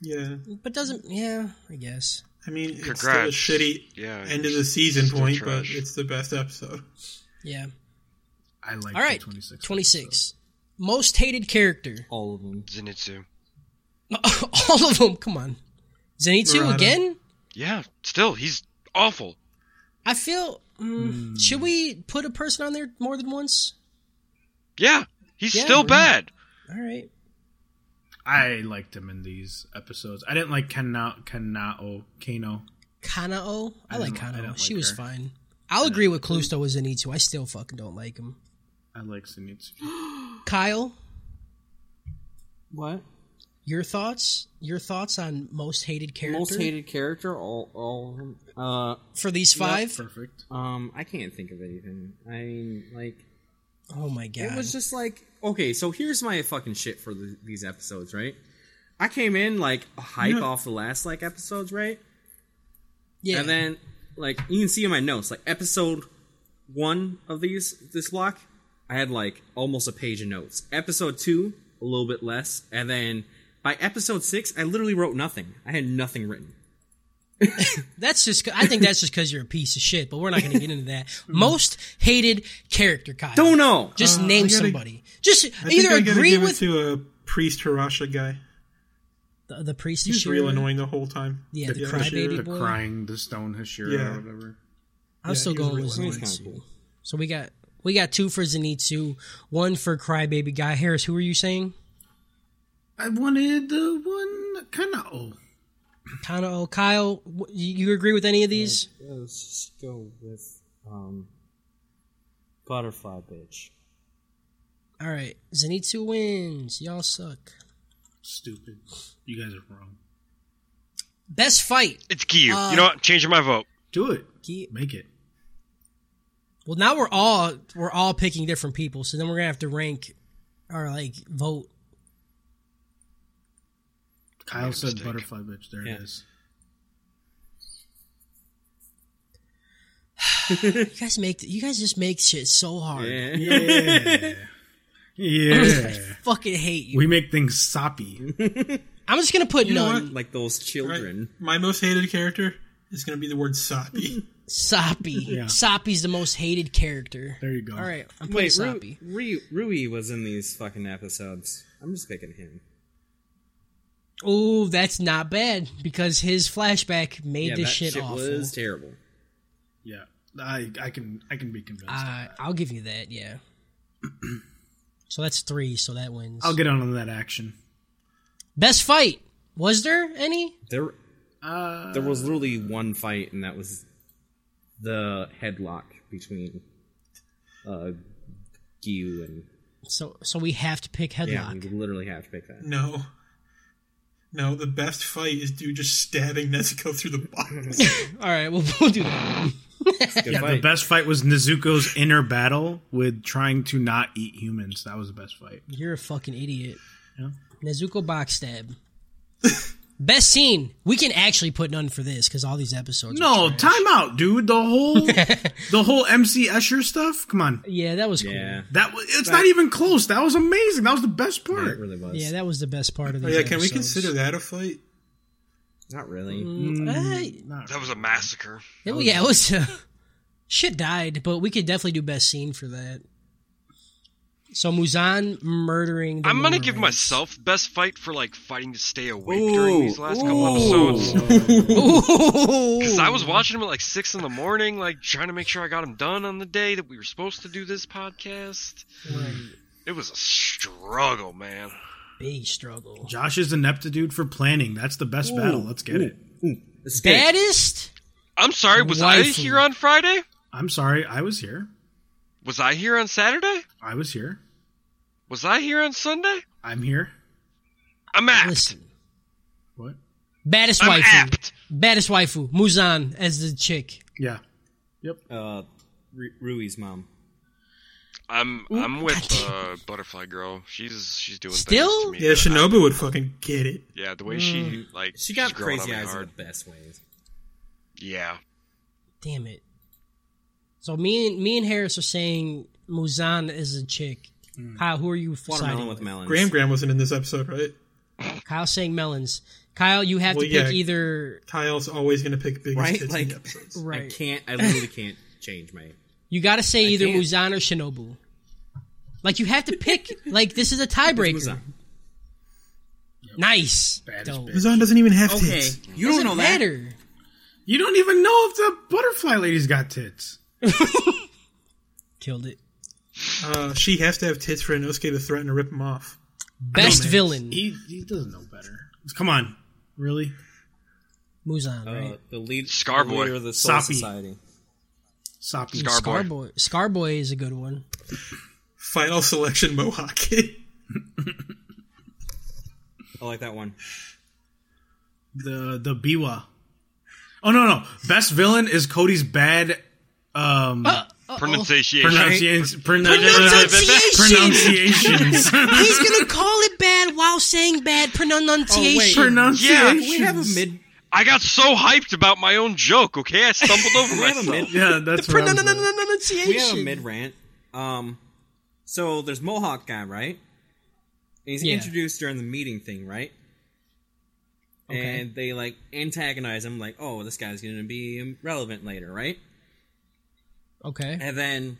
Speaker 6: yeah.
Speaker 2: But doesn't. Yeah, I guess.
Speaker 6: I mean, it's
Speaker 3: Congrats.
Speaker 6: still a shitty
Speaker 3: Yeah,
Speaker 6: end of
Speaker 3: you're
Speaker 6: the season
Speaker 3: still
Speaker 6: point,
Speaker 3: trash.
Speaker 6: but it's the best episode.
Speaker 2: Yeah.
Speaker 4: I like
Speaker 2: All right.
Speaker 4: the 26th.
Speaker 2: Twenty six. Most hated character.
Speaker 5: All of them.
Speaker 3: Zenitsu.
Speaker 2: All of them. Come on. Zenitsu
Speaker 6: Murata.
Speaker 2: again.
Speaker 3: Yeah, still he's awful.
Speaker 2: I feel.
Speaker 4: Hmm.
Speaker 2: Mm, Should we put a person on there more than once?
Speaker 3: Yeah, he's
Speaker 2: Yeah,
Speaker 3: still
Speaker 2: bro.
Speaker 3: bad.
Speaker 2: All right.
Speaker 4: I liked him in these episodes. I didn't like Kana, Kanao, Kano.
Speaker 2: Kanao. I,
Speaker 4: I
Speaker 2: like
Speaker 4: don't- I
Speaker 2: Kanao.
Speaker 4: don't
Speaker 2: she
Speaker 4: like
Speaker 2: was
Speaker 4: her.
Speaker 2: fine. I'll agree with Clusto was in E2. I still fucking don't like him.
Speaker 4: I like Zenitsu.
Speaker 2: Kyle,
Speaker 5: What?
Speaker 2: your thoughts? Your thoughts on most hated character
Speaker 5: Most hated character? All, all of them. Uh,
Speaker 2: for these five?
Speaker 4: Perfect.
Speaker 5: um, I can't think of anything. I mean, like,
Speaker 2: oh my god.
Speaker 5: It was just like, okay, so here's my fucking shit for the, these episodes, right? I came in like hype off the last like episodes, right?
Speaker 2: yeah.
Speaker 5: And then like you can see in my notes, like episode one of these this block, I had like almost a page of notes. Episode two, a little bit less, and then by episode six, I literally wrote nothing. I had nothing written.
Speaker 2: that's just I think that's just cuz you're a piece of shit, but we're not going to get into that. Most hated character, Kyle.
Speaker 5: Mm-hmm. Don't know.
Speaker 2: Just
Speaker 6: Uh,
Speaker 2: name
Speaker 6: I gotta-
Speaker 2: somebody. Just
Speaker 6: I think
Speaker 2: either
Speaker 6: I gotta
Speaker 2: agree
Speaker 6: give
Speaker 2: with
Speaker 6: it to a priest Hirasha guy.
Speaker 2: the, the priest
Speaker 6: He's real
Speaker 2: Ashira.
Speaker 6: annoying the whole time.
Speaker 2: Yeah, the
Speaker 6: for sure.
Speaker 2: crybaby
Speaker 4: The
Speaker 2: boy.
Speaker 4: crying, the stone Hashira
Speaker 6: Yeah.
Speaker 4: or whatever.
Speaker 2: I'm still
Speaker 6: he was
Speaker 2: going
Speaker 6: real
Speaker 2: with
Speaker 6: annoying.
Speaker 5: He's
Speaker 2: Zenitsu.
Speaker 5: kinda cool.
Speaker 2: So we got we got two for Zenitsu, one for Crybaby Guy Harris. Who are you saying?
Speaker 4: I wanted the one oh, Kanao.
Speaker 2: Kano, oh, Kyle, wh- you you agree with any of these?
Speaker 5: Let's just go with um, butterfly bitch.
Speaker 2: All right, Zenitsu wins. Y'all suck.
Speaker 4: Stupid. You guys are wrong.
Speaker 2: Best fight.
Speaker 3: It's Kiyu.
Speaker 2: Uh,
Speaker 3: you know what? Changing my vote.
Speaker 4: Do it.
Speaker 2: Ki-
Speaker 4: Make it.
Speaker 2: Well, now we're all we're all picking different people, so then we're gonna have to rank or like vote.
Speaker 4: Kyle said
Speaker 3: mistake.
Speaker 4: butterfly bitch. There
Speaker 5: Yeah.
Speaker 4: it is.
Speaker 2: You guys make you guys just make shit so hard.
Speaker 4: Yeah. yeah.
Speaker 2: I fucking hate you.
Speaker 4: We make things soppy.
Speaker 2: I'm just gonna put
Speaker 6: know
Speaker 2: none.
Speaker 5: Like those
Speaker 6: All right,
Speaker 5: children.
Speaker 6: My most hated character is going to be the word Soppy.
Speaker 2: Soppy.
Speaker 4: Yeah.
Speaker 2: Soppy's the most hated character.
Speaker 4: There you go.
Speaker 2: All right, I'm putting
Speaker 5: Wait, Ru-
Speaker 2: Soppy.
Speaker 5: Ru- Rui was in these fucking episodes. I'm just picking him.
Speaker 2: Oh, that's not bad because his flashback made
Speaker 5: yeah,
Speaker 2: this
Speaker 5: that
Speaker 2: shit, awful.
Speaker 5: was terrible.
Speaker 4: Yeah, I I can I can be convinced.
Speaker 2: Uh, I'll give you that. Yeah. so that's three. So that wins.
Speaker 4: I'll get on that action.
Speaker 2: Best fight. Was there any?
Speaker 5: There,
Speaker 4: Uh,
Speaker 5: there was literally one fight, and that was the headlock between uh, Gyu and
Speaker 2: So so we have to pick
Speaker 5: yeah.
Speaker 2: headlock.
Speaker 5: We literally have to pick that.
Speaker 6: No. No, the best fight is dude just stabbing Nezuko through the box.
Speaker 2: All right, we'll, we'll do that.
Speaker 5: Good
Speaker 4: yeah, the
Speaker 5: fight.
Speaker 4: best fight was Nezuko's inner battle with trying to not eat humans. That was the best fight.
Speaker 2: You're a fucking idiot.
Speaker 4: Yeah.
Speaker 2: Nezuko box stab. Best scene. We can actually put none for this because all these episodes. are
Speaker 4: No,
Speaker 2: trash.
Speaker 4: time out, dude. The whole the whole MC Escher stuff. Come on,
Speaker 2: Yeah, that was cool.
Speaker 5: yeah,
Speaker 2: Yeah,
Speaker 4: that was, it's not even close. That was amazing. That was the best
Speaker 5: it
Speaker 4: part.
Speaker 5: really was.
Speaker 2: that was the best part of
Speaker 6: oh,
Speaker 2: the.
Speaker 6: yeah, can we consider that a fight?
Speaker 5: Not really.
Speaker 2: Mm.
Speaker 3: That was a massacre.
Speaker 2: Uh,
Speaker 6: Oh,
Speaker 2: yeah, it was. Uh, shit died, but we could definitely do best scene for that. So Muzan murdering. The
Speaker 3: I'm gonna give
Speaker 2: Mormons.
Speaker 3: myself best fight for like fighting to stay awake during these last couple episodes. Because I was watching him at like six in the morning, like trying to make sure I got him done on the day that we were supposed to do this podcast.
Speaker 2: Hmm.
Speaker 3: It was a struggle, man.
Speaker 2: big struggle.
Speaker 4: Josh's ineptitude for planning. That's the best battle. Let's get it.
Speaker 5: It's good.
Speaker 2: Baddest.
Speaker 3: I'm sorry, was I
Speaker 2: Wifey.
Speaker 3: here on Friday?
Speaker 4: I'm sorry. I was here.
Speaker 3: Was I here on Saturday?
Speaker 4: I was here.
Speaker 3: Was I here on Sunday?
Speaker 4: I'm here.
Speaker 3: I'm apt.
Speaker 2: Listen,
Speaker 4: What?
Speaker 2: baddest
Speaker 3: Ah. I'm
Speaker 2: waifu.
Speaker 3: apt.
Speaker 2: Baddest waifu. Muzan as the chick.
Speaker 4: Yeah.
Speaker 5: Uh, Ru- Rui's mom.
Speaker 3: I'm I'm with
Speaker 2: goddamn.
Speaker 3: uh, Butterfly Girl. She's she's doing
Speaker 2: Still? Hmm.
Speaker 3: Things to me
Speaker 6: Yeah,
Speaker 3: that I-
Speaker 6: Shinobu would fucking get it.
Speaker 3: yeah, the way she like
Speaker 5: She got
Speaker 3: she's growing on
Speaker 5: crazy
Speaker 3: me
Speaker 5: eyes in
Speaker 3: hard.
Speaker 5: the best ways.
Speaker 3: Yeah,
Speaker 2: Damn it. So me and me and Harris are saying Muzan is a chick. Kyle, who are you
Speaker 5: Watermelon
Speaker 2: siding
Speaker 5: with melons.
Speaker 6: Graham Graham wasn't in this episode, right?
Speaker 2: Kyle saying melons. Kyle, you have
Speaker 6: Well,
Speaker 2: to pick
Speaker 6: yeah.
Speaker 2: either.
Speaker 6: Kyle's always gonna pick biggest
Speaker 5: Right,
Speaker 6: tits in
Speaker 5: like-
Speaker 6: the episodes.
Speaker 5: I
Speaker 2: Right.
Speaker 5: can't. I literally can't change my.
Speaker 2: You got to say either
Speaker 5: can't.
Speaker 2: Muzan or Shinobu. Like you have to pick. like this is a tiebreaker.
Speaker 5: Muzan.
Speaker 2: Nice.
Speaker 4: Baddest
Speaker 2: Dope.
Speaker 4: bitch.
Speaker 6: Mizan doesn't even have
Speaker 5: Okay,
Speaker 6: tits.
Speaker 5: you
Speaker 2: Doesn't
Speaker 5: don't know that.
Speaker 2: matter.
Speaker 4: You don't even know if the butterfly lady's got tits.
Speaker 2: Killed it.
Speaker 6: Uh, she has to have tits for Inosuke to threaten to rip him off.
Speaker 2: Best villain.
Speaker 4: He he doesn't know better. Come on, really?
Speaker 2: Muzan.
Speaker 5: Uh,
Speaker 2: Right.
Speaker 5: the lead,
Speaker 3: Scarboy.
Speaker 5: the leader of the Soul
Speaker 4: Soppy.
Speaker 5: Society.
Speaker 4: Soppy.
Speaker 3: Scar- Scarboy.
Speaker 2: Scarboy. Scarboy is a good one.
Speaker 6: Final selection Mohawk kid.
Speaker 5: I like that one.
Speaker 4: the the Biwa. Oh no no! Best villain is Cody's bad um
Speaker 3: pronunciation.
Speaker 4: pronunciations.
Speaker 2: Pronunciation.
Speaker 4: pronunciations.
Speaker 2: He's gonna call it bad while saying bad pronunciation.
Speaker 5: Oh,
Speaker 4: pronunciations.
Speaker 5: We have a mid.
Speaker 3: I got so hyped about my own joke. Okay, I stumbled over
Speaker 5: We have a
Speaker 3: myself.
Speaker 5: mid.
Speaker 4: Yeah, that's what I was doing.
Speaker 2: pronunciation.
Speaker 5: We have a mid rant. Um, so there's Mohawk guy, right? And he's
Speaker 2: Yeah.
Speaker 5: introduced during the meeting thing, right? And they like antagonize him, like, "Oh, this guy's going to be relevant later, right?"
Speaker 2: Okay.
Speaker 5: and then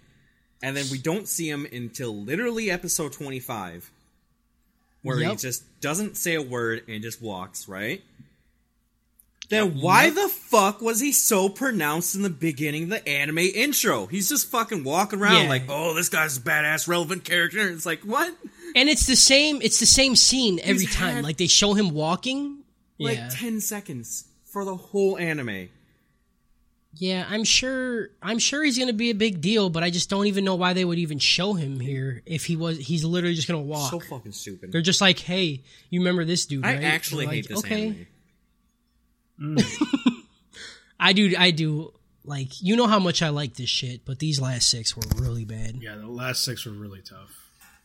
Speaker 5: and then we don't see him until literally episode 25 where he
Speaker 2: Yep.
Speaker 5: just doesn't say a word and just walks right then why the fuck was he so pronounced in the beginning of the anime intro he's just fucking walking around
Speaker 2: Yeah.
Speaker 5: like oh this guy's a badass relevant character it's like what
Speaker 2: And it's the same. It's the same scene every time.
Speaker 5: had-
Speaker 2: like they show him walking.
Speaker 5: like
Speaker 2: yeah.
Speaker 5: 10 seconds for the whole anime
Speaker 2: yeah. I'm sure. I'm sure he's gonna be a big deal, but I just don't even know why they would even show him here if he was. He's literally just gonna walk.
Speaker 5: so fucking stupid
Speaker 2: They're just like, hey, you remember this dude?
Speaker 5: i
Speaker 2: right?
Speaker 5: actually
Speaker 2: They're
Speaker 5: hate
Speaker 2: like,
Speaker 5: this anime
Speaker 2: I do. I do. Like you know how much I like this shit, but these last six were really bad.
Speaker 4: Yeah, the last six were really tough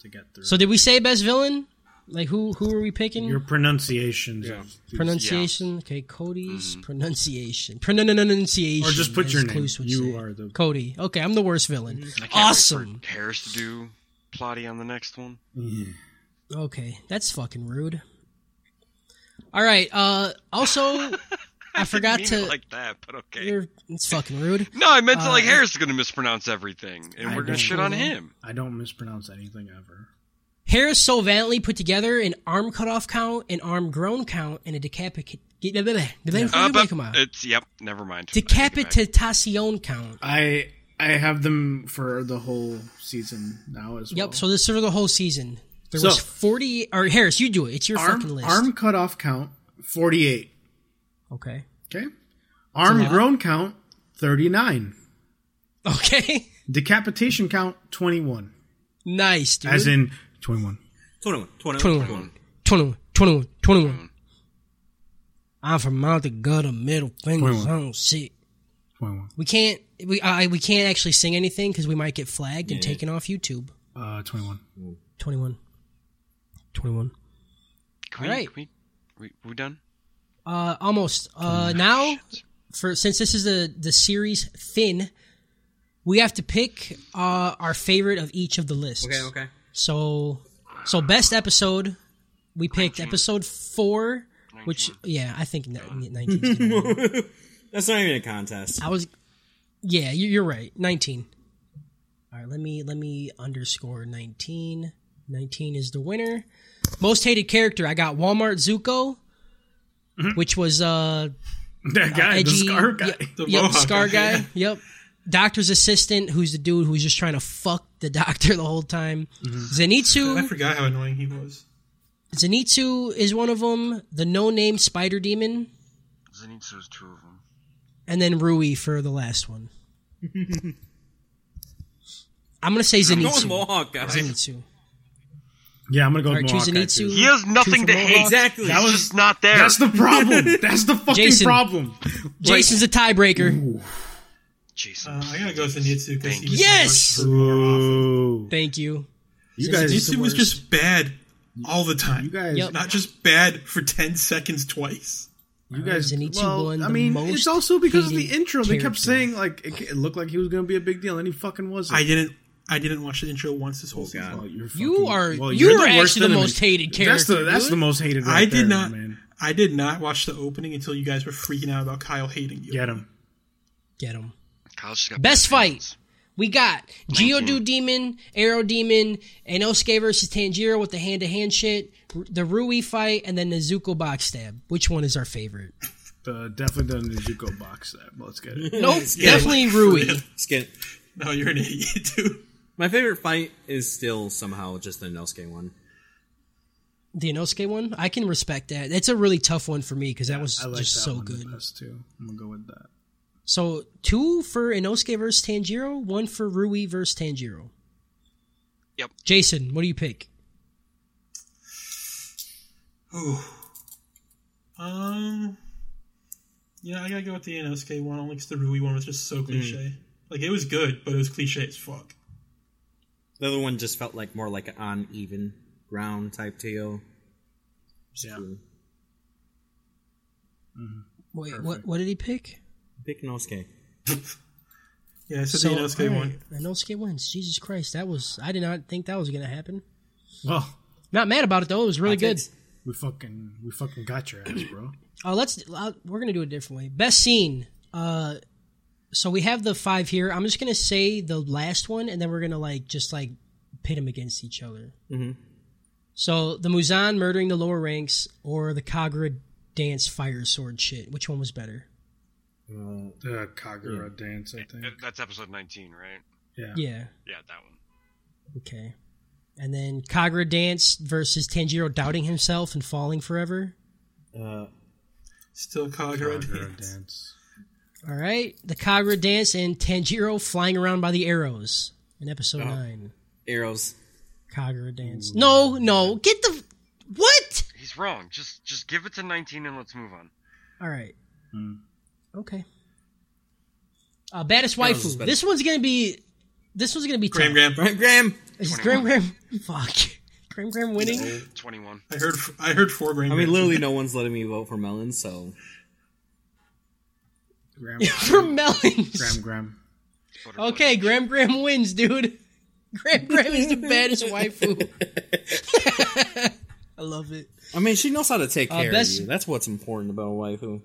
Speaker 4: to get through.
Speaker 2: So did we say best villain? Like who who are we picking?
Speaker 4: Your pronunciations, of these-
Speaker 2: pronunciation. Okay, Cody's
Speaker 3: Mm-hmm.
Speaker 2: pronunciation. Pronunciation.
Speaker 4: or just put
Speaker 2: as
Speaker 4: your name.
Speaker 2: Clues would
Speaker 4: You
Speaker 2: say.
Speaker 4: are the
Speaker 2: Cody. Okay, I'm the worst villain.
Speaker 3: Mm-hmm. I can't wait
Speaker 2: Awesome.
Speaker 3: for Harris to do plotty on the next one.
Speaker 2: Okay, that's fucking rude. All right. Uh. Also, I forgot
Speaker 3: Mean it
Speaker 2: to.
Speaker 3: like that, but okay.
Speaker 2: you're, it's fucking rude.
Speaker 3: No, I meant to like Harris is gonna mispronounce everything, and
Speaker 4: I
Speaker 3: we're gonna
Speaker 4: don't
Speaker 3: shit on
Speaker 4: know.
Speaker 3: him.
Speaker 4: I don't mispronounce anything ever.
Speaker 2: Harris so valiantly put together an arm cutoff count, an arm grown count, and a decapit. Did
Speaker 3: Uh,
Speaker 2: they
Speaker 3: but
Speaker 2: come out?
Speaker 3: it's yep. Never mind. I take it back.
Speaker 2: Decapitacion count.
Speaker 4: I I have them for the whole season now as well.
Speaker 2: Yep. So this is for the whole season. There
Speaker 4: So-
Speaker 2: was forty. Or Harris, you do it. It's your fucking
Speaker 4: arm
Speaker 2: list.
Speaker 4: arm cutoff count forty eight.
Speaker 2: Okay.
Speaker 4: Okay, arm
Speaker 2: lot.
Speaker 4: grown count thirty nine.
Speaker 2: Okay.
Speaker 4: Decapitation count twenty one.
Speaker 2: nice, dude.
Speaker 4: As in twenty one.
Speaker 7: 21. 21.
Speaker 2: 21, 21, 21, 21. I'm from Mount the gutter, middle fingers.
Speaker 4: 21.
Speaker 2: I don't sit.
Speaker 4: Twenty one.
Speaker 2: We can't. We I, we can't actually sing anything because we might get flagged and taken off YouTube.
Speaker 4: Uh, twenty one.
Speaker 2: Twenty one. Twenty one.
Speaker 3: Can we,
Speaker 2: Alright.
Speaker 3: can we, we we done?
Speaker 2: Uh, almost.
Speaker 4: Oh,
Speaker 2: Uh, now for since this is the the series thin, we have to pick uh our favorite of each of the lists.
Speaker 7: Okay, okay.
Speaker 2: So, so best episode, we picked episode four, which yeah, I think nineteen.
Speaker 7: That's not even a contest.
Speaker 2: I was, yeah, you- you're right, nineteen. All right, let me let me underscore nineteen. Nineteen is the winner. Most hated character, I got Walmart Zuko, which was uh
Speaker 4: That Mm-hmm. guy, the
Speaker 2: edgy-
Speaker 4: scar guy.
Speaker 2: Yep,
Speaker 6: The
Speaker 2: yep,
Speaker 6: Mohawk
Speaker 2: scar
Speaker 6: guy.
Speaker 2: guy. Yep. Doctor's assistant, who's the dude who's just trying to fuck the doctor the whole time.
Speaker 4: Mm-hmm.
Speaker 6: I
Speaker 2: Zenitsu,
Speaker 6: forgot how annoying he was.
Speaker 2: Zenitsu is one of them. The no-name spider demon,
Speaker 3: Zenitsu's two of them.
Speaker 2: and then Rui for the last one. I'm gonna say
Speaker 7: I'm going
Speaker 2: Zenitsu.
Speaker 7: Mohawk, guys.
Speaker 2: Zenitsu.
Speaker 4: Yeah, I'm gonna go
Speaker 2: All
Speaker 4: with
Speaker 2: right, choose
Speaker 4: Mohawk guy, too.
Speaker 2: Zenitsu.
Speaker 3: He has nothing to hate.
Speaker 7: Exactly.
Speaker 3: That was just not there.
Speaker 4: That's the problem. That's the fucking
Speaker 2: Jason.
Speaker 4: problem.
Speaker 2: Jason's a tiebreaker.
Speaker 3: Jason.
Speaker 6: Uh, I gotta go Zenitsu because he was
Speaker 2: Yes!
Speaker 4: Ooh.
Speaker 2: Thank you.
Speaker 4: You guys,
Speaker 6: Zenitsu was just bad all the time.
Speaker 4: you guys,
Speaker 2: Yep.
Speaker 6: Not just bad for 10 seconds twice.
Speaker 4: you guys.
Speaker 2: Zenitsu won
Speaker 4: Well, I
Speaker 2: the
Speaker 4: mean,
Speaker 2: most
Speaker 4: it's also because of the
Speaker 2: hated
Speaker 4: intro. They kept
Speaker 2: character.
Speaker 4: saying like it, it looked like he was gonna be a big deal, and he fucking wasn't.
Speaker 6: I didn't I didn't watch the intro once this whole season.
Speaker 4: Oh, you're
Speaker 2: You
Speaker 4: fucking-
Speaker 2: are-
Speaker 4: well,
Speaker 2: you
Speaker 4: you're
Speaker 2: are
Speaker 4: worst
Speaker 2: actually the
Speaker 4: enemy.
Speaker 2: most hated
Speaker 4: That's the
Speaker 2: character,
Speaker 4: that's
Speaker 2: dude.
Speaker 4: the most hated. Right
Speaker 6: I did
Speaker 4: there,
Speaker 6: not
Speaker 4: man.
Speaker 6: I did not watch the opening until you guys were freaking out about Kyle hating you.
Speaker 4: Get him.
Speaker 2: Get him.
Speaker 3: Kyle's just got
Speaker 2: Best
Speaker 3: bad hands.
Speaker 2: fight. We got Geodude Demon, Arrow Demon, Inosuke versus Tanjiro with the hand to hand shit, r- the Rui fight, and then the Zuko box stab. Which one is our favorite?
Speaker 4: Uh, definitely done the Zuko box set. Let's get it.
Speaker 2: Nope, definitely Rui.
Speaker 7: Skin.
Speaker 6: No, you're an idiot, dude.
Speaker 7: My favorite fight is still somehow just the Nosuke one.
Speaker 2: The Inosuke one? I can respect that. That's a really tough one for me because that was
Speaker 4: I like
Speaker 2: just
Speaker 4: that
Speaker 2: so
Speaker 4: one the
Speaker 2: good.
Speaker 4: best, too. I'm gonna go with that.
Speaker 2: So, two for Inosuke versus Tanjiro, one for Rui versus Tanjiro.
Speaker 3: Yep.
Speaker 2: Jason, what do you pick?
Speaker 6: Ooh. Um. Yeah, I gotta go with the NSK one only 'cause the Rui one was just
Speaker 7: Hmm.
Speaker 6: so cliche. Like it was good, but it was cliche as fuck.
Speaker 7: The other one just felt like more like an uneven ground type deal.
Speaker 4: Yeah.
Speaker 2: Wait, what, what did he pick?
Speaker 7: Pick Nosuke.
Speaker 6: Yeah, so,
Speaker 2: So,
Speaker 6: the NSK
Speaker 2: all
Speaker 6: one.
Speaker 2: right, Inosuke wins. Jesus Christ, that was. I did not think that was going to happen.
Speaker 4: Well,
Speaker 2: Not mad about it though. It was really good.
Speaker 4: we fucking we fucking got your ass, bro.
Speaker 2: Uh, let's. Uh, we're gonna do it a different way. Best scene. Uh, so we have the five here. I'm just gonna say the last one, and then we're gonna like just like pit them against each other. Mm-hmm. So the Muzan murdering the lower ranks, or the Kagura dance fire sword shit. Which one was better?
Speaker 7: Uh,
Speaker 4: The Kagura dance, I think.
Speaker 3: Uh, That's episode 19, right?
Speaker 4: Yeah.
Speaker 2: Yeah.
Speaker 3: Yeah, that one.
Speaker 2: Okay. And then Kagura dance versus Tanjiro doubting himself and falling forever.
Speaker 7: uh,
Speaker 6: Still Kagura.
Speaker 4: Kagura
Speaker 6: dance.
Speaker 4: dance.
Speaker 2: All right, the Kagura dance and Tanjiro flying around by the arrows in episode nine.
Speaker 7: Arrows.
Speaker 2: Kagura dance. No, no, get the what?
Speaker 3: He's wrong. Just just give it to 19 and let's move on.
Speaker 2: All right,
Speaker 6: Hmm.
Speaker 2: okay. Uh, baddest
Speaker 7: Arrows is
Speaker 2: waifu.
Speaker 7: better.
Speaker 2: This one's gonna be. This one's gonna be
Speaker 6: Graham
Speaker 2: tough.
Speaker 6: Graham.
Speaker 7: Right, Graham.
Speaker 2: Is Graham Graham? Fuck. Graham Graham winning.
Speaker 3: 21.
Speaker 6: I heard. I heard four Graham.
Speaker 7: I mean,
Speaker 6: Grahams.
Speaker 7: literally no one's letting me vote for Melon, so
Speaker 4: Graham,
Speaker 2: For Melons.
Speaker 4: Graham, Graham.
Speaker 2: Okay, Graham Graham wins, dude. Graham Graham is the baddest waifu. I love it.
Speaker 7: I mean, she knows how to take
Speaker 2: Uh,
Speaker 7: care
Speaker 2: best-
Speaker 7: of you. That's what's important about a waifu.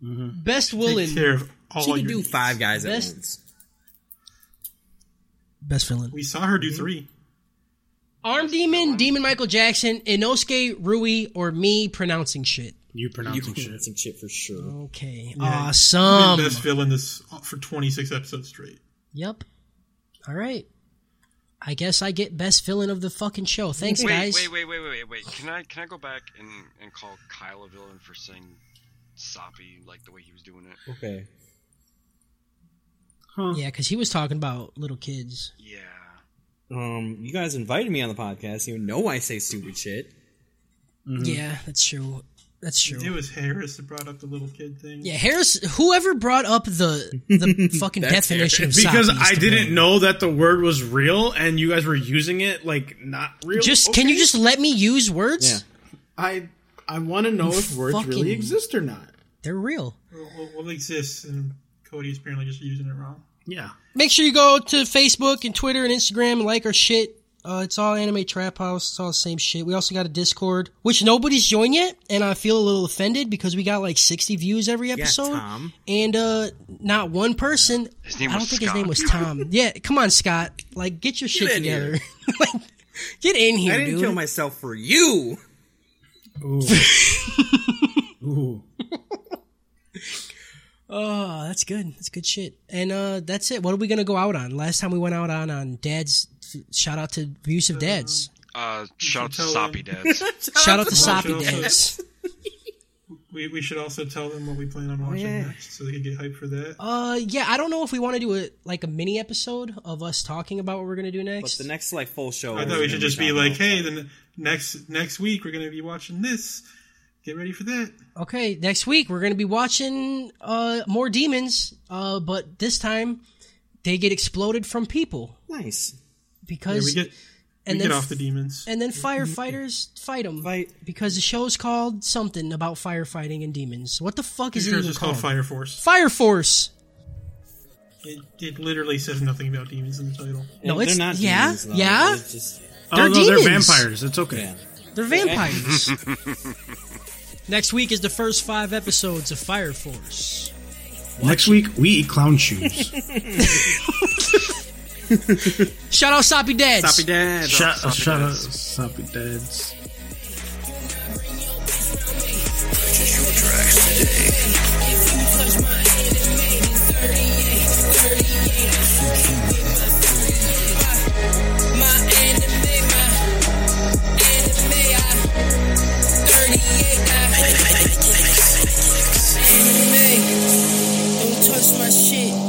Speaker 2: Best
Speaker 6: Take
Speaker 2: villain.
Speaker 6: care of all
Speaker 7: She
Speaker 6: your
Speaker 7: can do
Speaker 6: needs.
Speaker 7: five guys at
Speaker 2: Best-
Speaker 7: once.
Speaker 2: Best villain.
Speaker 7: Mm-hmm.
Speaker 6: We saw her do three.
Speaker 2: Arm Demon, Demon Michael Jackson, Inosuke Rui, or me pronouncing shit.
Speaker 4: You pronouncing shit.
Speaker 7: Some shit for sure.
Speaker 2: Okay.
Speaker 6: Been
Speaker 7: Um,
Speaker 2: Awesome.
Speaker 6: best villain this uh, for 26 episodes straight.
Speaker 2: Yep. All right. I guess I get best villain of the fucking show. Thanks,
Speaker 3: Wait,
Speaker 2: guys.
Speaker 3: wait, wait, wait, wait, wait, wait. Can I can I go back and, and call Kyle a villain for saying soppy like the way he was doing it?
Speaker 7: Okay.
Speaker 2: Yeah, because he was talking about little kids.
Speaker 3: Yeah.
Speaker 7: Um, you guys invited me on the podcast. You know I say stupid shit.
Speaker 4: Mm-hmm.
Speaker 2: Yeah, that's true. That's true.
Speaker 6: It was Harris that brought up the little kid thing.
Speaker 2: Yeah, Harris. Whoever brought up the the fucking definition of
Speaker 4: Because
Speaker 2: soppy is
Speaker 4: I
Speaker 2: to
Speaker 4: didn't
Speaker 2: blame.
Speaker 4: know that the word was real and you guys were using it like not real.
Speaker 2: Just can you
Speaker 4: Okay.
Speaker 2: just let me use words?
Speaker 7: Yeah.
Speaker 8: I I want to know if words
Speaker 2: fucking-
Speaker 8: really exist or not.
Speaker 2: They're real.
Speaker 6: Well, well, well, it exists, and Cody is apparently just using it wrong.
Speaker 4: Yeah.
Speaker 2: Make sure you go to Facebook and Twitter and Instagram and like our shit. Uh, it's all anime trap house. It's all the same shit. We also got a Discord, which nobody's joined yet, and I feel a little offended because we got like sixty views every episode,
Speaker 7: Tom.
Speaker 2: and uh, not one person.
Speaker 3: His name
Speaker 2: I don't
Speaker 3: was
Speaker 2: think his
Speaker 3: Scott.
Speaker 2: name was Tom. yeah, come on, Scott. Like, get your shit
Speaker 7: in
Speaker 2: together. like, get in here,
Speaker 7: I didn't
Speaker 2: dude.
Speaker 7: kill myself for you.
Speaker 2: Oh, that's good. That's good shit. And uh that's it. What are we gonna go out on? Last time we went out on on Dad's. Shout out to abusive dads.
Speaker 3: Uh, shout out to
Speaker 6: tell
Speaker 3: soppy dads.
Speaker 2: Shout out to
Speaker 6: Soppy
Speaker 2: soppy
Speaker 6: Dads.
Speaker 2: dads.
Speaker 6: We, we should also tell them what we plan on watching next, so they can get hyped for that.
Speaker 2: Uh, yeah. I don't know if we want to do a like a mini episode of us talking about what we're gonna do
Speaker 7: But
Speaker 2: next.
Speaker 7: the next like full show.
Speaker 6: I
Speaker 7: is
Speaker 6: thought we
Speaker 7: gonna
Speaker 6: should just be
Speaker 7: John
Speaker 6: like,
Speaker 7: Oliver.
Speaker 6: hey, then next next week we're gonna be watching this. Get ready for that.
Speaker 2: okay, next week we're gonna be watching uh more demons. Uh, but this time they get exploded from people
Speaker 7: nice.
Speaker 6: Yeah,
Speaker 2: because
Speaker 6: we get
Speaker 2: and
Speaker 6: we
Speaker 2: then
Speaker 6: get off the demons.
Speaker 2: and then firefighters fight them
Speaker 7: Fight.
Speaker 2: because the show's called something about firefighting and demons. What the fuck is it
Speaker 6: Yours
Speaker 2: even
Speaker 6: is called
Speaker 2: called?
Speaker 6: Fire Force.
Speaker 2: Fire Force.
Speaker 6: It, it literally says nothing about demons in the title.
Speaker 2: No,
Speaker 7: And
Speaker 2: it's-
Speaker 7: they're not
Speaker 2: yeah,
Speaker 7: demons, though.
Speaker 2: yeah.
Speaker 7: It's just-
Speaker 2: They're
Speaker 4: oh, no, they're
Speaker 2: demons.
Speaker 4: vampires. It's okay.
Speaker 7: yeah.
Speaker 2: They're vampires. Next week is the first five episodes of Fire Force.
Speaker 4: Next week we eat clown shoes.
Speaker 2: Shout out Soppy Dads.
Speaker 7: Soppy dad.
Speaker 4: Shut up, shut up, soppy dads.
Speaker 9: Don't touch my shit.